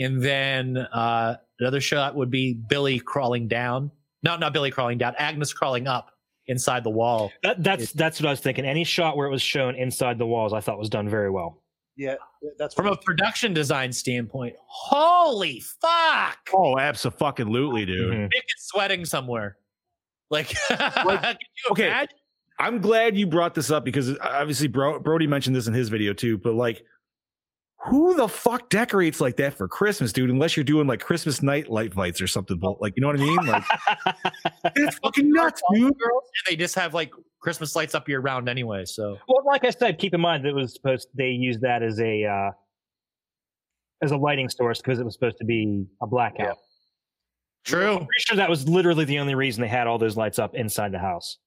[SPEAKER 2] and then uh, another shot would be Billy crawling down. Not not Billy crawling down. Agnes crawling up inside the wall.
[SPEAKER 3] That, that's that's what I was thinking. Any shot where it was shown inside the walls, I thought was done very well.
[SPEAKER 5] Yeah, that's
[SPEAKER 2] From a production design standpoint, holy fuck!
[SPEAKER 4] Oh, absolutely, dude.
[SPEAKER 3] Mhm.
[SPEAKER 2] Nick is sweating somewhere. Like, can you
[SPEAKER 4] okay.
[SPEAKER 2] imagine?
[SPEAKER 4] I'm glad you brought this up because obviously Bro- Brody mentioned this in his video too, but like who the fuck decorates like that for Christmas, dude? Unless you're doing like Christmas night light fights or something, but, like you know what I mean? Like it's fucking nuts, dude.
[SPEAKER 2] They just have like Christmas lights up year round anyway. So
[SPEAKER 3] Well, like I said, keep in mind that it was supposed they used that as a uh, as a lighting source because it was supposed to be a blackout.
[SPEAKER 2] True.
[SPEAKER 3] Pretty sure that was literally the only reason they had all those lights up inside the house.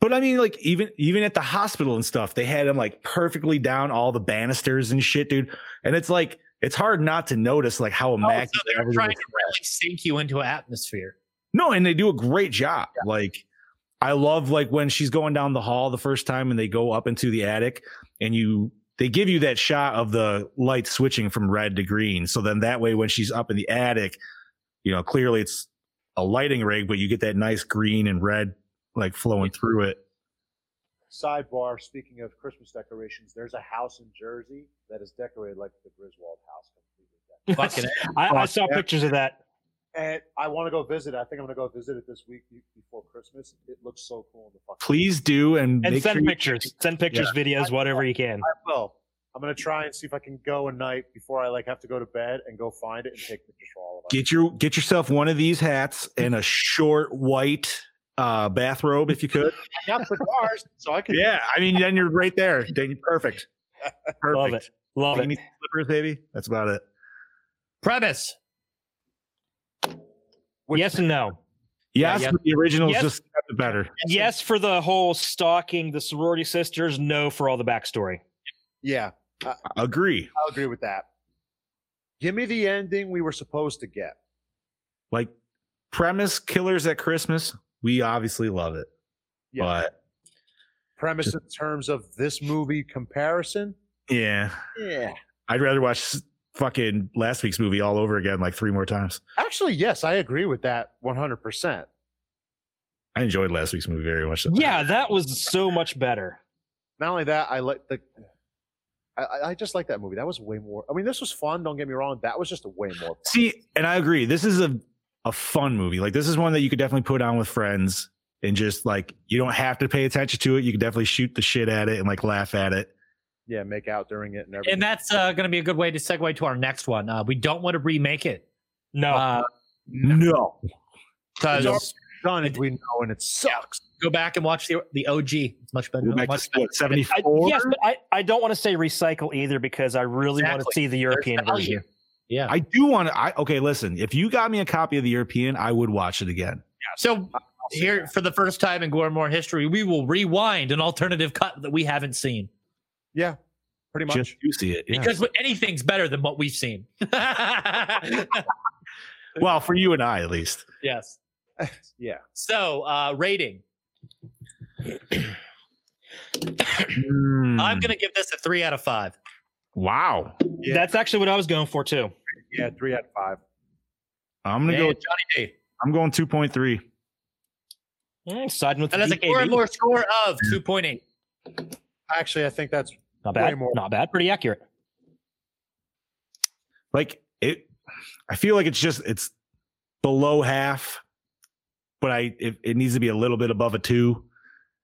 [SPEAKER 4] But I mean, like even even at the hospital and stuff, they had him like perfectly down all the banisters and shit, dude. And it's like it's hard not to notice like how
[SPEAKER 2] Oh, so
[SPEAKER 4] immaculate
[SPEAKER 2] they're
[SPEAKER 4] everything
[SPEAKER 2] trying
[SPEAKER 4] was.
[SPEAKER 2] to really sink you into an atmosphere.
[SPEAKER 4] No, and they do a great job. Like I love like when she's going down the hall the first time and they go up into the attic and you they give you that shot of the light switching from red to green. So then that way when she's up in the attic, you know, clearly it's a lighting rig, but you get that nice green and red like flowing through it.
[SPEAKER 5] Sidebar, speaking of Christmas decorations, there's a house in Jersey that is decorated like the Griswold house completely. decorated.
[SPEAKER 2] Fucking
[SPEAKER 3] I, I saw pictures of that.
[SPEAKER 5] And I want to go visit. it. I think I'm going to go visit it this week be- before Christmas. It looks so cool in the fucking.
[SPEAKER 4] Please do and,
[SPEAKER 3] And
[SPEAKER 4] make
[SPEAKER 3] send
[SPEAKER 4] sure you-
[SPEAKER 3] pictures, send pictures, videos, whatever you can.
[SPEAKER 5] I will. I'm going to try and see if I can go a night before I like have to go to bed and go find it and take pictures for all of us.
[SPEAKER 4] get your get yourself one of these hats and a short white uh bathrobe if you could.
[SPEAKER 5] Not for cars, so I can.
[SPEAKER 4] yeah, I mean then you're right there. Then you're perfect. Perfect.
[SPEAKER 3] Love it, love it.
[SPEAKER 4] Bikini slippers, baby. That's about it.
[SPEAKER 2] Premise.
[SPEAKER 3] Yes and no.
[SPEAKER 4] Yes,
[SPEAKER 2] yeah.
[SPEAKER 4] but the originals
[SPEAKER 3] Yes.
[SPEAKER 4] just got the better.
[SPEAKER 3] Yes for the whole stalking the sorority sisters. No for all the backstory.
[SPEAKER 5] Yeah,
[SPEAKER 4] Agree.
[SPEAKER 5] I'll agree with that. Give me the ending we were supposed to get.
[SPEAKER 4] Like premise killers at Christmas, we obviously love it.
[SPEAKER 5] Yeah. Premise in terms of this movie comparison.
[SPEAKER 4] But yeah,
[SPEAKER 5] Yeah.
[SPEAKER 4] I'd rather watch fucking last week's movie all over again like three more times.
[SPEAKER 5] Actually, yes, I agree with that 100%.
[SPEAKER 4] I enjoyed last week's movie very much.
[SPEAKER 3] Yeah, that was so much better.
[SPEAKER 5] Not only that, I like the. I- I, I just like that movie. That was way more. I mean, this was fun. Don't get me wrong. That was just a way more.
[SPEAKER 4] See, and I agree. This is a a fun movie. Like this is one that you could definitely put on with friends and just like you don't have to pay attention to it. You can definitely shoot the shit at it and like laugh at it.
[SPEAKER 5] Yeah, make out during it and everything.
[SPEAKER 2] And that's uh, going to be a good way to segue to our next one. Uh, we don't want to remake it.
[SPEAKER 3] No,
[SPEAKER 2] Uh,
[SPEAKER 4] No.
[SPEAKER 2] 'cause
[SPEAKER 5] No. done if we know, and it sucks.
[SPEAKER 2] go back and watch the the OG. It's much better.
[SPEAKER 4] We're back
[SPEAKER 2] much
[SPEAKER 4] to what,
[SPEAKER 2] better.
[SPEAKER 4] 74?
[SPEAKER 3] yes, but I, I don't want to say recycle either because I really want
[SPEAKER 2] Exactly.
[SPEAKER 3] to see the European
[SPEAKER 2] value.
[SPEAKER 3] version.
[SPEAKER 2] Yeah.
[SPEAKER 4] I do want to. I okay. Listen, if you got me a copy of the European, I would watch it again.
[SPEAKER 2] So here for the first time in Gormore history, we will rewind an alternative cut that we haven't seen
[SPEAKER 5] Yeah, pretty much.
[SPEAKER 4] Just you see it. yeah.
[SPEAKER 2] because anything's better than what we've seen.
[SPEAKER 4] well, for you and I at least.
[SPEAKER 2] yes.
[SPEAKER 5] yeah.
[SPEAKER 2] So uh, rating.
[SPEAKER 4] Hmm.
[SPEAKER 2] I'm gonna give this a three out of five.
[SPEAKER 4] Wow.
[SPEAKER 5] Yeah.
[SPEAKER 3] That's actually what I was going for too.
[SPEAKER 5] Yeah, three out of five.
[SPEAKER 4] I'm gonna
[SPEAKER 2] Yeah,
[SPEAKER 4] go.
[SPEAKER 2] Johnny D.
[SPEAKER 4] I'm going 2.3.
[SPEAKER 3] Mm, siding with
[SPEAKER 6] And
[SPEAKER 3] the
[SPEAKER 6] that's a
[SPEAKER 3] DKB.
[SPEAKER 6] core more score of
[SPEAKER 4] Hmm.
[SPEAKER 6] 2.8.
[SPEAKER 5] Actually, I think that's
[SPEAKER 3] Not
[SPEAKER 5] way
[SPEAKER 3] bad.
[SPEAKER 5] more.
[SPEAKER 3] Not bad. Pretty accurate.
[SPEAKER 4] Like it, I feel like it's just it's below half, but I it, it needs to be a little bit above a two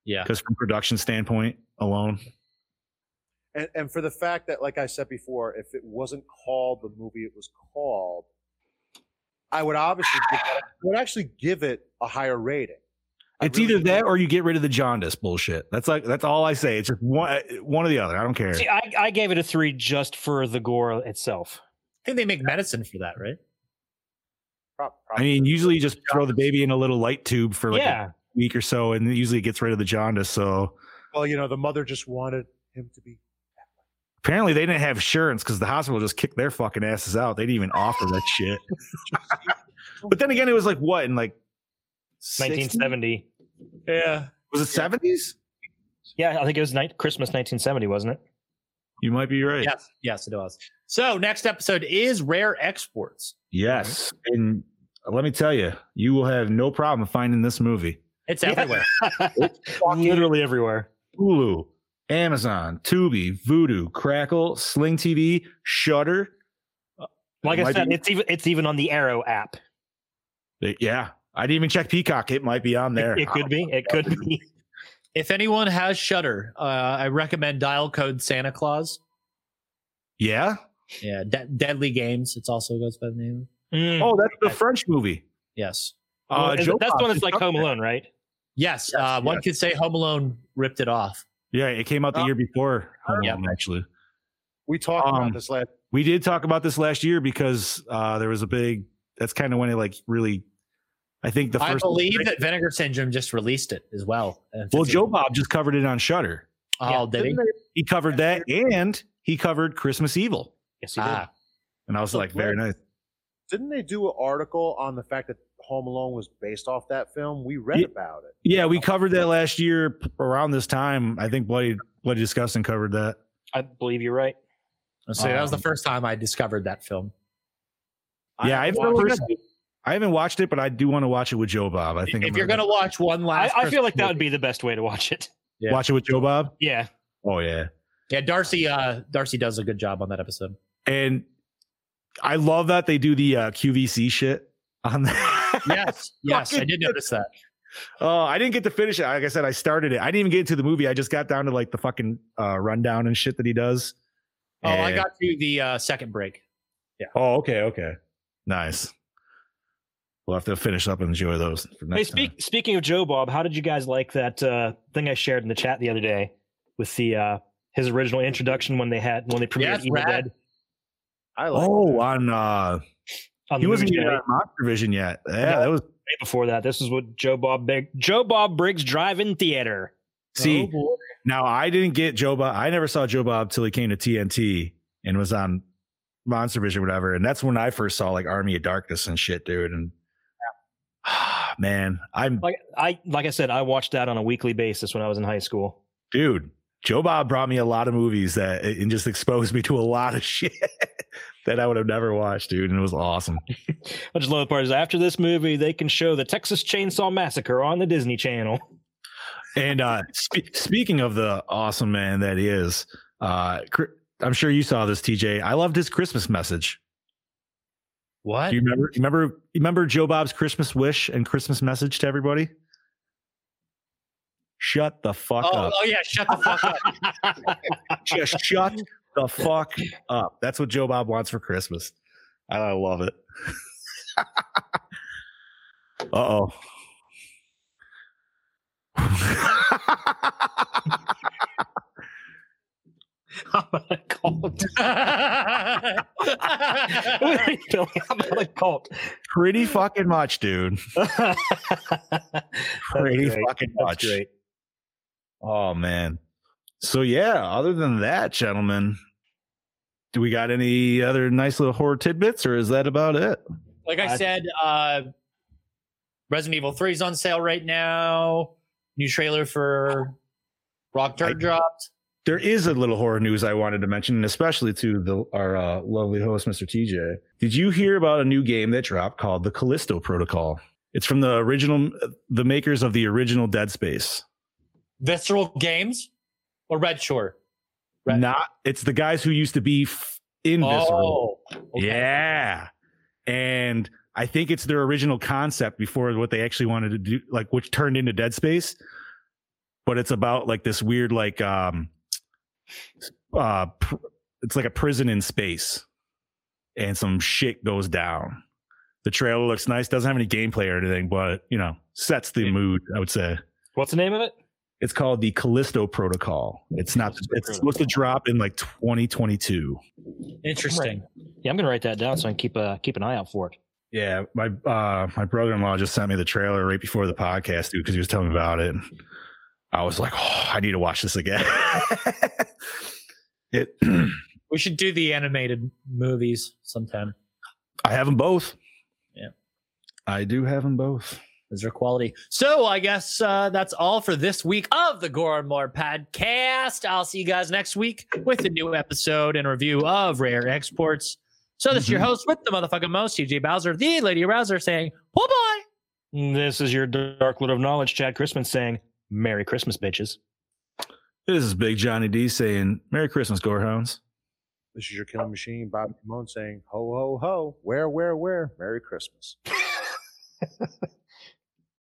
[SPEAKER 2] Yeah.
[SPEAKER 4] because from production standpoint alone,
[SPEAKER 5] And, and for the fact that, like I said before, if it wasn't called the movie it was called, I would obviously give that, I would actually give it a higher rating. I
[SPEAKER 4] it's
[SPEAKER 5] really
[SPEAKER 4] either that or you get rid of the jaundice bullshit. That's like that's all I say. It's just one one or the other. I don't care.
[SPEAKER 3] See, I, I gave it a three just for the gore itself.
[SPEAKER 6] I think they make medicine for that, right?
[SPEAKER 5] prob-
[SPEAKER 4] I
[SPEAKER 5] probably.
[SPEAKER 4] mean, usually you just throw the baby in a little light tube for like
[SPEAKER 3] yeah.
[SPEAKER 4] a week or so, and usually it gets rid of the jaundice. So
[SPEAKER 5] well, you know, the mother just wanted him to be.
[SPEAKER 4] apparently they didn't have insurance because the hospital just kicked their fucking asses out. They didn't even offer that shit. but then again, it was like what in like 60?
[SPEAKER 3] 1970.
[SPEAKER 6] Yeah.
[SPEAKER 4] Was it seventies?
[SPEAKER 3] Yeah, I think it was night Christmas 1970, wasn't it?
[SPEAKER 4] You might be right.
[SPEAKER 6] Yes, yes, it was. So next episode is rare exports.
[SPEAKER 4] Yes, and let me tell you, you will have no problem finding this movie.
[SPEAKER 6] It's
[SPEAKER 3] Yeah.
[SPEAKER 6] everywhere.
[SPEAKER 3] Literally everywhere.
[SPEAKER 4] Hulu, Amazon, Tubi, Voodoo, Crackle, Sling TV, Shutter.
[SPEAKER 3] Like I
[SPEAKER 4] Might
[SPEAKER 3] said,
[SPEAKER 4] be-
[SPEAKER 3] it's even it's even on the Arrow app.
[SPEAKER 4] Yeah, I didn't even check Peacock. It might be on there.
[SPEAKER 3] It, it could be. It could be.
[SPEAKER 6] If anyone has Shutter, uh, I recommend dial code Santa Claus.
[SPEAKER 4] Yeah.
[SPEAKER 6] Yeah, De- Deadly Games. It's also goes by the name.
[SPEAKER 3] Mm.
[SPEAKER 4] Oh, that's the French movie.
[SPEAKER 6] Yes,
[SPEAKER 4] Uh,
[SPEAKER 3] Is it-
[SPEAKER 4] Joe
[SPEAKER 3] that's the one
[SPEAKER 4] Bob
[SPEAKER 3] that's like
[SPEAKER 4] is up
[SPEAKER 3] Home
[SPEAKER 4] there.
[SPEAKER 3] Alone, right?
[SPEAKER 6] yes.
[SPEAKER 4] Yes,
[SPEAKER 6] uh, one
[SPEAKER 4] yes.
[SPEAKER 6] could say Home Alone ripped it off.
[SPEAKER 4] Yeah, it came out the
[SPEAKER 5] Oh.
[SPEAKER 4] year before Home
[SPEAKER 6] Yeah.
[SPEAKER 4] Alone, actually.
[SPEAKER 5] We talked
[SPEAKER 4] Um,
[SPEAKER 5] about this last.
[SPEAKER 4] We did talk about this last year because uh, there was a big. That's kind of when it like really. I think the
[SPEAKER 6] I
[SPEAKER 4] first.
[SPEAKER 6] believe that Vinegar Syndrome just released it as well. If
[SPEAKER 4] Well,
[SPEAKER 6] it's-
[SPEAKER 4] Joe Bob just covered it on Shutter.
[SPEAKER 6] Oh, did he?
[SPEAKER 5] Didn't they-
[SPEAKER 4] He covered that, and he covered Christmas Evil,
[SPEAKER 3] Yes, you did.
[SPEAKER 6] Ah,
[SPEAKER 4] and I was like, very nice.
[SPEAKER 5] Didn't they do an article on the fact that Home Alone was based off that film? We read
[SPEAKER 4] Ye-
[SPEAKER 5] about it.
[SPEAKER 4] Yeah, we covered that last year p- around this time. I think Bloody Bloody Disgusting covered that.
[SPEAKER 3] I believe you're right.
[SPEAKER 6] so that was the
[SPEAKER 4] Um,
[SPEAKER 6] first time I discovered that film.
[SPEAKER 4] Yeah, I haven't,
[SPEAKER 5] watched
[SPEAKER 4] watched it. I haven't watched it, but I do want to watch it with Joe Bob. I think
[SPEAKER 6] If you're gonna watch one
[SPEAKER 3] I,
[SPEAKER 6] last,
[SPEAKER 3] I feel like that
[SPEAKER 6] Christmas
[SPEAKER 3] would be the best way to watch it.
[SPEAKER 6] yeah.
[SPEAKER 4] watch it with Joe Bob.
[SPEAKER 3] Yeah.
[SPEAKER 4] Oh yeah,
[SPEAKER 6] Yeah, Darcy. Uh, Darcy does a good job on that episode.
[SPEAKER 4] and I love that they do the uh, QVC shit on that.
[SPEAKER 6] Yes, yes, I
[SPEAKER 4] Fucking
[SPEAKER 6] did notice that.
[SPEAKER 4] Oh, I didn't get to finish it. Like I said, I started it. I didn't even get into the movie. I just got down to like the fucking uh, rundown and shit that he does.
[SPEAKER 6] Oh, I
[SPEAKER 4] And-
[SPEAKER 6] got to the uh, second break.
[SPEAKER 4] Oh, okay, okay, nice. We'll have to finish up and enjoy those. For
[SPEAKER 3] Hey,
[SPEAKER 4] next
[SPEAKER 3] speak, speaking of Joe Bob, how did you guys like that uh, thing I shared in the chat the other day with the uh, his original introduction when they had when they premiered
[SPEAKER 6] Yes,
[SPEAKER 3] Evil
[SPEAKER 6] rad.
[SPEAKER 3] Dead?
[SPEAKER 5] I
[SPEAKER 4] time.
[SPEAKER 5] like.
[SPEAKER 4] Oh, on uh,
[SPEAKER 3] On
[SPEAKER 4] he
[SPEAKER 3] the
[SPEAKER 4] wasn't
[SPEAKER 3] movie
[SPEAKER 4] even
[SPEAKER 3] channel
[SPEAKER 4] on Monster Vision yet. Yeah,
[SPEAKER 3] No.
[SPEAKER 4] that was
[SPEAKER 3] way before that. This is what Joe Bob Big Joe Bob Briggs Drive-In Theater.
[SPEAKER 4] see. Now I didn't get Joe Bob. I never saw Joe Bob till he came to TNT and was on Monster Vision, or whatever. And that's when I first saw like Army of Darkness and shit, dude. And man, I'm
[SPEAKER 3] Like I like I said, I watched that on a weekly basis when I was in high school.
[SPEAKER 4] dude. Joe Bob brought me a lot of movies that and just exposed me to a lot of shit that I would have never watched, dude. And it was awesome.
[SPEAKER 3] I just love the part is after this movie, they can show the Texas Chainsaw Massacre on the Disney Channel.
[SPEAKER 4] And uh, spe- speaking of the awesome man that he is, uh, Cr- I'm sure you saw this, TJ. I loved his Christmas message.
[SPEAKER 6] What?
[SPEAKER 4] Do you remember? You remember? You remember Joe Bob's Christmas wish and Christmas message to everybody? Shut the fuck
[SPEAKER 6] Oh,
[SPEAKER 4] up!
[SPEAKER 6] oh, yeah, shut the fuck up.
[SPEAKER 4] Just shut the fuck up. That's what Joe Bob wants for Christmas. I love it. uh oh.
[SPEAKER 3] I'm gonna call it. I'm gonna call it.
[SPEAKER 4] Pretty fucking much, dude. Pretty
[SPEAKER 3] That's great.
[SPEAKER 4] fucking
[SPEAKER 3] That's
[SPEAKER 4] much.
[SPEAKER 3] great.
[SPEAKER 4] Oh man. So yeah, other than that, gentlemen, do we got any other nice little horror tidbits or is that about it?
[SPEAKER 6] like
[SPEAKER 3] I-
[SPEAKER 6] I said, uh, Resident Evil 3 is on sale right now. New trailer for Rock Turd
[SPEAKER 4] I-
[SPEAKER 6] dropped.
[SPEAKER 4] There is a little horror news I wanted to mention, and especially to the our uh, lovely host, Mr. TJ. Did you hear about a new game that dropped called The Callisto Protocol? It's from the original, the makers of the original Dead Space.
[SPEAKER 2] Visceral Games or Red Shore?
[SPEAKER 4] Not. It's the guys who used to be f- in Visceral.
[SPEAKER 2] Oh,
[SPEAKER 4] Yeah, and I think it's their original concept before what they actually wanted to do, like which turned into Dead Space. But it's about like this weird, like, um, uh, pr- it's like a prison in space, and some shit goes down. The trailer looks nice. Doesn't have any gameplay or anything, but you know, sets the mood. I would say.
[SPEAKER 3] What's the name of it?
[SPEAKER 4] It's called the Callisto Protocol. It's not. It's supposed to drop in like 2022.
[SPEAKER 6] Oh,
[SPEAKER 2] Interesting.
[SPEAKER 3] Yeah, I'm gonna write that down so I can keep uh, keep an eye out for it.
[SPEAKER 4] Yeah, my uh, my brother in law just sent me the trailer right before the podcast, dude, because he was telling me about it. And I was like, oh, I need to watch this again. it,
[SPEAKER 2] We should do the animated movies sometime.
[SPEAKER 4] I have them both.
[SPEAKER 2] Yeah.
[SPEAKER 4] I do have them both.
[SPEAKER 2] Those are quality. So I guess uh, that's all for this week of the Gore and More podcast. I'll see you guys next week with a new episode and review of Rare Exports. So this is your host with the motherfucking most, TJ Bowser, the Lady Rouser, saying, "Bye bye."
[SPEAKER 3] This is your dark lord of knowledge, Chad Christman, saying "Merry Christmas, bitches."
[SPEAKER 4] This is Big Johnny D saying, "Merry Christmas, Gorehounds."
[SPEAKER 5] This is your killing machine, Bobby Kimone saying, ho, ho, ho, where, where, where, Merry Christmas.